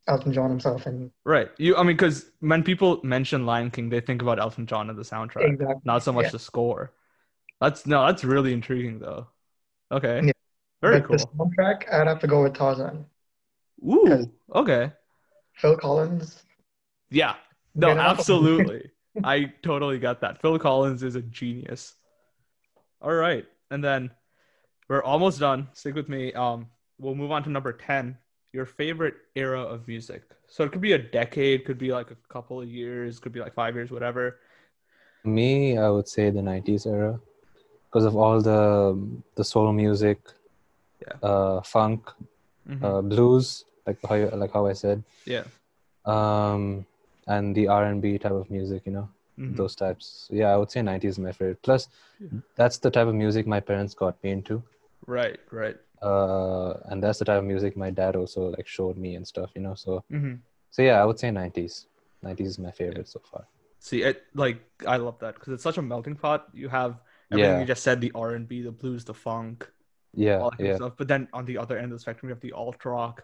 Speaker 4: Elton John himself, and
Speaker 1: right. You I mean because when people mention Lion King, they think about Elton John and the soundtrack.
Speaker 4: exactly.
Speaker 1: not so much
Speaker 4: Yeah.
Speaker 1: the score. That's no, that's really intriguing though. Okay,
Speaker 4: Yeah.
Speaker 1: very
Speaker 4: but The soundtrack, I'd have to go with Tarzan.
Speaker 1: cool.
Speaker 4: because-
Speaker 1: Ooh, okay,
Speaker 4: Phil Collins.
Speaker 1: yeah, no,
Speaker 4: Get off.
Speaker 1: absolutely. I totally got that. Phil Collins is a genius. All right, and then we're almost done. Stick with me. Um, we'll move on to number ten. Your favorite era of music. So it could be a decade, could be like a couple of years, could be like five years, whatever.
Speaker 2: Me, I would say the '90s era, because of all the the soul music,
Speaker 1: Yeah.
Speaker 2: uh, funk,
Speaker 1: Mhm.
Speaker 2: uh, blues, like how you, like how I said,
Speaker 1: yeah.
Speaker 2: um, and the R and B type of music. You know,
Speaker 1: Mhm.
Speaker 2: those types. Yeah, I would say '90s is my favorite. Plus, that's the type of music my parents got me into,
Speaker 1: Right. Right.
Speaker 2: uh, and that's the type of music my dad also like showed me and stuff. You know, so
Speaker 1: Mm-hmm.
Speaker 2: so yeah, I would say '90s. '90s is my favorite so far.
Speaker 1: See, it like I love that because it's such a melting pot. You have everything
Speaker 2: Yeah.
Speaker 1: you just said: the R and B, the blues, the funk,
Speaker 2: Yeah,
Speaker 1: all that kind
Speaker 2: yeah,
Speaker 1: of stuff. But then on the other end of the spectrum, you have the alt rock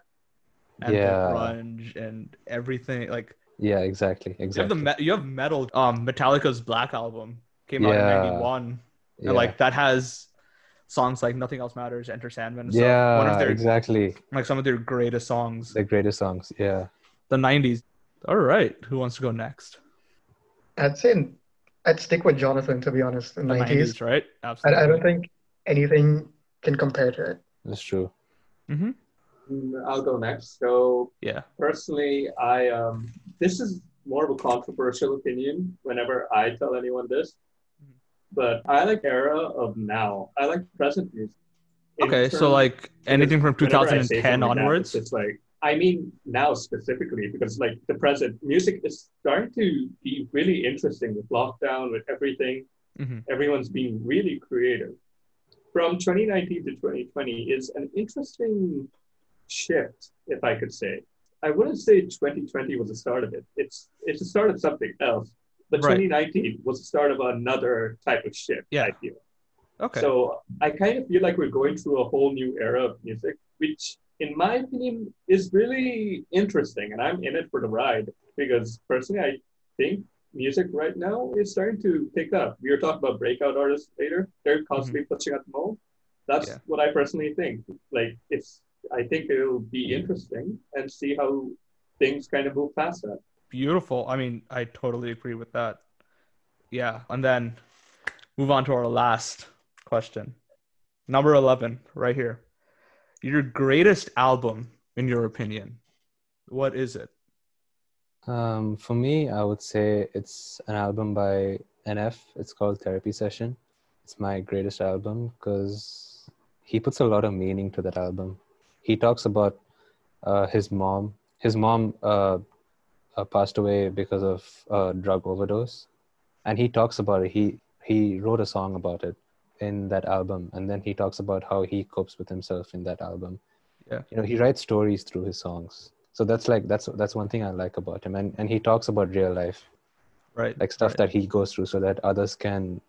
Speaker 1: and
Speaker 2: Yeah.
Speaker 1: the grunge and everything. Like
Speaker 2: yeah. Exactly, exactly.
Speaker 1: you have the me- you have metal. Um, Metallica's Black album came out in
Speaker 2: Yeah.
Speaker 1: '91,
Speaker 2: yeah.
Speaker 1: and like that has songs like "Nothing Else Matters," "Enter Sandman." and stuff.
Speaker 2: yeah,
Speaker 1: one of their
Speaker 2: exactly.
Speaker 1: like some of their greatest songs,
Speaker 2: The greatest songs. Yeah.
Speaker 1: the '90s. All right, who wants to go next?
Speaker 4: I'd say I'd stick with Jonathan to be honest. In
Speaker 1: The
Speaker 4: nineties,
Speaker 1: '90s, right?
Speaker 4: I,
Speaker 1: Absolutely.
Speaker 4: I don't think anything can compare to it.
Speaker 2: That's true.
Speaker 3: Mm, I'll go next. So
Speaker 1: yeah.
Speaker 3: personally, I um, this is more of a controversial opinion whenever I tell anyone this,
Speaker 1: Mm-hmm.
Speaker 3: but I like era of now. I like present music. In
Speaker 1: Okay, so
Speaker 3: terms-
Speaker 1: like anything from
Speaker 3: whenever I say
Speaker 1: 2010
Speaker 3: something like that,
Speaker 1: onwards.
Speaker 3: it's like I mean now specifically because like the present music is starting to be really interesting with lockdown, with everything.
Speaker 1: Mhm.
Speaker 3: Everyone's being really creative. From 2019 to 2020 is an interesting shift, if I could say. I wouldn't say 2020 was the start of it. It's it's the start of something else. But
Speaker 1: Right.
Speaker 3: 2019 was the start of another type of shift.
Speaker 1: Yeah.
Speaker 3: I feel.
Speaker 1: Okay.
Speaker 3: So I kind of feel like we're going through a whole new era of music, which in my opinion, is really interesting, and I'm in it for the ride because personally, I think music right now is starting to pick up. We were talking about breakout artists later; they're constantly pushing out the mold. That's
Speaker 1: Mm-hmm. Yeah.
Speaker 3: what I personally think. Like, it's I think it'll be
Speaker 1: Mm-hmm.
Speaker 3: interesting and see how things kind of move past that.
Speaker 1: Beautiful. I mean, I totally agree with that. Yeah. And then move on to our last question. Number 11, right here. Your greatest album, in your opinion, what is it?
Speaker 2: Um, for me, I would say it's an album by NF. It's called Therapy Session. It's my greatest album because he puts a lot of meaning to that album. He talks about uh, his mom. His mom uh, uh, passed away because of uh, drug overdose, and he talks about it. He he wrote a song about it in that album, and then he talks about how he copes with himself in that album you know he writes stories through his songs so that's like that's that's one thing i like about him and and he talks about real life
Speaker 1: Right.
Speaker 2: like stuff
Speaker 1: right.
Speaker 2: that he goes through so that others can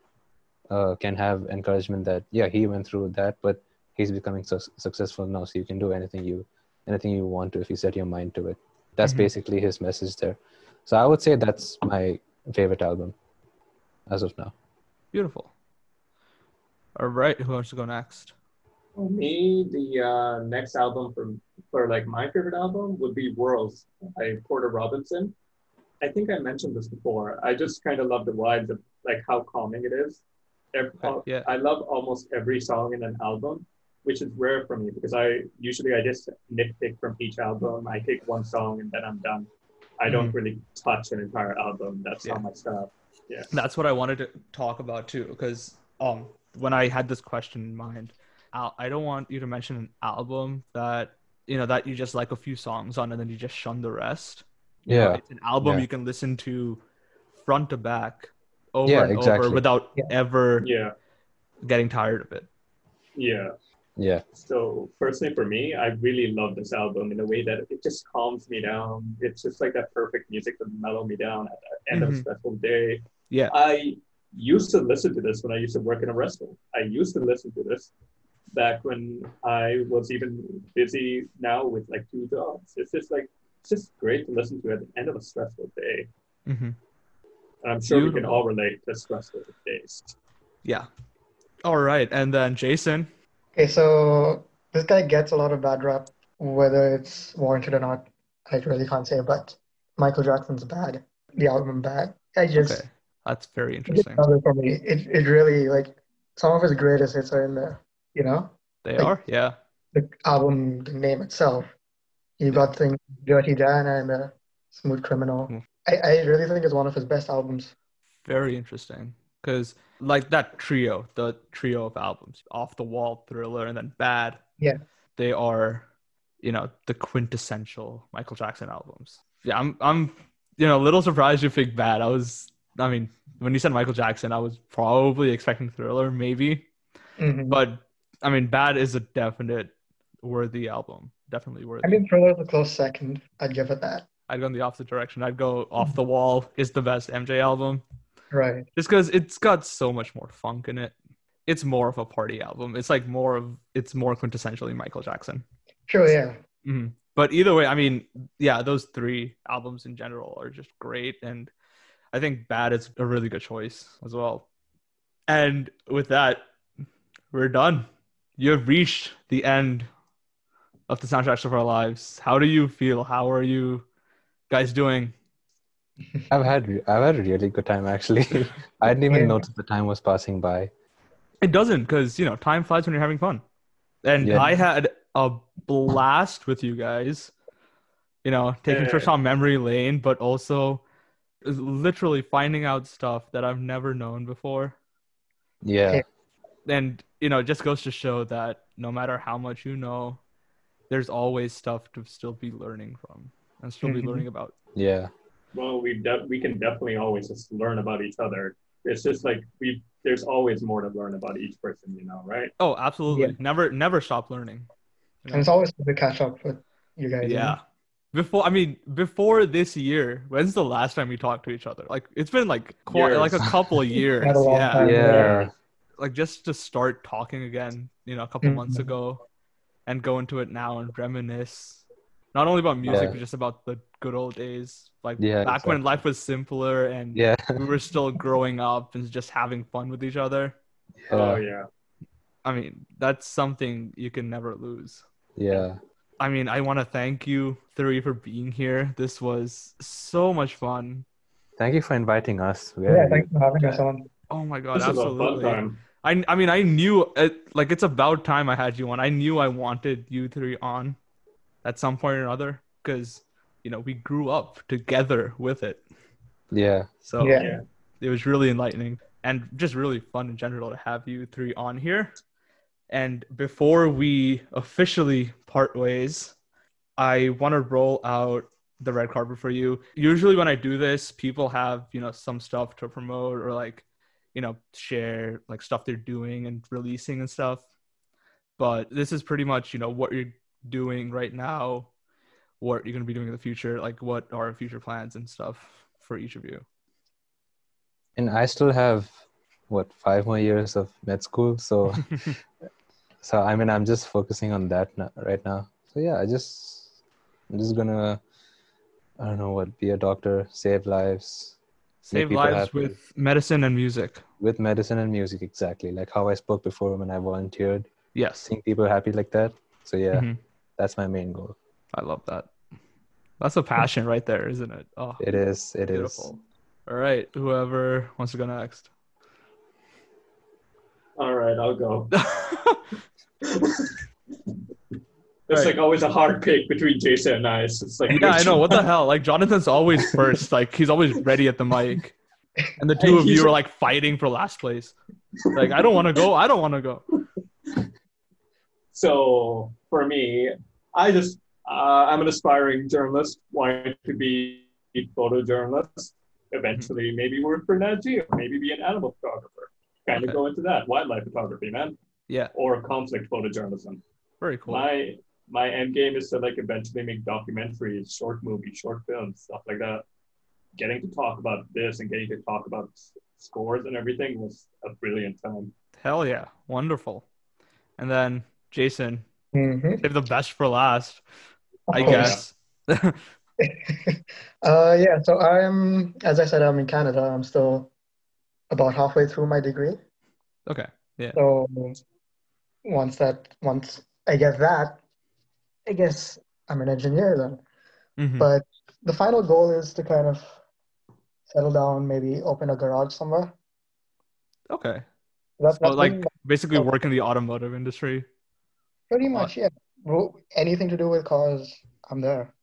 Speaker 2: uh, can have encouragement that yeah he went through that but he's becoming su- successful now so you can do anything you anything you want to if you set your mind to it that's
Speaker 1: Mhm.
Speaker 2: basically his message there so i would say that's my favorite album as of now
Speaker 1: Beautiful. All right. Who wants to go next?
Speaker 3: For me, the uh, next album from for like my favorite album would be Worlds by Porter Robinson. I think I mentioned this before. I just kind of love the vibes of like how calming it is. Ev-
Speaker 1: Okay, yeah.
Speaker 3: I love almost every song in an album, which is rare for me because I usually I just nitpick from each album. I pick one song and then I'm done. I don't really touch an entire album. That's
Speaker 1: Mm-hmm. Yeah.
Speaker 3: not my style. Yeah.
Speaker 1: That's what I wanted to talk about too, because um, when I had this question in mind, Al- I don't want you to mention an album that you know that you just like a few songs on and then you just shun the rest. You know,
Speaker 2: yeah
Speaker 1: it's an album
Speaker 2: Yeah.
Speaker 1: you can listen to front to back over
Speaker 2: Yeah,
Speaker 1: and
Speaker 2: exactly.
Speaker 1: over without
Speaker 2: Yeah.
Speaker 1: ever
Speaker 3: Yeah.
Speaker 1: getting tired of it.
Speaker 3: Yeah.
Speaker 2: yeah
Speaker 3: So personally for me, I really love this album in a way that it just calms me down. It's just like that perfect music to mellow me down at the end of
Speaker 1: Mhm.
Speaker 3: a stressful day.
Speaker 1: Yeah.
Speaker 3: I used to listen to this when I used to work in a restaurant. I used to listen to this back when I was even busy now with like two jobs. It's just like it's just great to listen to at the end of a stressful day.
Speaker 1: hmm
Speaker 3: And I'm sure we can
Speaker 1: Beautiful.
Speaker 3: all relate to stressful days.
Speaker 1: Yeah. All right, and then Jason.
Speaker 4: Okay, so this guy gets a lot of bad rap, whether it's warranted or not, I really can't say, but Michael Jackson's bad, the album bad. I just,
Speaker 1: Okay, that's very
Speaker 4: it's
Speaker 1: interesting.
Speaker 4: another for me. It, it really, like, some of his greatest hits are in there, you know?
Speaker 1: They
Speaker 4: like-
Speaker 1: are, yeah.
Speaker 4: The album, the name itself. You got things Dirty Diana and uh, Smooth Criminal.
Speaker 1: Hmm.
Speaker 4: I, I really think it's one of his best albums.
Speaker 1: Very interesting. Because, like that trio, the trio of albums, Off the Wall, Thriller, and then Bad.
Speaker 4: Yeah.
Speaker 1: They are, you know, the quintessential Michael Jackson albums. Yeah, I'm, I'm, you know, a little surprised you picked Bad. I was, I mean, when you said Michael Jackson, I was probably expecting Thriller, maybe.
Speaker 4: Mhm.
Speaker 1: But, I mean, Bad is a definite worthy album. Definitely worthy.
Speaker 4: I mean, Thriller's a close second. I'd give it that.
Speaker 1: I'd go in the opposite direction. I'd go Off the Wall is the best MJ album.
Speaker 4: Right.
Speaker 1: just because it's got so much more funk in it it's more of a party album it's like more of it's more quintessentially michael jackson
Speaker 4: Sure, yeah.
Speaker 1: Mhm. but either way i mean yeah those three albums in general are just great and i think bad is a really good choice as well and with that we're done you have reached the end of the soundtracks of our lives how do you feel how are you guys doing
Speaker 2: i've had re- i've had a really good time actually i didn't even
Speaker 4: Yeah.
Speaker 2: notice the time was passing by
Speaker 1: It doesn't, because you know, time flies when you're having fun. And
Speaker 2: Yeah.
Speaker 1: I had a blast with you guys. You know, taking
Speaker 3: Yeah.
Speaker 1: trips on memory lane, but also literally finding out stuff that I've never known before.
Speaker 2: yeah
Speaker 1: And you know, it just goes to show that no matter how much you know, there's always stuff to still be learning from and still be
Speaker 4: Mhm.
Speaker 1: learning about.
Speaker 2: Yeah,
Speaker 3: Well, we de- we can definitely always just learn about each other. It's just like we there's always more to learn about each person, you know, right?
Speaker 1: Oh, absolutely. Never never stop learning.
Speaker 4: And it's always good to catch up with you guys. you know?
Speaker 1: Yeah. Before I mean, before this year, when's the last time we talked to each other? Like it's been like quite, like a
Speaker 3: Years.
Speaker 1: couple years.
Speaker 4: Had a long
Speaker 1: yeah.
Speaker 4: time.
Speaker 2: yeah,
Speaker 3: Yeah.
Speaker 1: Like just to start talking again, you know, a couple months
Speaker 4: Mhm.
Speaker 1: ago. and go into it now and reminisce not only about music
Speaker 2: Yeah.
Speaker 1: but just about the good old days like
Speaker 2: Yeah,
Speaker 1: back when
Speaker 2: exactly.
Speaker 1: life was simpler and
Speaker 2: Yeah.
Speaker 1: we were still growing up and just having fun with each other
Speaker 3: Oh
Speaker 2: yeah.
Speaker 3: yeah.
Speaker 1: i mean that's something you can never lose
Speaker 2: Yeah.
Speaker 1: i mean i want to thank you three for being here this was so much fun
Speaker 2: Thank you for inviting us. We
Speaker 4: Yeah,
Speaker 2: are-
Speaker 4: thanks for having us on.
Speaker 1: oh my god
Speaker 3: This is a fun
Speaker 1: absolutely
Speaker 3: time.
Speaker 1: I, I mean I knew it, like it's about time I had you on. I knew I wanted you three on at some point or another because you know we grew up together with it.
Speaker 2: yeah.
Speaker 1: So
Speaker 4: Yeah.
Speaker 3: Yeah.
Speaker 1: it was really enlightening and just really fun in general to have you three on here. And before we officially part ways, I want to roll out the red carpet for you. Usually when I do this, people have, you know, some stuff to promote or like, you know, share like stuff they're doing and releasing and stuff. But this is pretty much, you know, what you're doing right now, what you're going to be doing in the future, like what are future plans and stuff for each of you.
Speaker 2: And I still have what five more years of med school, so so I mean I'm just focusing on that now, right now. So yeah, I just I'm just gonna I don't know what be a doctor, save lives make
Speaker 1: Save
Speaker 2: people
Speaker 1: lives
Speaker 2: happy.
Speaker 1: with medicine and music.
Speaker 2: with medicine and music exactly like how I spoke before when I volunteered,
Speaker 1: Yes.
Speaker 2: seeing people happy like that. So yeah,
Speaker 1: Mhm.
Speaker 2: that's my main goal.
Speaker 1: I love that. That's a passion right there, isn't it? Oh,
Speaker 2: It is. it is.
Speaker 1: beautiful. All right. Whoever wants to go next.
Speaker 3: All right, I'll go. It's
Speaker 1: Right.
Speaker 3: like always a hard pick between Jason and I. So it's like
Speaker 1: yeah, I
Speaker 3: which-
Speaker 1: know. What the hell? Like, Jonathan's always first. Like, he's always ready at the mic. And the two
Speaker 3: And
Speaker 1: of you
Speaker 3: he's-
Speaker 1: are like fighting for last place. Like, I don't want to go. I don't want to go.
Speaker 3: So for me, I just uh, I'm an aspiring journalist, wanting to be a photojournalist.
Speaker 1: Mm-hmm.
Speaker 3: Eventually, maybe work for Nat Geo, maybe be an animal photographer. Kind of
Speaker 1: Okay.
Speaker 3: go into that wildlife photography, man,
Speaker 1: Yeah.
Speaker 3: or conflict photojournalism.
Speaker 1: Very cool.
Speaker 3: My my end game is to like eventually make documentaries, short movies, short films, stuff like that. Getting to talk about this and getting to talk about s- scores and everything was a brilliant time.
Speaker 1: Hell yeah. Wonderful. And then, Jason,
Speaker 4: hmm
Speaker 1: save the best for last, I
Speaker 3: Oh, yeah.
Speaker 1: guess.
Speaker 4: uh, yeah, so I'm, as I said, I'm in Canada. I'm still about halfway through my degree.
Speaker 1: Okay.
Speaker 4: So once that, once I get that, I guess I'm an engineer then.
Speaker 1: Mhm.
Speaker 4: But the final goal is to kind of settle down, maybe open a garage somewhere.
Speaker 1: Okay.
Speaker 4: That's
Speaker 1: So
Speaker 4: that's
Speaker 1: like
Speaker 4: been
Speaker 1: basically
Speaker 4: so-
Speaker 1: work in the automotive industry.
Speaker 4: pretty
Speaker 1: uh,
Speaker 4: much, yeah. Ro- Anything to do with cars, I'm there.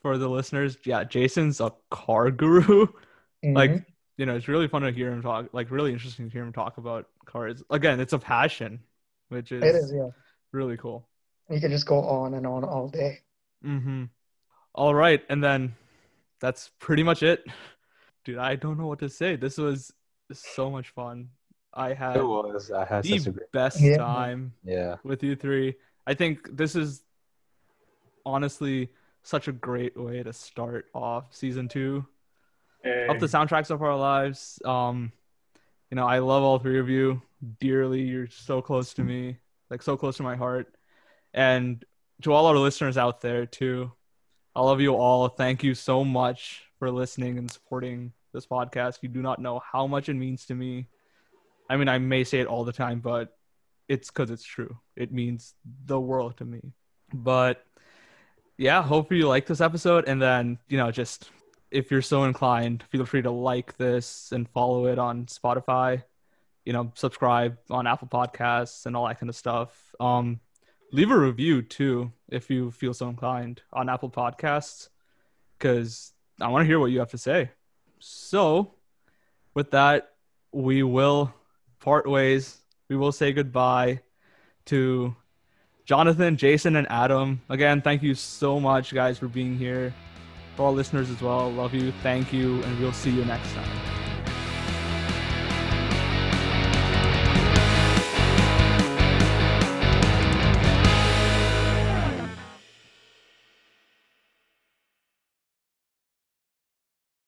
Speaker 1: For the listeners, yeah, Jason's a car guru.
Speaker 4: Mhm.
Speaker 1: Like, you know, it's really fun to hear him talk. Like, really interesting to hear him talk about cars. Again, it's a passion, which is,
Speaker 4: Mm-hmm. it is, yeah.
Speaker 1: really cool.
Speaker 4: You can just go on and on all day.
Speaker 1: Mm-hmm. All right, and then that's pretty much it, dude. I don't know what to say. This was so much fun. I had
Speaker 2: It was. I had such a
Speaker 1: the
Speaker 2: great.
Speaker 1: best
Speaker 4: Yeah.
Speaker 1: time.
Speaker 2: Yeah.
Speaker 1: with you three. I think this is honestly such a great way to start off season two of the soundtracks of our lives. Um, you know, I love all three of you dearly. You're so close to me, like so close to my heart. And to all our listeners out there, too, I love you all. Thank you so much for listening and supporting this podcast. You do not know how much it means to me. I mean, I may say it all the time, but it's because it's true. It means the world to me. But yeah, hopefully you like this episode. And then, you know, just if you're so inclined, feel free to like this and follow it on Spotify. You know, subscribe on Apple Podcasts and all that kind of stuff. Um, leave a review too if you feel so inclined on Apple Podcasts, because I want to hear what you have to say. So, with that, we will part ways. We will say goodbye to Jonathan, Jason, and Adam. Again, thank you so much, guys, for being here. For all listeners as well, love you, thank you, and we'll see you next time.